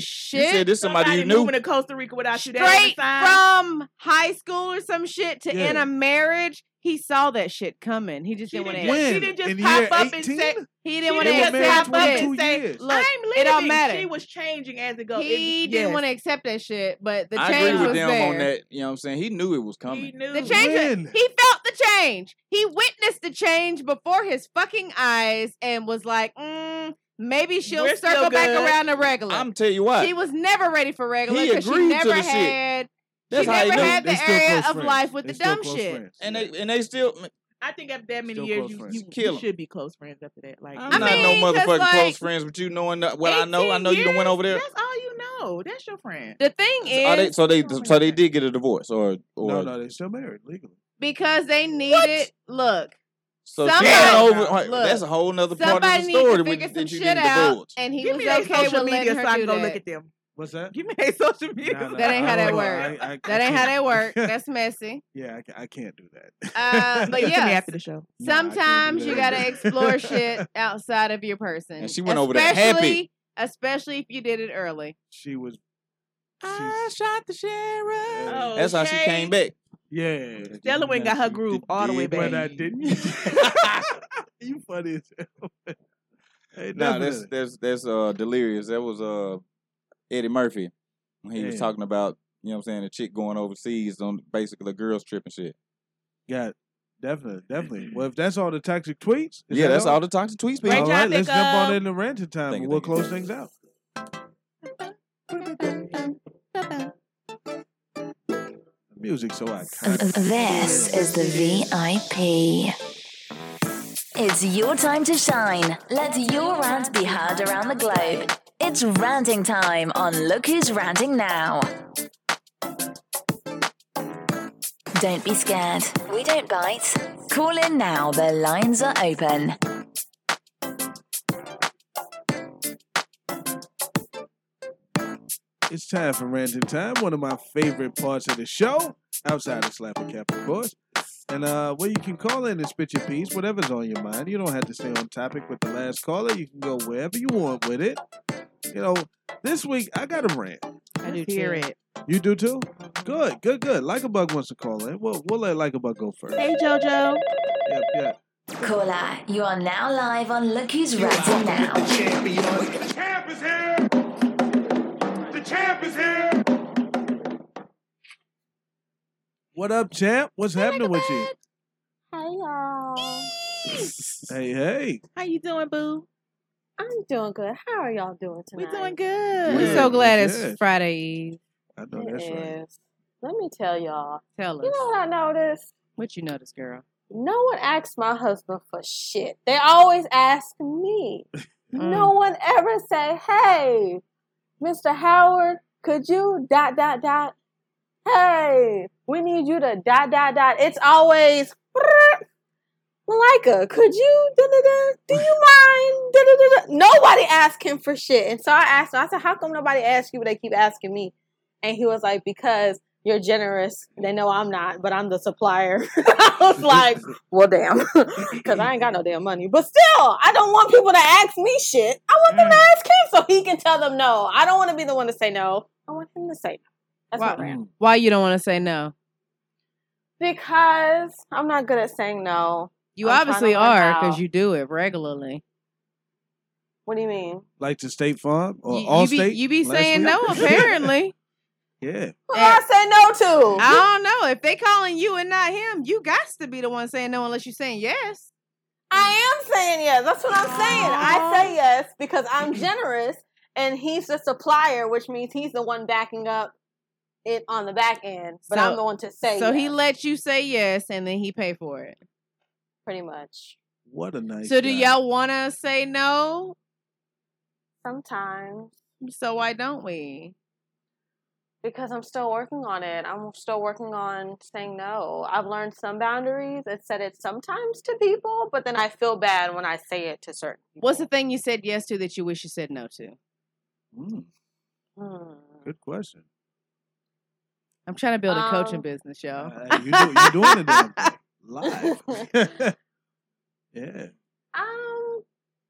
shit.
this somebody,
Somebody
you knew.
moving to Costa Rica without you there.
straight from high school or some shit to
Yeah.
in a marriage. He saw that shit coming. He just didn't want to.
didn't just- she When? didn't just In pop year up and say- 18?
He didn't
She
want to
didn't just
accept
pop up
it.
and say,
Look,
"I'm
it don't
leaving."
matter.
She was changing as it goes.
He
It-
didn't
yes.
want to accept that shit, but the
I
change
agree with
was
them
there.
on that. You know what I'm saying? He knew it was coming.
The change. was- He felt the change. He witnessed the change before his fucking eyes and was like, mm, maybe she'll
We're still
circle back
good.
around to regular.
I'm tell you what.
She was never ready for regular
He
because she
agreed to
never
the shit.
had.
That's
she
how he
never
knew.
had
They
the
still
area
close
of
friends.
life with
They
the
still
dumb
close
shit.
friends. And they and they still.
I think after that many
Still
years,
close
you,
friends.
you,
Kill
you
'em.
should be close friends after that. Like,
I'm not no motherfucking close friends, but you knowing that- what I know. I know you done went over there.
That's all you know. That's your friend.
The thing
Are they,
is,
so they so they did get a divorce or or
No, no, they still married legally.
because they needed. Look,
so
Somebody-
she got over. all right,
Look,
that's a whole nother part of
somebody
the
needs
story
to
with,
figure some
that you
shit
didn't
out,
divulge.
and he
Give
was
me their
okay with
social
letting
media
her
so I
do
can go
that.
look at them.
What's that?
Give me their social media.
That ain't how
I
that
don't-
work.
I- I-
that
I
ain't how
can't.
that work. That's messy.
Yeah, I, ca- I can't do that.
Uh, but
Give it
yeah,
to me after the show. Nah, I can't do
Sometimes
that
you
either.
gotta explore shit outside of your person.
And she went over there happy.
Especially- Especially if you did it early.
She was.
I shot the sheriff.
Oh,
That's how she came back.
Yeah,
Stella went got her groove all the way back.
But I didn't. you funny as hell. Hey,
No,
definitely.
that's that's that's uh delirious. That was uh Eddie Murphy when he was
Yeah.
talking about you know what I'm saying the chick going overseas on basically a girls trip and shit.
Yeah, definitely, definitely. Well, if that's all the toxic tweets, is
Yeah,
that
that's all the toxic tweets, people.
All
Great
right,
topic uh,
let's jump on
of-
in the ranting time,
Thank you,
and we'll
thank you.
close things out. Music, so I
This is the VIP. It's your time to shine. Let your rant be heard around the globe. It's ranting time on Look Who's Ranting Now. Don't be scared. We don't bite. Call in now. The lines are open.
It's time for ranting time, one of my favorite parts of the show, outside of slapping cap, of course. And uh, well, you can call in and spit your piece, whatever's on your mind. You don't have to stay on topic with the last caller. You can go wherever you want with it. You know, this week I got a rant.
I do hear it.
You do too. Good, good, good. Like a bug wants to call in. We'll we'll let like a bug go first.
Hey, JoJo.
Yep, yep.
Caller, you are now live on Look Who's Ranting Now.
champ is here. The champ is here.
What up, champ? What's happening with you?
Hey y'all.
Hey, hey.
How you doing, boo? I'm doing good. How are y'all doing tonight? We're doing
good.
We're so glad it's Friday Eve.
I
know
that's Let me tell y'all.
Tell us.
You know what I noticed?
What you notice, girl?
No one asks my husband for shit. They always ask me. no one ever say, "Hey, Mr. Howard, could you dot dot dot? Hey, we need you to dot dot dot." It's always Malika, could you da, da, da, do you mind? Da, da, da, da. Nobody asked him for shit. And so I asked him, I said, How come nobody asked you, but they keep asking me? And he was like, Because you're generous. They know I'm not, but I'm the supplier. I was like, Well, damn. Because I ain't got no damn money. But still, I don't want people to ask me shit. I want them to
Mm.
ask him so he can tell them no. I don't want to be the one to say no. I want him to say no. That's my rant.
why, why you don't want to say no?
Because I'm not good at saying no.
You
I'm trying to
obviously
learn
are
how.
because you do it regularly.
What do you mean?
Like to State Farm or
You- you
Allstate?
be- you be
last
saying
week?
no, apparently. Eh,
yeah.
Who I say no to?
I don't know. If they calling you and not him, you got to be the one saying no unless you saying yes.
I am saying yes. That's what I'm saying. I say yes because I'm generous and he's the supplier, which means he's the one backing up it on the back end. But I'm the one to say
So
yes,
he let you say yes and then he pay for it.
pretty much.
What a nice.
so do
guy.
y'all want to say no?
Sometimes.
So why don't we?
Because I'm still working on it. I'm still working on saying no. I've learned some boundaries and said it sometimes to people, but then I feel bad when I say it to certain
What's the thing you said yes to that you wish you said no to?
Hmm.
Good question.
I'm trying to build a coaching
Um,
business, y'all.
you do, you're doing it now. live. yeah.
Um,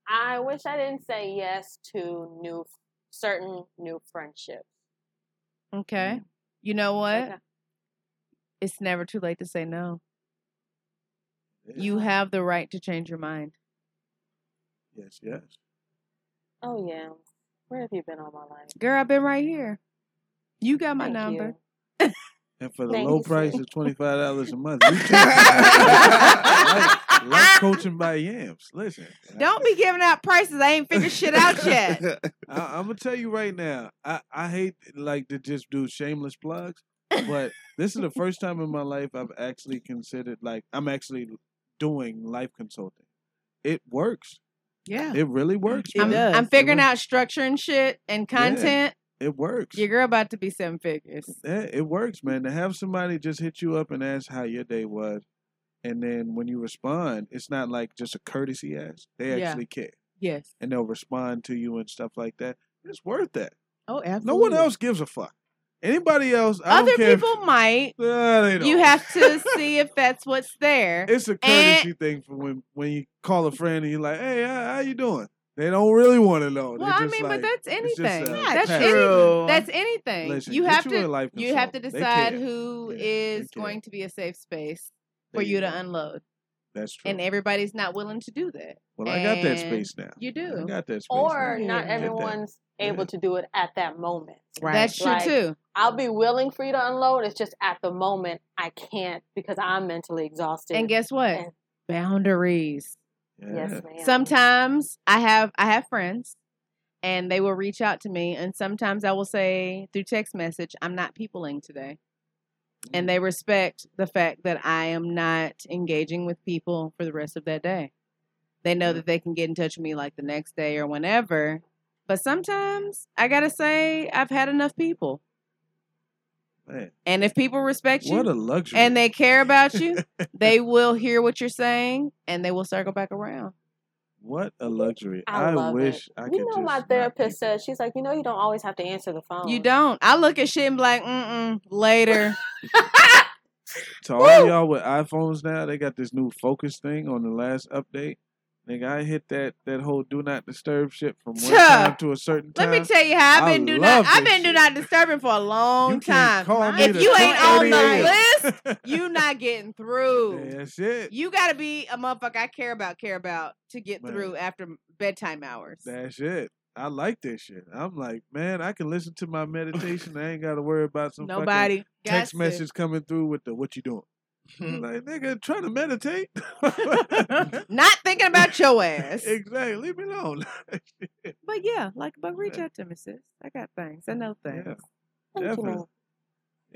I wish I didn't say yes to new certain new friendships.
Mm.
Okay. You know what? It's never too late to say no. You have the right to change your mind.
Yes, yes.
Oh yeah, where have you been all my life?
Girl, I've been right here. You got my
Thank
number.
And for the
Thank
low
you,
price of twenty five dollars a month, you take like, like coaching by yams. Listen,
Don't be giving out prices. I ain't figured shit out yet.
I, I'm gonna tell you right now. I, I hate like to just do shameless plugs, but this is the first time in my life I've actually considered like I'm actually doing life consulting. It works.
Yeah.
It really works.
I'm,
man.
I'm
It
figuring
works.
out structure and shit and
Yeah.
content.
It works.
Your girl about to be seven figures.
Yeah, Eh, it works, man. To have somebody just hit you up and ask how your day was, and then when you respond, it's not like just a courtesy ask. They
Yeah.
actually care,
Yes.
and they'll respond to you and stuff like that. It's worth that.
Oh, absolutely.
No one else gives a fuck. Anybody else? I
Other
don't care if-
people might.
Nah, they
You
don't.
have to see if that's what's there.
It's a
And-
courtesy thing for when when you call a friend and you're like, "Hey, how, how you doing?" They don't really want to know. They
Well, I
just
mean,
like-
but that's
it's just,
anything.
uh,
that's
passive,
any-
man.
That's anything.
Listen,
you
get
have
you a
to.
life
You have to
consultant. They
decide
care.
who is going to be a safe space for
There you
you to
go.
unload,
That's true.
and everybody's not willing to do that.
Well, I got that
And
space now.
You do.
I got that space.
Or
now.
not
I get that.
everyone's able to do it at that moment.
Right. That's true, too.
I'll be willing for you to unload. It's just at the moment I can't because I'm mentally exhausted.
And guess what?
And-
Boundaries.
Yes, Yeah. ma'am.
Sometimes I have I have friends and they will reach out to me and sometimes I will say through text message, I'm not peopling today. And
Mm.
they respect the fact that I am not engaging with people for the rest of that day. They know
Mm.
that they can get in touch with me like the next day or whenever. But sometimes I gotta say I've had enough people.
Man.
And if people respect you
What a luxury.
and they care about you, they will hear what you're saying and they will circle back around.
What a luxury.
I,
I,
love
wish
it.
I
you
could
know, my
just.
therapist says she's like, you know, you don't always have to answer the phone.
You don't. I look at shit and be like, mm mm, later.
To all y'all with iPhones now, they got this new focus thing on the last update. Nigga, I hit that that whole do not disturb shit from one
Tuh.
time to a certain time.
Let me tell you how I've
Uh, I
been do not
love
I've
this
been do not disturbing for a long time.
call me
if
to
you ain't on
2:30
the list, you not getting through.
That's it.
You gotta be a motherfucker I care about, care about to get through after bedtime hours.
That's it. I like this shit. I'm like, man, I can listen to my meditation. I ain't got to worry about some fucking
Nobody got Hmm.
text
to.
message coming through with the what you doing. like, nigga, trying to meditate.
Not thinking about your ass.
exactly. Leave me alone.
But yeah, like but reach out to me, sis. I got things. I know things.
Yeah. Definitely.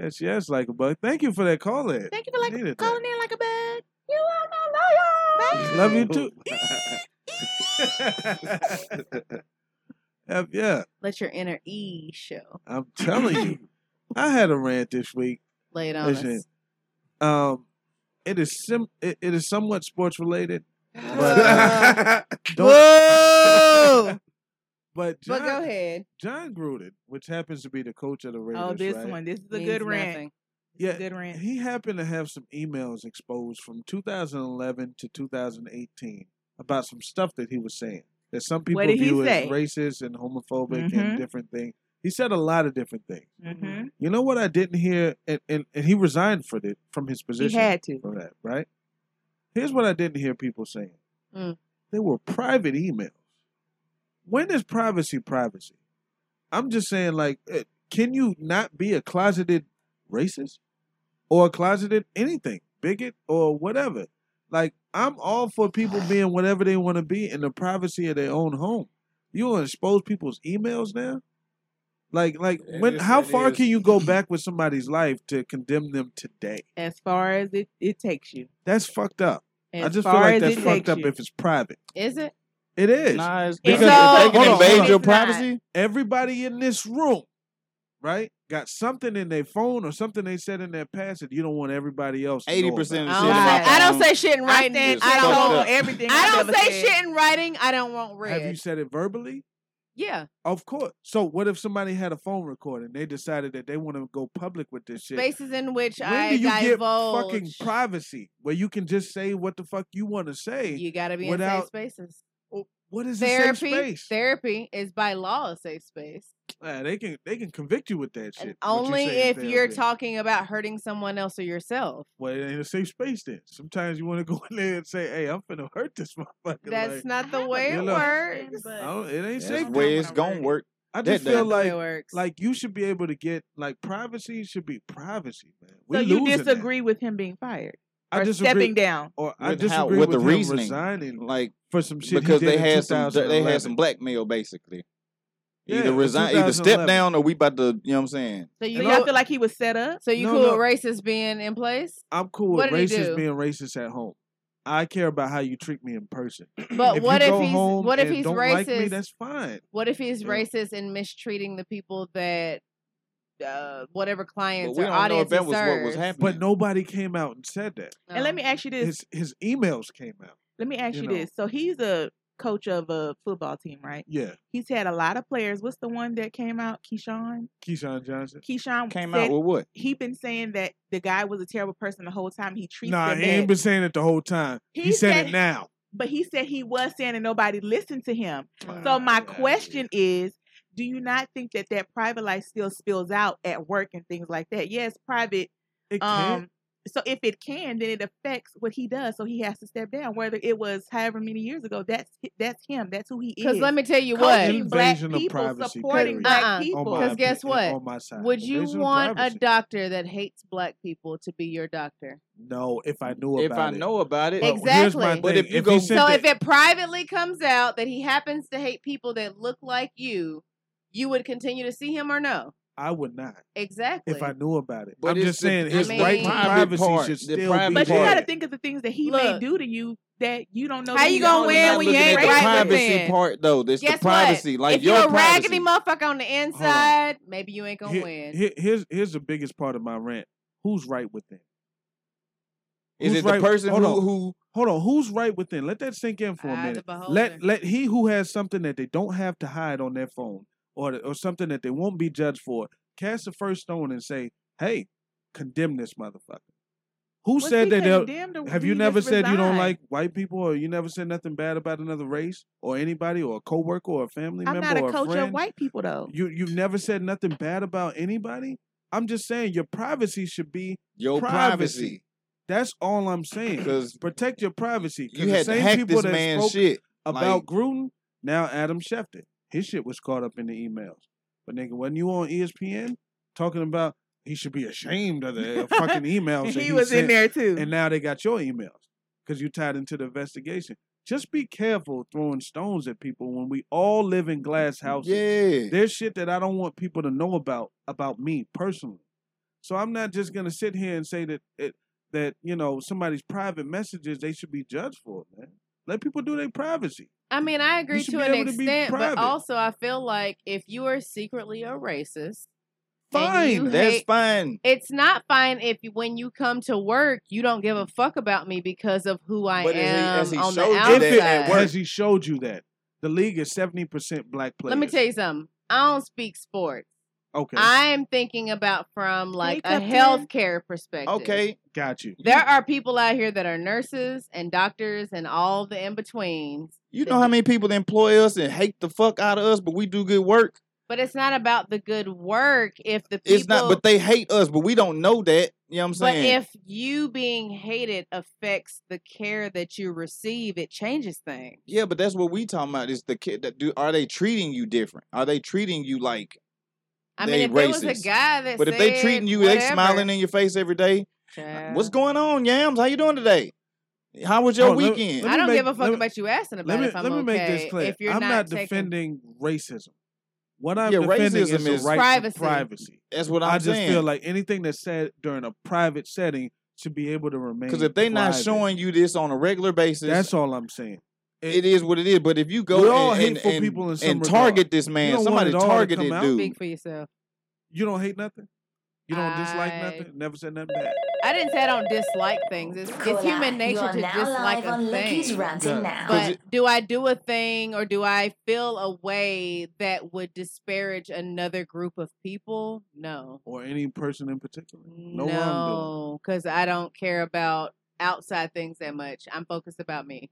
Yes, yes, like a bug. Thank you for that call in.
Thank you for
Needed
like
that.
calling in like a bug.
You are
my lawyer.
Love you too. Hell yeah.
Let your inner E show.
I'm telling you. I had a rant this week.
Lay it on us.
Um, it is sim. It, it is somewhat sports related. But, uh, don't- but John,
but go ahead.
John Gruden, which happens to be the coach of the Raiders,
Oh, this
right?
one. This is a good rant.
Yeah, he happened to have some emails exposed from 2011 to 2018 about some stuff that he was saying that some people
What did he
view as
say?
racist and homophobic
Mhm.
and different things. He said a lot of different things.
Mm-hmm.
You know what I didn't hear, and, and, and he resigned for it from his position.
had to.
for that, right? Here's what I didn't hear people saying:
Mm.
they were private emails. When is privacy privacy? I'm just saying, like, eh, can you not be a closeted racist or a closeted anything, bigot or whatever? Like, I'm all for people being whatever they want to be in the privacy of their own home. You want to expose people's emails now? Like, like
It
when?
is-
how
it
far
is.
can you go back with somebody's life to condemn them today?
As far as it, it takes you.
That's fucked up. I
As
just feel
far
like
as it
that's fucked
takes
up
you.
if it's private.
Is it?
It is.
Nah, it's-
Because
It's all-
if they can
Hold on,
invade
hold on.
your
It's not.
privacy, everybody in this room, right, got something in their phone or something they said in their past that you don't want everybody else. to
80%
know about.
of the shit in my
I don't say shit in
I
writing. I,
stand- I
don't
stand
want
for everything
I
I've
don't
ever
say
said.
shit in writing. I don't want read.
Have you said it verbally?
Yeah.
Of course. So what if somebody had a phone recording? They decided that they want to go public with this shit.
Spaces in which
when
I
do you
divulge.
get fucking privacy where you can just say what the fuck you want to say?
you gotta be in safe
without Oh,
spaces.
what is a safe
therapy?
space?
Therapy is by law a safe space.
Ah, they can they can convict you with that shit. what you
Only
say in
if you're
therapy.
talking about hurting someone else or yourself.
Well, it ain't a safe space then. Sometimes you want to go in there and say, "Hey, I'm finna hurt this motherfucker."
That's
like,
not the way
you
it
know,
works.
I don't- it ain't
That's
safe.
the way it's gonna work.
I just
That
feel
does.
like
It
like you should be able to get like privacy should be privacy, man. We
so you
losing that.
disagree with him being fired
I
or
disagree-
stepping down?
Or I
With how-
disagree
with
with,
the
him
reasoning.
resigning,
like
for some shit he
because they
did in
had some they had
2011.
some blackmail basically.
Yeah,
Either
in
resign, either step
2011.
down, or we about to. You know what I'm saying?
So you
so
cool-
y'all feel like he was set up?
So you
No,
cool
no.
with racists being in place?
I'm cool
What
with
did he do?
racist being racist at home. I care about how you treat me in person.
But
if
what
you
if
go
he's-
home
what if
and
he's
don't Like me,
racist?
that's fine.
What if he's
Yeah.
racist and mistreating the people that uh, whatever clients
we
or
don't know if
audience
that
he
was what
serves?
was But nobody came out and said that.
And let me ask you this:
His his emails came out.
Let me ask
you
you,
know.
this. So he's a coach of a football team, right?
Yeah.
He's had a lot of players. What's the one that came out? Keyshawn.
Keyshawn Johnson.
Keyshawn
Came
said-
out with what?
He been saying that the guy was a terrible person the whole time. He treats
Nah,
them
he ain't
bad.
been saying it the whole time. He,
He
said,
said-
it now.
But he said he was saying and nobody listened to him. so my question is, do you not think that that private life still spills out at work and things like that? Yes, private.
It
um,
can.
So if it can, then it affects what he does. So he has to step down. Whether it was however many years ago, that's that's him. That's who he is.
'Cause let me tell you what.
Coaching black
Invasion of
people,
privacy
supporting
theory.
black
Uh-uh. On
people.
my
Because guess
opi-
what?
on my side.
Would you
Invasion of
want a
privacy.
doctor that hates black people to be your doctor?
No, if I knew about
If I
it.
know about it,
But Here's my
Exactly.
thing.
But if you
if
go-
he said
So
that,
if it privately comes out that he happens to hate people that look like you, you would continue to see him or no?
I would not.
Exactly.
If I knew about it,
But
I'm
it's
just
the-
saying
it's
his
the
right to
private
privacy
part,
should
the
still
private
be
But you
there.
got to think of the things that he may
Look.
do to you that you don't know.
How
that
you
he
gonna
owned
win
about
when
the
you ain't
rape.
right
the
with
privacy
them.
part though. There's
Guess
the privacy,
what?
like
if
your
you're a
privacy.
raggedy motherfucker on the inside, maybe you
oh,
ain't gonna
Here-
win.
here- here's here's the biggest part of my rant. Who's right within?
Is it the person
hold
who-
on,
who-
hold on? Who's right within? Let that sink in for a minute. Let let he who has something that they don't have to hide on their phone or or something that they won't be judged for cast the first stone and say, "Hey, condemn this motherfucker." Who
Was
said
he
that? they'll-
condemned or
Have
did
you
he
never
just
said you don't
resign?
like white people, or you never said nothing bad about another race, or anybody, or a coworker, or a family
I'm
member,
not
or
a
a
coach of
friend?
white people though.
You you've never said nothing bad about anybody. I'm just saying your privacy should be
Your privacy.
That's all I'm saying.
Because
protect your privacy. 'Cause
you
the
had to
same
hack
people
this
that
man's
spoke
shit,
about
like-
Gruden. Now Adam Schefter, his shit was caught up in the emails. But nigga, wasn't you on E ESPN talking about he should be ashamed of the uh, fucking emails? that
He was in
sent,
there, too.
and now they got your emails because you tied into the investigation. Just be careful throwing stones at people when we all live in glass houses.
Yeah.
There's shit that I don't want people to know about about me personally. So I'm not just gonna sit here and say that it, that you know somebody's private messages they should be judged for, man. Let people do their privacy.
I mean, I agree
should
to
be
an
able to be
extent, but
private.
also I feel like if you are secretly a racist, and you
fine, that's
hate-
fine.
It's not fine if you- when you come to work, you don't give a fuck about me because of who I
But as he-
am
as he
on the
showed
outside.
you that at work-
As he showed you that the league is seventy percent black players.
Let me tell you something. I don't speak sports.
Okay.
I'm thinking about from like a
Wake up, man.
healthcare perspective.
Got you.
There are people out here that are nurses and doctors and all the in betweens,
You know how many people employ us and hate the fuck out of us, but we do good work.
but it's not about the good work if the people
It's not, but they hate us, but we don't know that. You know what I'm
But
saying?
if you being hated affects the care that you receive, it changes things.
yeah, but that's what we talking about is the kid that do. Are they treating you different? Are they treating you like
I
they
mean, if
racist?
there was a guy that
but if they treating you, they smiling in your face every day. What's going on, Yams? How you doing today? How was your
Hold on, let-
weekend?
let
I
me
don't
make-
give a fuck
let me-
about you asking about
let me
if I'm
let me
okay.
make this clear.
If you're
I'm not,
taking-
defending racism. What I'm
Yeah, racism
defending is, the
is-
right
Privacy.
to privacy.
That's what I'm
I just feel
saying.
like anything that's said during a private setting should be able to remain.
Because if they not
private.
showing you this on a regular basis,
That's all I'm saying.
it is what it is. But if you go
We're all
and, and-
hateful
and-
people in some
and
regard.
target this
You
man,
don't want
somebody
it all to
targeted
come out.
dude.
Speak for yourself.
You don't hate nothing. You don't dislike
I-
nothing. Never said nothing bad.
I didn't say I don't dislike things. It's,
Cool
it's human
out.
nature
You are
to
now
dislike
live
a
on Lookie's
thing.
Ranting Yeah. Now. 'Cause
But do I do a thing or do I feel a way that would disparage another group of people? No.
or any person in particular. No, wrongdoing.
No, because I don't care about outside things that much. I'm focused about me.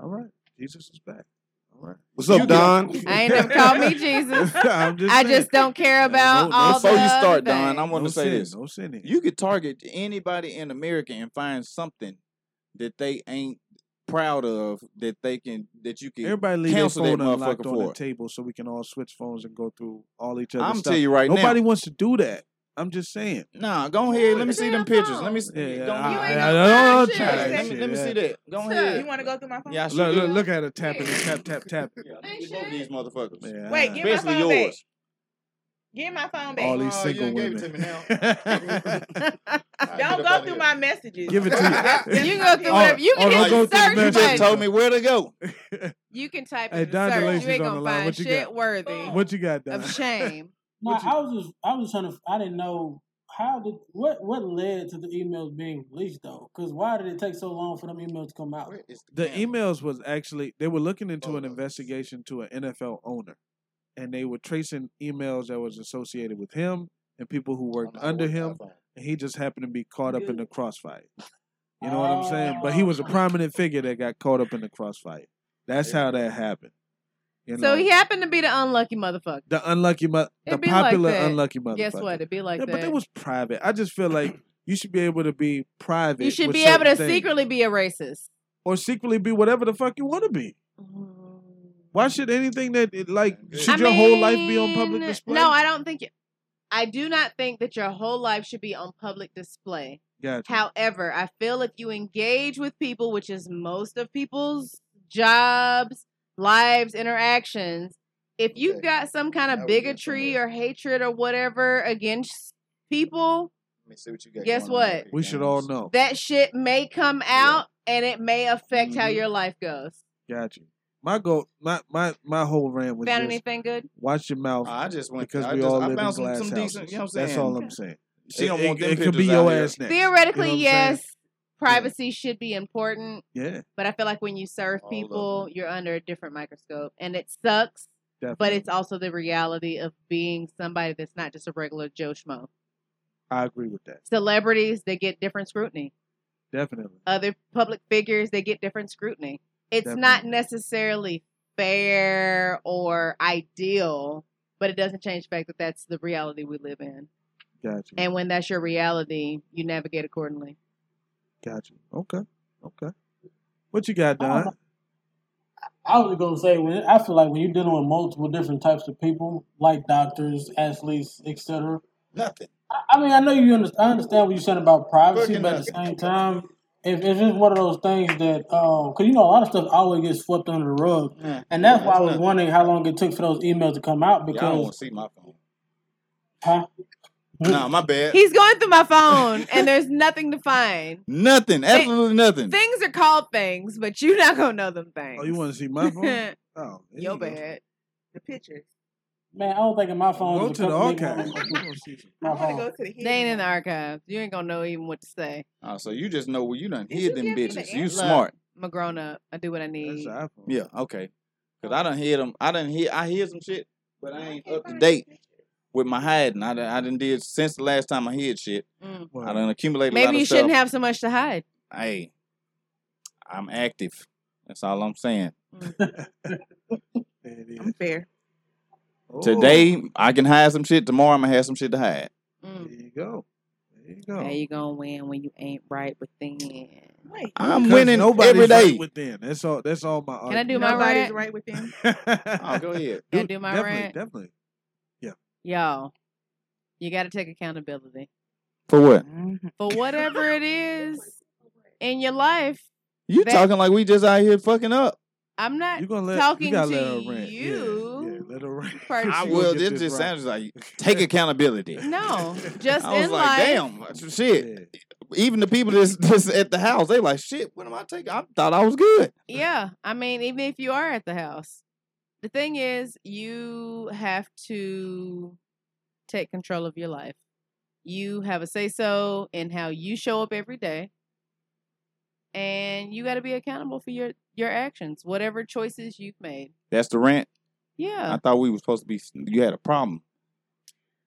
All right, Jesus is back. All right,
What's up, Don?
I ain't never called me Jesus.
I'm just
I
saying.
just don't care about all
Before
the
you start,
other
Don, I
things.
want
No
to say
sin,
this. You could target anybody in America and find something that they ain't proud of that they can that you can
Everybody leave their
cancel that
phone unlocked
motherfucker
on the
for.
table so we can all switch phones and go through all each other's
I'ma
stuff.
tell you right now.
Nobody wants to do that. I'm just saying.
Nah, go ahead. Let me see them pictures. Let me see.
Yeah, yeah,
go
I-
ahead.
I- I don't try that
Let me
shit,
let me
yeah.
see that. Go
You
ahead.
want to go through my phone?
Yeah,
Look, look, look at her tapping, and tap, tap, tap.
Get both of these motherfuckers.
Yeah.
Wait, get my
Especially
phone back.
yours.
Get my phone back.
All these single women.
Don't go through my messages.
Give it to you. Oh,
You go through whatever- you can hit
You
search
just
button.
told me where to go.
You can type
Hey,
in
Don
search.
DeLacy's
You ain't
on
gonna
the line.
find
What you got?
shit worthy
What you got, Don?
of shame.
No, Oh. I was just I was trying to. I didn't know how did what what led to the emails being released though. Because why did it take so long for them emails to come out?
The emails was actually they were looking into an investigation to an NFL owner, and they were tracing emails that was associated with him and people who worked under him, and he just happened to be caught up in the crossfire. You know what I'm saying? But he was a prominent figure that got caught up in the crossfire. That's how that happened. You know,
So he happened to be the unlucky motherfucker.
the unlucky, mu- the
It'd be
popular
like that.
unlucky motherfucker.
Guess what? It'd be like
Yeah,
that.
but that was private. I just feel like you should be able to be private.
you should
with
be able
certain
to
things.
secretly be a racist.
or secretly be whatever the fuck you want to be. Why should anything that it, like should
Mm. I
your whole life be on
mean,
public display?
No, I don't think. You, I do not think that your whole life should be on public display.
Gotcha.
However, I feel if you engage with people, which is most of people's jobs, lives, interactions, if you've got some kind of bigotry or hatred or whatever against people,
Let me see what you got.
guess
going on.
what?
we should all know.
That shit may come out and it may affect how
Mm-hmm.
Mhm.
your life goes.
Gotcha. My goal, my my my whole rant was
Found
just
anything good?
watch your mouth.
I just went-
because
I
we
just-
all
I
live in
found some-
glass
some
houses.
decent- you know what I'm
That's all
saying?
I'm saying.
She
It-
don't
it,
want them
It could be
pictures out
your
here.
ass next.
Theoretically,
you know what I'm
yes, privacy should be important.
saying? Yeah,
But I feel like when you serve
All of
people, you're under a different microscope, and it sucks. But
Definitely.
it's also the reality of being somebody that's not just a regular Joe Schmo.
I agree with that.
Celebrities they get different scrutiny.
Definitely.
Other public figures they get different scrutiny. It's not necessarily fair or ideal, but it doesn't change the fact that that's the reality we live in.
Mm. Gotcha.
And when that's your reality, you navigate accordingly.
Gotcha. Okay. Okay. What you got, Don?
Uh, I was gonna say when I feel like when you're dealing with multiple different types of people, like doctors, athletes, etc.
Nothing.
I, I mean, I know you under, I understand what you're saying about privacy, but at the same time, if, if it's one of those things that, because you know, a lot of stuff always gets swept under the rug,
Yeah.
and that's
Yeah,
why I
it's
was
nothing.
wondering how long it took for those emails to come out
Y'all don't want
because,
to see my phone.
huh?
Nah, my bad.
He's going through my phone, and there's nothing to find.
Nothing. Absolutely nothing.
Things are called things, but you're not gonna know them things.
Oh, you want to see my phone? Oh, there
Yo
you go.
bad.
The pictures.
Man, I don't think in my phone.
Go
is
to
a
the
couple emails.
archive.
My phone.
Go to the
They ain't in the archives. You ain't gonna know even what to say.
Oh, so you just know where you done
Did
hid
you
them
give me the
bitches. You
answer?
smart.
I'm a grown up. I do what I need.
Yeah, okay. Cause I done hid them. I done hid. I hid some shit, but I ain't up to
Um, find
date with my hiding. I done, I done did since the last time I hid shit.
Mm.
I done accumulated a lot
Maybe
of
you
stuff.
shouldn't have so much to hide.
Hey, I'm active. That's all I'm saying.
Mm.
I'm fair.
Today
Oh.
I can hide some shit. Tomorrow I'm gonna have some shit to hide.
There you go. There you go.
Mm. Now you gonna win when you ain't right within.
I'm
Because
winning
nobody's
every day.
Right within. That's all. That's all my.
Can I do my
Nobody's
rant?
right with them.
oh, go ahead.
Can I do my
definitely,
rant?
Definitely. Yeah.
Y'all, you gotta take accountability
For what?
Mm-hmm.
for whatever it is in your life.
You
that-
talking like we just out here fucking up?
I'm not
gonna let- you
talking
gotta
to
let her rant. Yeah,
you.
Let her rant.
per-
I
She gonna
will.
get
This
this
just
right.
sounds like take accountability.
No, just
I was
in
like,
life.
damn, shit. Even the people that's, that's at the house, they like, shit. What am I taking? I thought I was good.
Yeah, I mean, even if you are at the house, the thing is, you have to take control of your life. You have a say so in how you show up every day. And you got to be accountable for your your actions, whatever choices you've made.
That's the rant.
Yeah.
I thought we were supposed to be. You had a problem.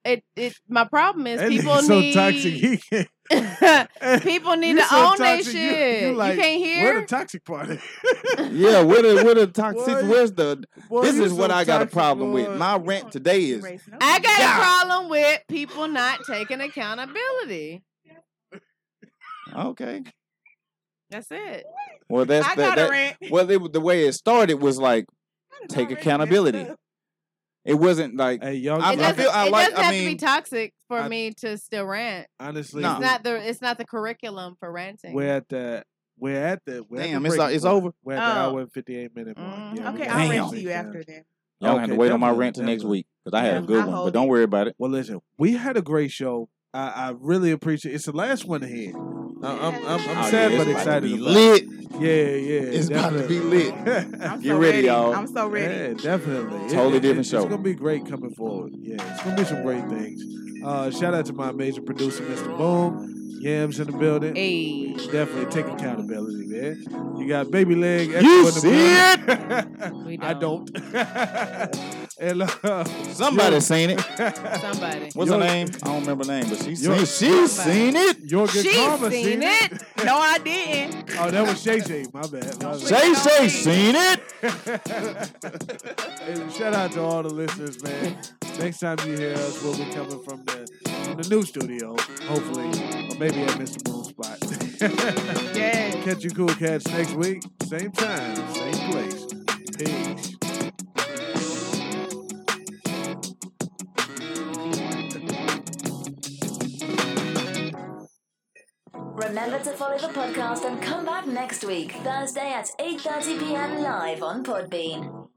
It it my problem is
That
people
nigga so
need
toxic,
he
people need
You
to
so
own their
toxic, you- you
shit. You,
like,
can't
Where
hear.
the toxic part? is?
Yeah, what a what a toxic.
Boy,
Where's the?
boy,
this
you
is what
so
I got a
toxic,
problem
boy.
with. My rant today is
I got a problem with people not taking accountability.
okay.
That's it.
Well, that's
I
that,
got a
that-
rant.
Well, it, the way it started was like take accountability. It wasn't like I,
it
I
doesn't,
feel I
it
like.
doesn't
I
have
mean,
to be toxic for
I-
me to still rant.
Honestly,
It's not the it's not the curriculum for ranting.
we're at the we're at the we're at
Damn,
the
it's-
breaking
it's
point.
over?
We're at the
Oh. Mm,
hour and fifty eight minute mark. Yeah,
Okay,
we-
I'll
Damn.
rate you after then.
y'all gonna have to
Okay,
wait on my
definitely,
rant till next
definitely.
week because I had a
Yeah.
good
I
one.
hold
But don't worry about it.
Well, listen, we had a great show. I, I really appreciate. It's the last one here. I, I'm I'm, I'm
Oh,
sad
yeah, it's
but
about to
excited
be
about
lit.
it. Yeah, yeah,
It's about to be lit.
I'm
Get ready, y'all.
I'm so ready.
Yeah, definitely. It-
Totally
it-
different
it's
show.
It's gonna be great coming forward. Yeah, it's gonna be some great things. Uh, shout out to my amazing producer, Mr. Boom. Yams in the building.
Hey.
Definitely take accountability, man. You got baby leg.
You
Expo in the
see
building. I don't. and, uh,
Somebody
yo-
seen it.
Somebody.
What's
Your-
her name? I don't remember her name, but she
Your-
seen. She's seen it.
Your good
She
karma
seen
seen
it. No, I didn't.
Oh, that was Shay Shay. My bad. My
Shay
bad.
Shay seen it.
And shout out to all the listeners, man. Next time you hear us, we'll be coming from the from the new studio, hopefully, or maybe at Mr. Moon's spot. Catch you cool cats next week, same time, same place. Peace.
Remember to follow the podcast and come back next week, Thursday at 8.30pm live on Podbean.